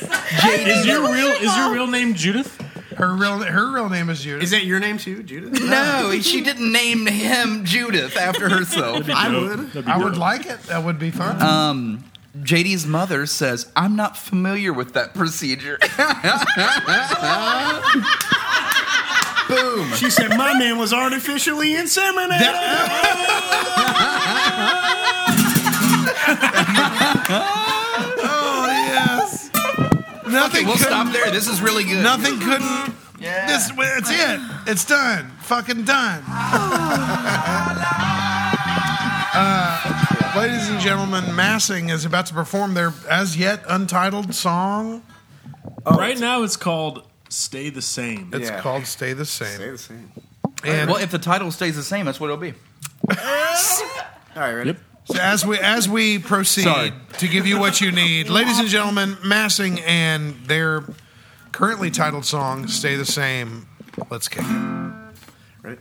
S5: mother.
S6: Jade, is your real is your real name Judith?
S1: Her real her real name is Judith.
S2: Is that your name too, Judith?
S5: No, she didn't name him Judith after herself.
S1: I would. I would like it. That would be fun.
S5: Um, JD's mother says, I'm not familiar with that procedure. Boom.
S2: She said, my man was artificially inseminated.
S1: oh yes. Nothing.
S5: we'll
S1: couldn't-
S5: stop there. This is really good.
S1: Nothing couldn't. This. It's it. It's done. Fucking done. uh, ladies and gentlemen, Massing is about to perform their as yet untitled song.
S6: right now, it's called "Stay the Same."
S1: It's called "Stay the Same."
S2: Stay the same.
S1: And-
S5: well, if the title stays the same, that's what it'll be.
S2: All right, ready?
S1: So as we as we proceed
S5: Sorry.
S1: to give you what you need, ladies and gentlemen, Massing and their currently titled song "Stay the Same." Let's kick it.
S2: Ready?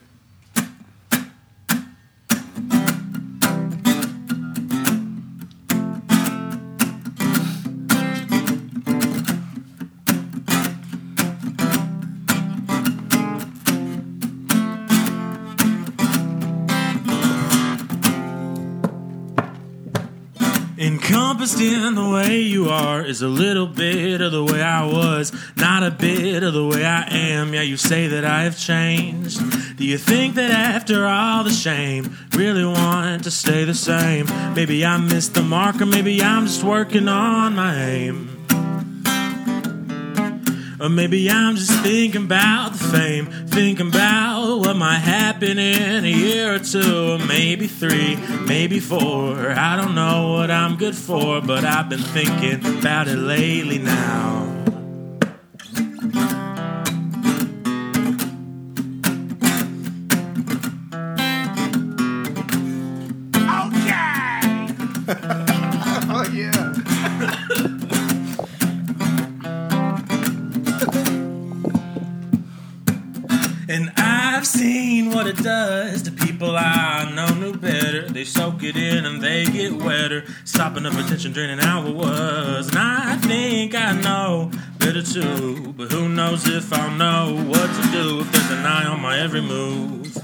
S6: Encompassed in the way you are is a little bit of the way I was, not a bit of the way I am. Yeah, you say that I have changed. Do you think that after all the shame, really want to stay the same? Maybe I missed the mark, or maybe I'm just working on my aim. Or maybe I'm just thinking about the fame, thinking about what might happen in a year or two, or maybe three, maybe four. I don't know what I'm good for, but I've been thinking about it lately now.
S2: oh yeah.
S6: And I've seen what it does to people I know knew better. They soak it in and they get wetter. Stopping up attention, draining out what was. And I think I know
S8: head
S6: that
S8: or two, but who knows if I'll know what to do if there's an eye on my every move.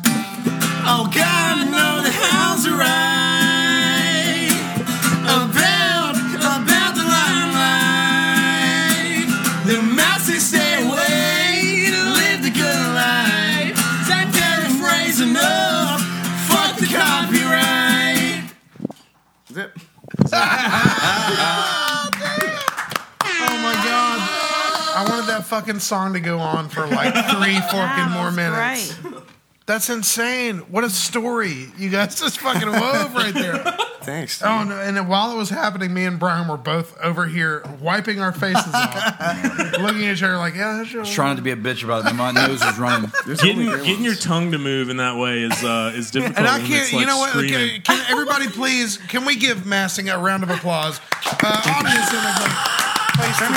S9: Oh God, no, the hell's right about about the limelight. The mousey stay away to live the good life. Time paraphrase enough. Fuck the copyright.
S2: Zip.
S1: Oh my god. I wanted that fucking song to go on for like three fucking more minutes. That's insane. What a story. You guys just fucking wove right there.
S2: Thanks.
S1: Oh no! And then while it was happening, me and Brian were both over here wiping our faces off, looking at each other like, "Yeah, that's your
S5: Just trying not to be a bitch about it. My nose is running.
S6: Getting, getting your tongue to move in that way is uh, is difficult.
S1: And I
S6: when
S1: can't.
S6: it's, like,
S1: you know what?
S6: screaming.
S1: Can, can everybody please? Can we give Massing a round of applause? Uh, audience, in the place to be.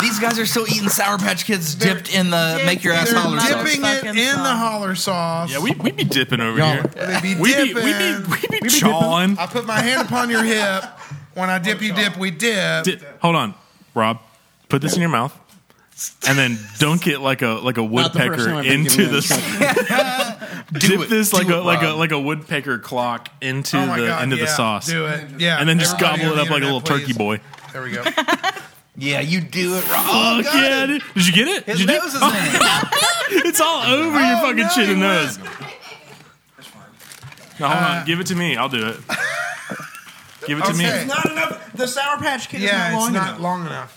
S5: These guys are still eating Sour Patch Kids dipped in the make your ass
S1: They're
S5: holler sauce.
S1: dipping it in the holler sauce.
S6: Yeah, we we be dipping over
S1: Y'all-
S6: here.
S1: They be
S6: we
S1: dipping.
S6: Be, we be we be chawing.
S1: I put my hand upon your hip. When I dip, you dip. We dip.
S6: Di- hold on, Rob. Put this in your mouth, and then dunk it like a like a
S2: person
S6: woodpecker
S2: I've been
S6: into
S2: giving
S6: the.
S2: that
S6: dip this like
S2: Do
S6: a
S2: it,
S6: like a
S2: Rob.
S6: like a woodpecker clock into
S1: Oh my
S6: the
S1: God,
S6: into the
S1: yeah,
S6: sauce.
S1: do it. Yeah,
S6: and then just
S1: everybody
S6: gobble
S1: on
S6: it up
S1: the
S6: like a little
S1: internet,
S6: turkey boy.
S1: please. There we go.
S5: Yeah, you do it wrong.
S6: Oh,
S1: got
S6: yeah,
S1: it.
S6: dude. Did you get it?
S5: His
S6: Did you do-
S5: nose is in it.
S6: it's all over your
S5: Oh,
S6: fucking
S5: no,
S6: chin
S5: he
S6: and nose. No, hold
S1: Uh,
S6: on. Give it to me. I'll do it. Give it to
S1: Okay.
S6: me.
S2: Not enough. The Sour Patch Kid
S1: yeah,
S2: is not long
S1: it's not
S2: enough.
S1: long enough.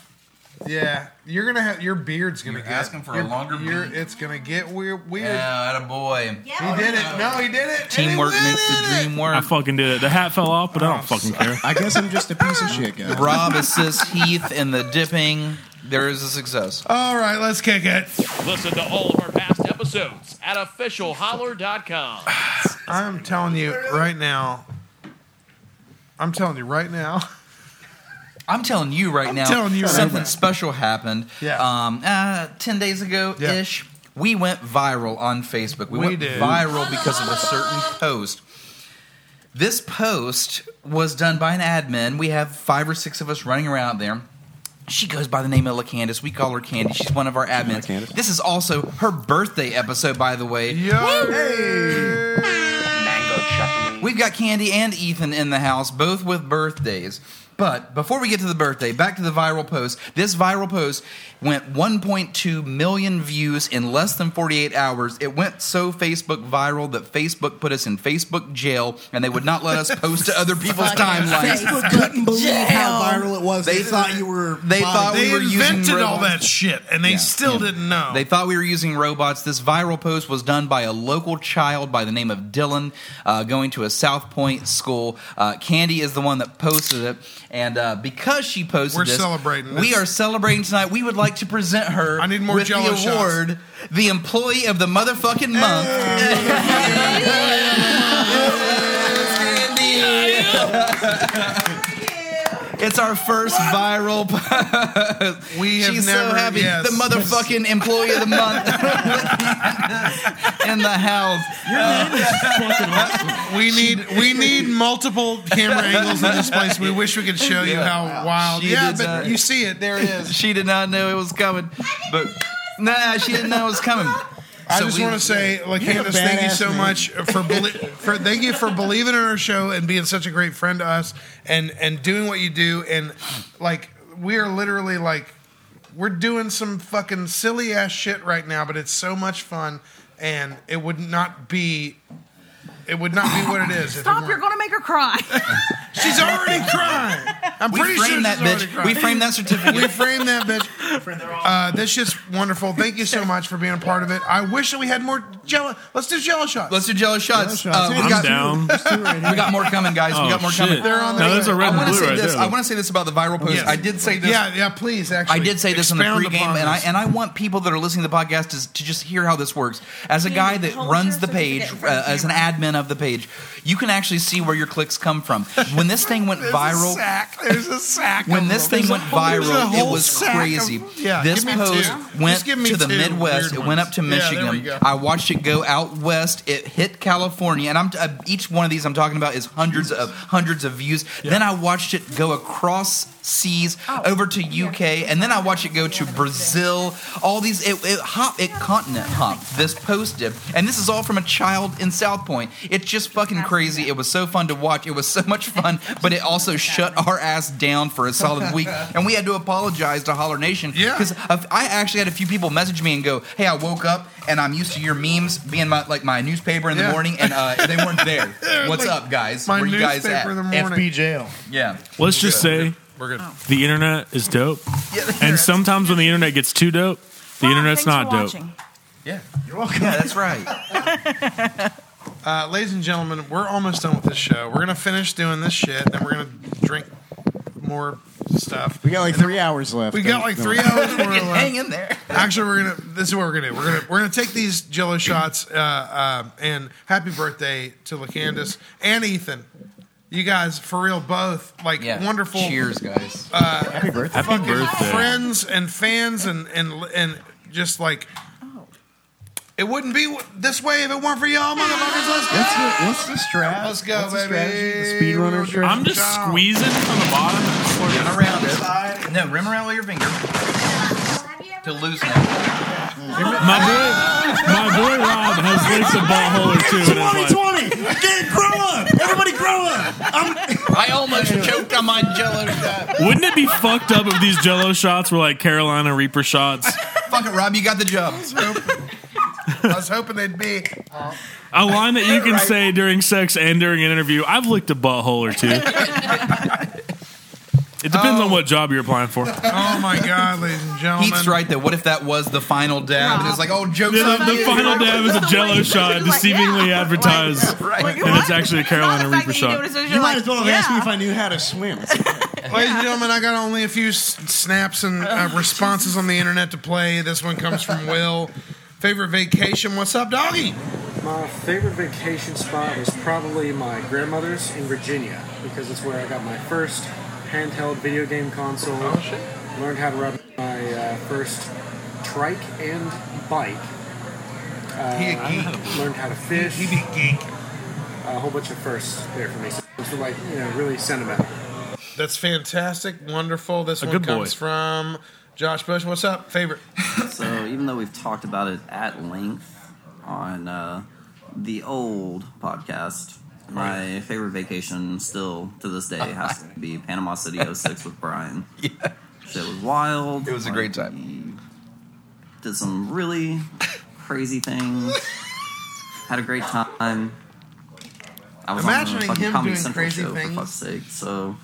S1: Yeah, you're gonna have your beard's gonna get
S5: asking for a
S1: your-
S5: longer
S1: your- It's gonna get weird. Weird.
S5: Yeah, atta boy.
S1: He did it. No, he did it. And he
S5: Teamwork
S1: went
S5: makes the dream work.
S6: I fucking did it. The hat fell off, but I
S1: Oh,
S6: don't fucking care.
S2: I guess I'm just a piece of shit, guy.
S5: Rob assists Heath in the dipping. There is a success.
S1: All right, let's kick it.
S4: Listen to all of our past episodes at officialholler.com.
S1: I'm telling you right now. I'm telling you right now.
S5: I'm telling you right now,
S1: telling you right
S5: something
S1: now.
S5: special happened.
S1: Yeah.
S5: Um, uh, 10 days ago ish, we went viral on Facebook. We,
S1: We
S5: went
S1: did.
S5: viral because of a certain post. This post was done by an admin. We have five or six of us running around there. She goes by the name of LaCandice. We call her Candy. She's one of our admins. This is also her birthday episode, by the way. We've got Candy and Ethan in the house, both with birthdays. But before we get to the birthday, back to the viral post. This viral post went 1.2 million views in less than 48 hours. It went so Facebook viral that Facebook put us in Facebook jail and they would not let us post to other people's timelines.
S2: Facebook couldn't believe how
S5: Jail.
S2: viral it was. They, thought you were.
S5: They thought
S2: buying
S5: we
S2: it.
S5: were using
S1: invented all
S5: robots.
S1: that shit, and they still didn't know.
S5: They thought we were using robots. This viral post was done by a local child by the name of Dylan, uh, going to a South Point school. Uh, Candy is the one that posted it, and uh, because she posted,
S1: We're
S5: this,
S1: celebrating
S5: We
S1: this.
S5: are celebrating tonight. We would like to present her. I need
S1: more
S5: with the
S1: jello shots.
S5: award, the Employee of the Motherfucking Month. It's our first viral. post.
S1: We have
S5: She's so
S1: never-
S5: happy.
S1: yes.
S5: The motherfucking employee of the month in the house.
S1: we need we need multiple camera angles in this place. We wish we could show you
S5: Yeah.
S1: how wild.
S5: She
S1: yeah,
S5: did
S1: but
S5: not-
S1: you see it. There it is.
S5: She did not know it was coming, but nah, she didn't know it was coming.
S1: I
S5: So
S1: just
S5: we-
S1: want to say, like,
S2: You're a
S1: Candace, thank you
S2: badass
S1: so
S2: man.
S1: much for, belie- for thank you for believing in our show and being such a great friend to us and and doing what you do and like we are literally like we're doing some fucking silly ass shit right now, but it's so much fun and it would not be. It would not be what it is. if it
S3: Stop! You're
S1: weren't.
S3: gonna make her cry.
S1: She's already crying. I'm
S5: We
S1: pretty sure
S5: framed that
S1: she's already
S5: bitch.
S1: crying.
S5: We framed that certificate.
S1: We framed that bitch. Uh, this shit's wonderful. Thank you so much for being a part of it. I wish that we had more jello. Let's do jello shots.
S5: Let's do jello shots.
S2: Jello shots.
S5: Uh, we
S6: I'm
S5: got,
S6: down.
S5: We got more coming, guys. we
S6: Oh,
S5: got more coming.
S6: shit. They're
S1: on
S6: Now there's a red
S5: I
S6: and
S5: want to
S6: blue
S5: say
S6: right
S5: this.
S6: there.
S5: I want to say this about the viral post.
S1: Yes.
S5: I did say this.
S1: Yeah, yeah. Please,
S5: I
S1: actually,
S5: did say this in the
S1: expound
S5: pregame,
S1: upon
S5: and I
S1: this.
S5: and I want people that are listening to the podcast to, to just hear how this works. As a guy that
S3: hold
S5: runs
S3: your
S5: the page,
S3: certificate in front
S5: uh,
S3: of the
S5: as an admin of the page, you can actually see where your clicks come from. When this thing went
S1: There's
S5: viral,
S1: A sack. There's a sack.
S5: when
S1: of
S5: this
S1: them.
S5: thing went
S1: There's a
S5: viral, it
S1: whole
S5: was
S1: sack
S5: crazy.
S1: of- yeah,
S5: this
S1: give me
S5: post
S1: two.
S5: went
S1: Just give me
S5: to the
S1: two
S5: Midwest.
S1: weird
S5: It
S1: ones.
S5: went up to
S1: Yeah, there we
S5: Michigan.
S1: go.
S5: I watched it go out west. It hit California, and I'm t- uh, each one of these I'm talking about is hundreds of hundreds of views. Then I watched it go across seas
S1: Oh,
S5: over to UK, and then I watch it go to Brazil. All these it, it hop it continent hop. This post did, and this is all from a child in South Point. It's just fucking crazy. It was so fun to watch. It was so much fun, but it also shut our ass down for a solid week, and we had to apologize to Holler Nation. Yeah, because I actually had a few people message me and go, "Hey, I woke up and I'm used to your memes being my like my newspaper in the
S9: Yeah.
S5: morning, and uh, they weren't there.
S9: They're
S5: What's
S9: like,
S5: up, guys?
S9: "My
S5: Where you guys at?"
S9: newspaper in the morning. FB
S5: jail. Yeah.
S6: Let's just say
S1: we're good.
S6: the internet is dope. and sometimes when the internet gets too dope, the internet's not dope.
S5: Yeah,
S1: you're welcome.
S5: Yeah, that's right.
S1: uh, ladies and gentlemen, we're almost done with this show. We're gonna finish doing this shit, then we're gonna drink more stuff.
S2: We got like three hours left.
S1: We got
S2: Don't-
S1: like
S2: don't-
S1: three hours more left.
S5: Hang in there.
S1: Actually, we're gonna. This is what we're gonna do. We're gonna we're gonna take these Jello shots. Uh, uh, and happy birthday to LaCandice and Ethan. You guys, for real, both like wonderful.
S5: Cheers, guys.
S1: Uh,
S5: Happy birthday. Happy
S1: fucking
S5: birthday.
S1: friends and fans and and and just like. It wouldn't be w- this way if it weren't for y'all, motherfuckers. Let's go.
S2: What's the, what's the strat?
S1: Let's go,
S2: what's the
S1: baby.
S2: strategy? The speedrunner strategy?
S6: I'm just squeezing from the bottom and slurping.
S5: around it. No, rim around with your finger. To loosen it.
S6: My boy, my boy Rob has licked a butthole or two in his life.
S9: 2020! Get grow up! Everybody grow up!
S5: I almost choked on my jello shot.
S6: Wouldn't it be fucked up if these Jello shots were like Carolina Reaper shots?
S5: Fuck it, Rob, you got the job.
S1: I was hoping they'd be.
S6: A line that you can say during sex and during an interview. I've licked a butthole or two. It depends
S5: Um,
S6: on what job you're applying for.
S1: Oh my God, ladies and gentlemen.
S5: Heath's right though. What if that was the final dab? And it's like, oh, jokes.
S6: Yeah,
S5: on
S6: the, the
S5: you.
S6: final dab is a jello shot deceivingly advertised, and it's actually a Carolina Reaper shot.
S2: You might as well have asked me if I knew how to swim.
S1: Ladies and gentlemen, I got only a few s- snaps and uh, responses on the internet to play. This one comes from Will. Favorite vacation? What's up, doggy?
S14: My favorite vacation spot was probably my grandmother's in Virginia because it's where I got my first handheld video game console. Learned how to ride my uh, first trike and bike. Uh,
S1: He a geek.
S14: Learned how to fish. He
S1: be geek.
S14: A whole bunch of firsts there for me. So it's like you know really sentimental.
S1: That's fantastic, wonderful. This
S14: A
S1: one
S14: good boy.
S1: comes from Josh Bush. What's up? Favorite?
S12: So even though we've talked about it at length on uh, the old podcast, my favorite vacation still to this day has to be Panama City 06 with Brian. Yeah. Shit was wild. It was a great time. Did some really crazy things. Had a great time. I was on
S1: Imagining
S12: a fucking
S1: him
S12: Comedy
S1: doing
S12: Central
S1: crazy
S12: show
S1: things.
S12: for fuck's sake. So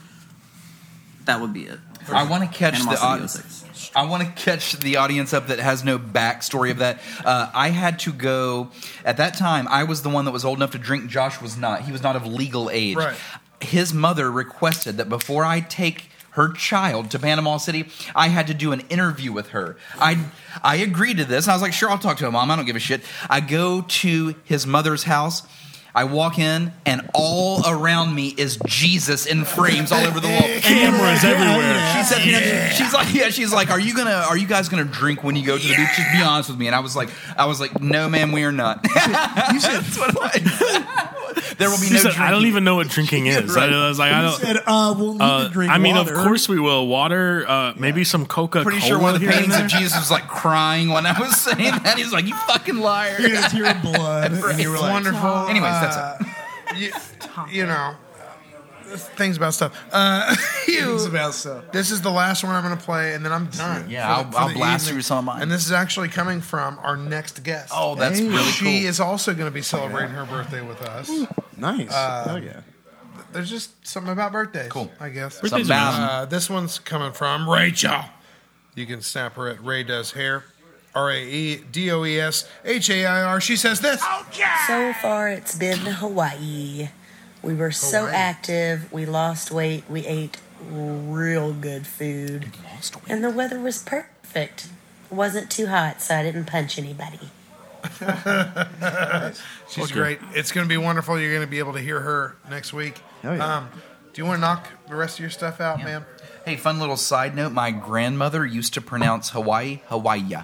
S12: that would be it.
S5: I want to catch
S12: Panama
S5: the
S12: City
S5: au-
S12: 06.
S5: I want to catch the audience up that has no backstory of that. Uh, I had to go at that time. I was the one that was old enough to drink. Josh was not. He was not of legal age.
S9: Right.
S5: His mother requested that before I take her child to Panama City, I had to do an interview with her. I I agreed to this, and I was like, "Sure, I'll talk to her mom. I don't give a shit." I go to his mother's house. I walk in, and all around me is Jesus in frames all over the wall.
S6: Cameras everywhere.
S5: She said, you know, she's like, yeah, she's like, are you gonna, are you guys gonna drink when you go to the beach? Just be honest with me. And I was like, I was like, no, ma'am, we are not. You said, there will be
S6: She
S5: no
S6: said,
S5: drinking.
S6: I don't even know what drinking is.
S5: Right.
S6: I was like, I
S5: You
S6: don't.
S5: said, uh, we'll need to drink
S6: I mean,
S5: water.
S6: of course we will. Water, uh, maybe some Coca Cola.
S5: Pretty sure one of the
S6: here and
S5: paintings of
S6: there.
S5: Jesus was like crying when I was saying that. He's like, you fucking liar.
S1: You're gonna tear
S5: blood.
S1: and you were like- Wonderful,
S5: Anyways, that's
S1: uh,
S5: it.
S1: You, you know, things about stuff. Uh, you, things about stuff. This is the last one I'm going to play, and then I'm done.
S5: Yeah,
S1: for
S5: I'll-
S1: for
S5: I'll blast through some of mine.
S1: And this is actually coming from our next guest.
S5: Oh, that's Hey. really
S1: She
S5: cool.
S1: is also going to be celebrating her birthday with us.
S2: Nice.
S1: Uh,
S2: Hell yeah.
S1: There's just something about birthdays. Cool. I guess.
S2: Birthdays Something are
S1: Uh, this one's coming from Rachel. You can snap her at Ray Does Hair. R A E D O E S H A I R. She says this.
S17: So far, it's been Hawaii. We were so
S1: Hawaii.
S17: active. We lost weight. We ate real good food. And the weather was perfect. It wasn't too hot, so I didn't punch anybody.
S1: She's
S17: Okay.
S1: great. It's going to be wonderful. You're going to be able to hear her next week.
S5: Oh, yeah.
S1: um, do you want to knock the rest of your stuff out, man?
S5: Hey, fun little side note. My grandmother used to pronounce Hawaii Hawaii.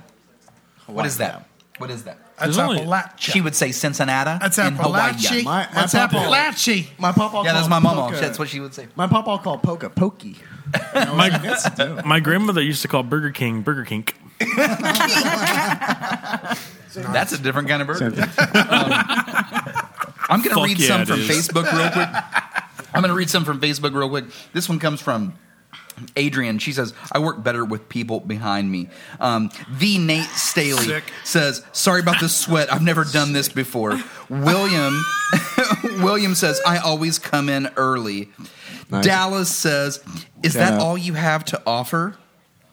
S5: What is that? What is that?
S1: That's There's only- Appalachia.
S5: She would say Cincinnati.
S1: That's
S5: in Hawaii.
S1: Appalachia. My- my That's papa- Appalachia.
S2: My papa.
S5: Yeah, that's
S2: called
S5: my mama.
S2: poker.
S5: That's what she would say.
S2: My papa called poker pokey.
S6: My, my grandmother used to call Burger King Burger Kink.
S5: That's a different kind of bird.
S6: Same
S5: I'm going to
S6: Fuck
S5: read
S6: yeah,
S5: some
S6: it
S5: from
S6: is.
S5: Facebook real quick. I'm going to read some from Facebook real quick. This one comes from Adrian. She says, I work better with people behind me. Um, the Nate Staley
S9: Sick.
S5: says, Sorry about the sweat. I've never done this before. William William says, I always come in early.
S9: Nice.
S5: Dallas says, Is
S9: Yeah.
S5: that all you have to offer?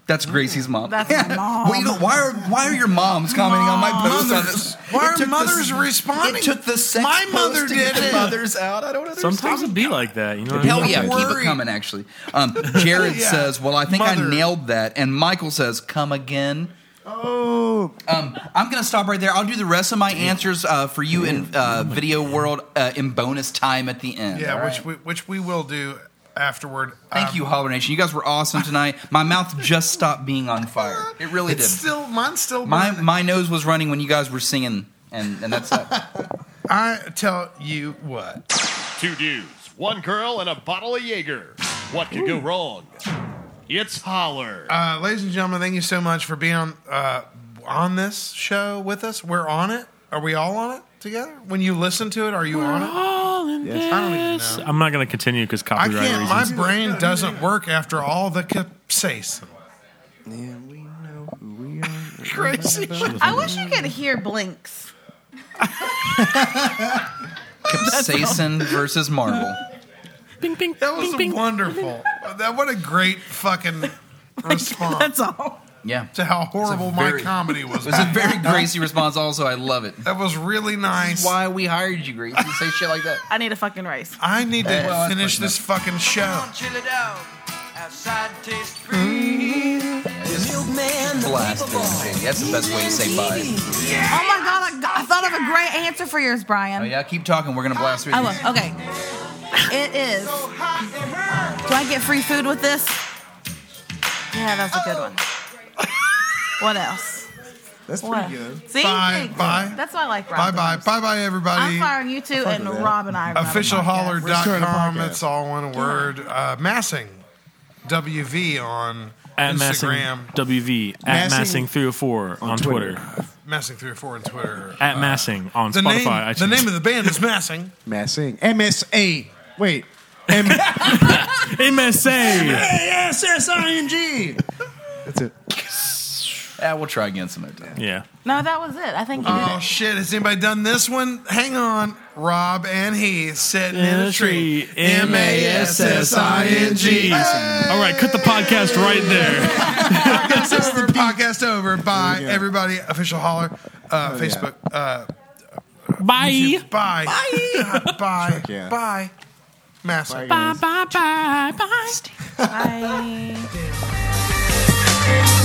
S5: That's Gracie's mom.
S3: That's my mom.
S5: Well, you know, why are why are your moms commenting on my post on this?
S3: Why
S5: It
S3: are
S5: took the-
S3: mothers
S1: responding?
S5: It took the sex
S1: My
S5: post
S1: mother
S5: to
S1: did
S5: get
S1: it.
S5: mothers out. I don't understand.
S6: Sometimes it'd be like that, you know. what I
S5: Hell
S6: mean?
S5: yeah, keep it coming. Actually, um, Jared
S6: Yeah.
S5: says, "Well, I think
S6: Mother.
S5: I nailed that," and Michael says, "Come again." Oh, um, I'm gonna stop right there. I'll do the rest of my answers uh, for you in uh, video world uh, in bonus time at the end.
S1: Yeah,
S5: All right?
S1: which we, which we will do afterward. Um,
S5: Thank you, Holler Nation. You guys were awesome tonight. My mouth just stopped being on fire. It really
S1: It's
S5: did.
S1: still mine's still
S5: my
S1: burning.
S5: my nose was running when you guys were singing, and and that's uh, that.
S1: I tell you what.
S4: Two dudes, one girl, and a bottle of Jaeger. What could go wrong? It's Holler.
S1: Uh, ladies and gentlemen, thank you so much for being on uh, on this show with us. We're on it. Are we all on it together? When you listen to it, are you on it? I don't even know.
S6: I'm not going to continue because
S1: I
S6: copyright
S1: can't.
S6: reasons.
S1: My brain doesn't work after all the capsaicin.
S3: Crazy. I wish you could hear blinks.
S5: Capsaicin versus Marvel.
S1: Bing, bing, that was wonderful. that what a great fucking response. That's
S3: all.
S5: Yeah.
S1: To how horrible my comedy was.
S5: It was a very Gracie response. Also, I love it.
S1: That was really nice.
S5: why we hired you, Gracie? to Say shit like that.
S3: I need a fucking race.
S1: I need to
S5: Well, that's
S1: finish this fucking show.
S9: Chill it out. Outside taste free. The milkman, the
S5: Blast it, Jamie. That's the best way to say bye.
S3: Oh my god, I, got- I thought of a great answer for yours, Brian.
S5: Oh, yeah, keep talking. We're gonna blast through
S3: I
S5: these.
S3: will. Okay. It is. Do I get free food with this? Yeah, that's a good one. What else?
S2: That's
S3: What?
S2: pretty good.
S3: See?
S1: Bye,
S3: Thanks.
S1: bye.
S3: That's why I like
S1: Bye
S3: Rob.
S1: bye. Bye bye, everybody.
S3: I'm firing you two
S1: Fuck
S3: and
S1: with that.
S3: Rob and I. are running the podcast.
S1: Officialholler.com. It's all one word. Uh, massing. WV on
S6: At
S1: Instagram.
S6: Massing WV at
S1: Massing-
S6: Massing three or four on, Twitter.
S1: Massing three or four on Twitter.
S6: at Massing on
S1: the
S6: Spotify.
S1: name,
S6: iTunes.
S1: the name of the band is Massing.
S2: Massing. MSA. Wait. M-
S6: MSA.
S2: A-S-S-I-N-G.
S5: That's it. Yeah, we'll try again some other time.
S6: Yeah.
S3: No, that was it. I think you did
S1: Oh
S3: it.
S1: shit! Has anybody done this one? Hang on, Rob and he sitting in, a tree. M A S S I N G.
S6: All right, cut the podcast right there.
S1: Podcast over. Podcast over. Bye, everybody. Official holler. Uh, Facebook. Uh,
S6: Bye.
S1: Bye. Bye. Bye.
S2: yeah.
S1: Bye. Massive.
S6: Bye,
S9: bye, bye, bye.
S3: Bye.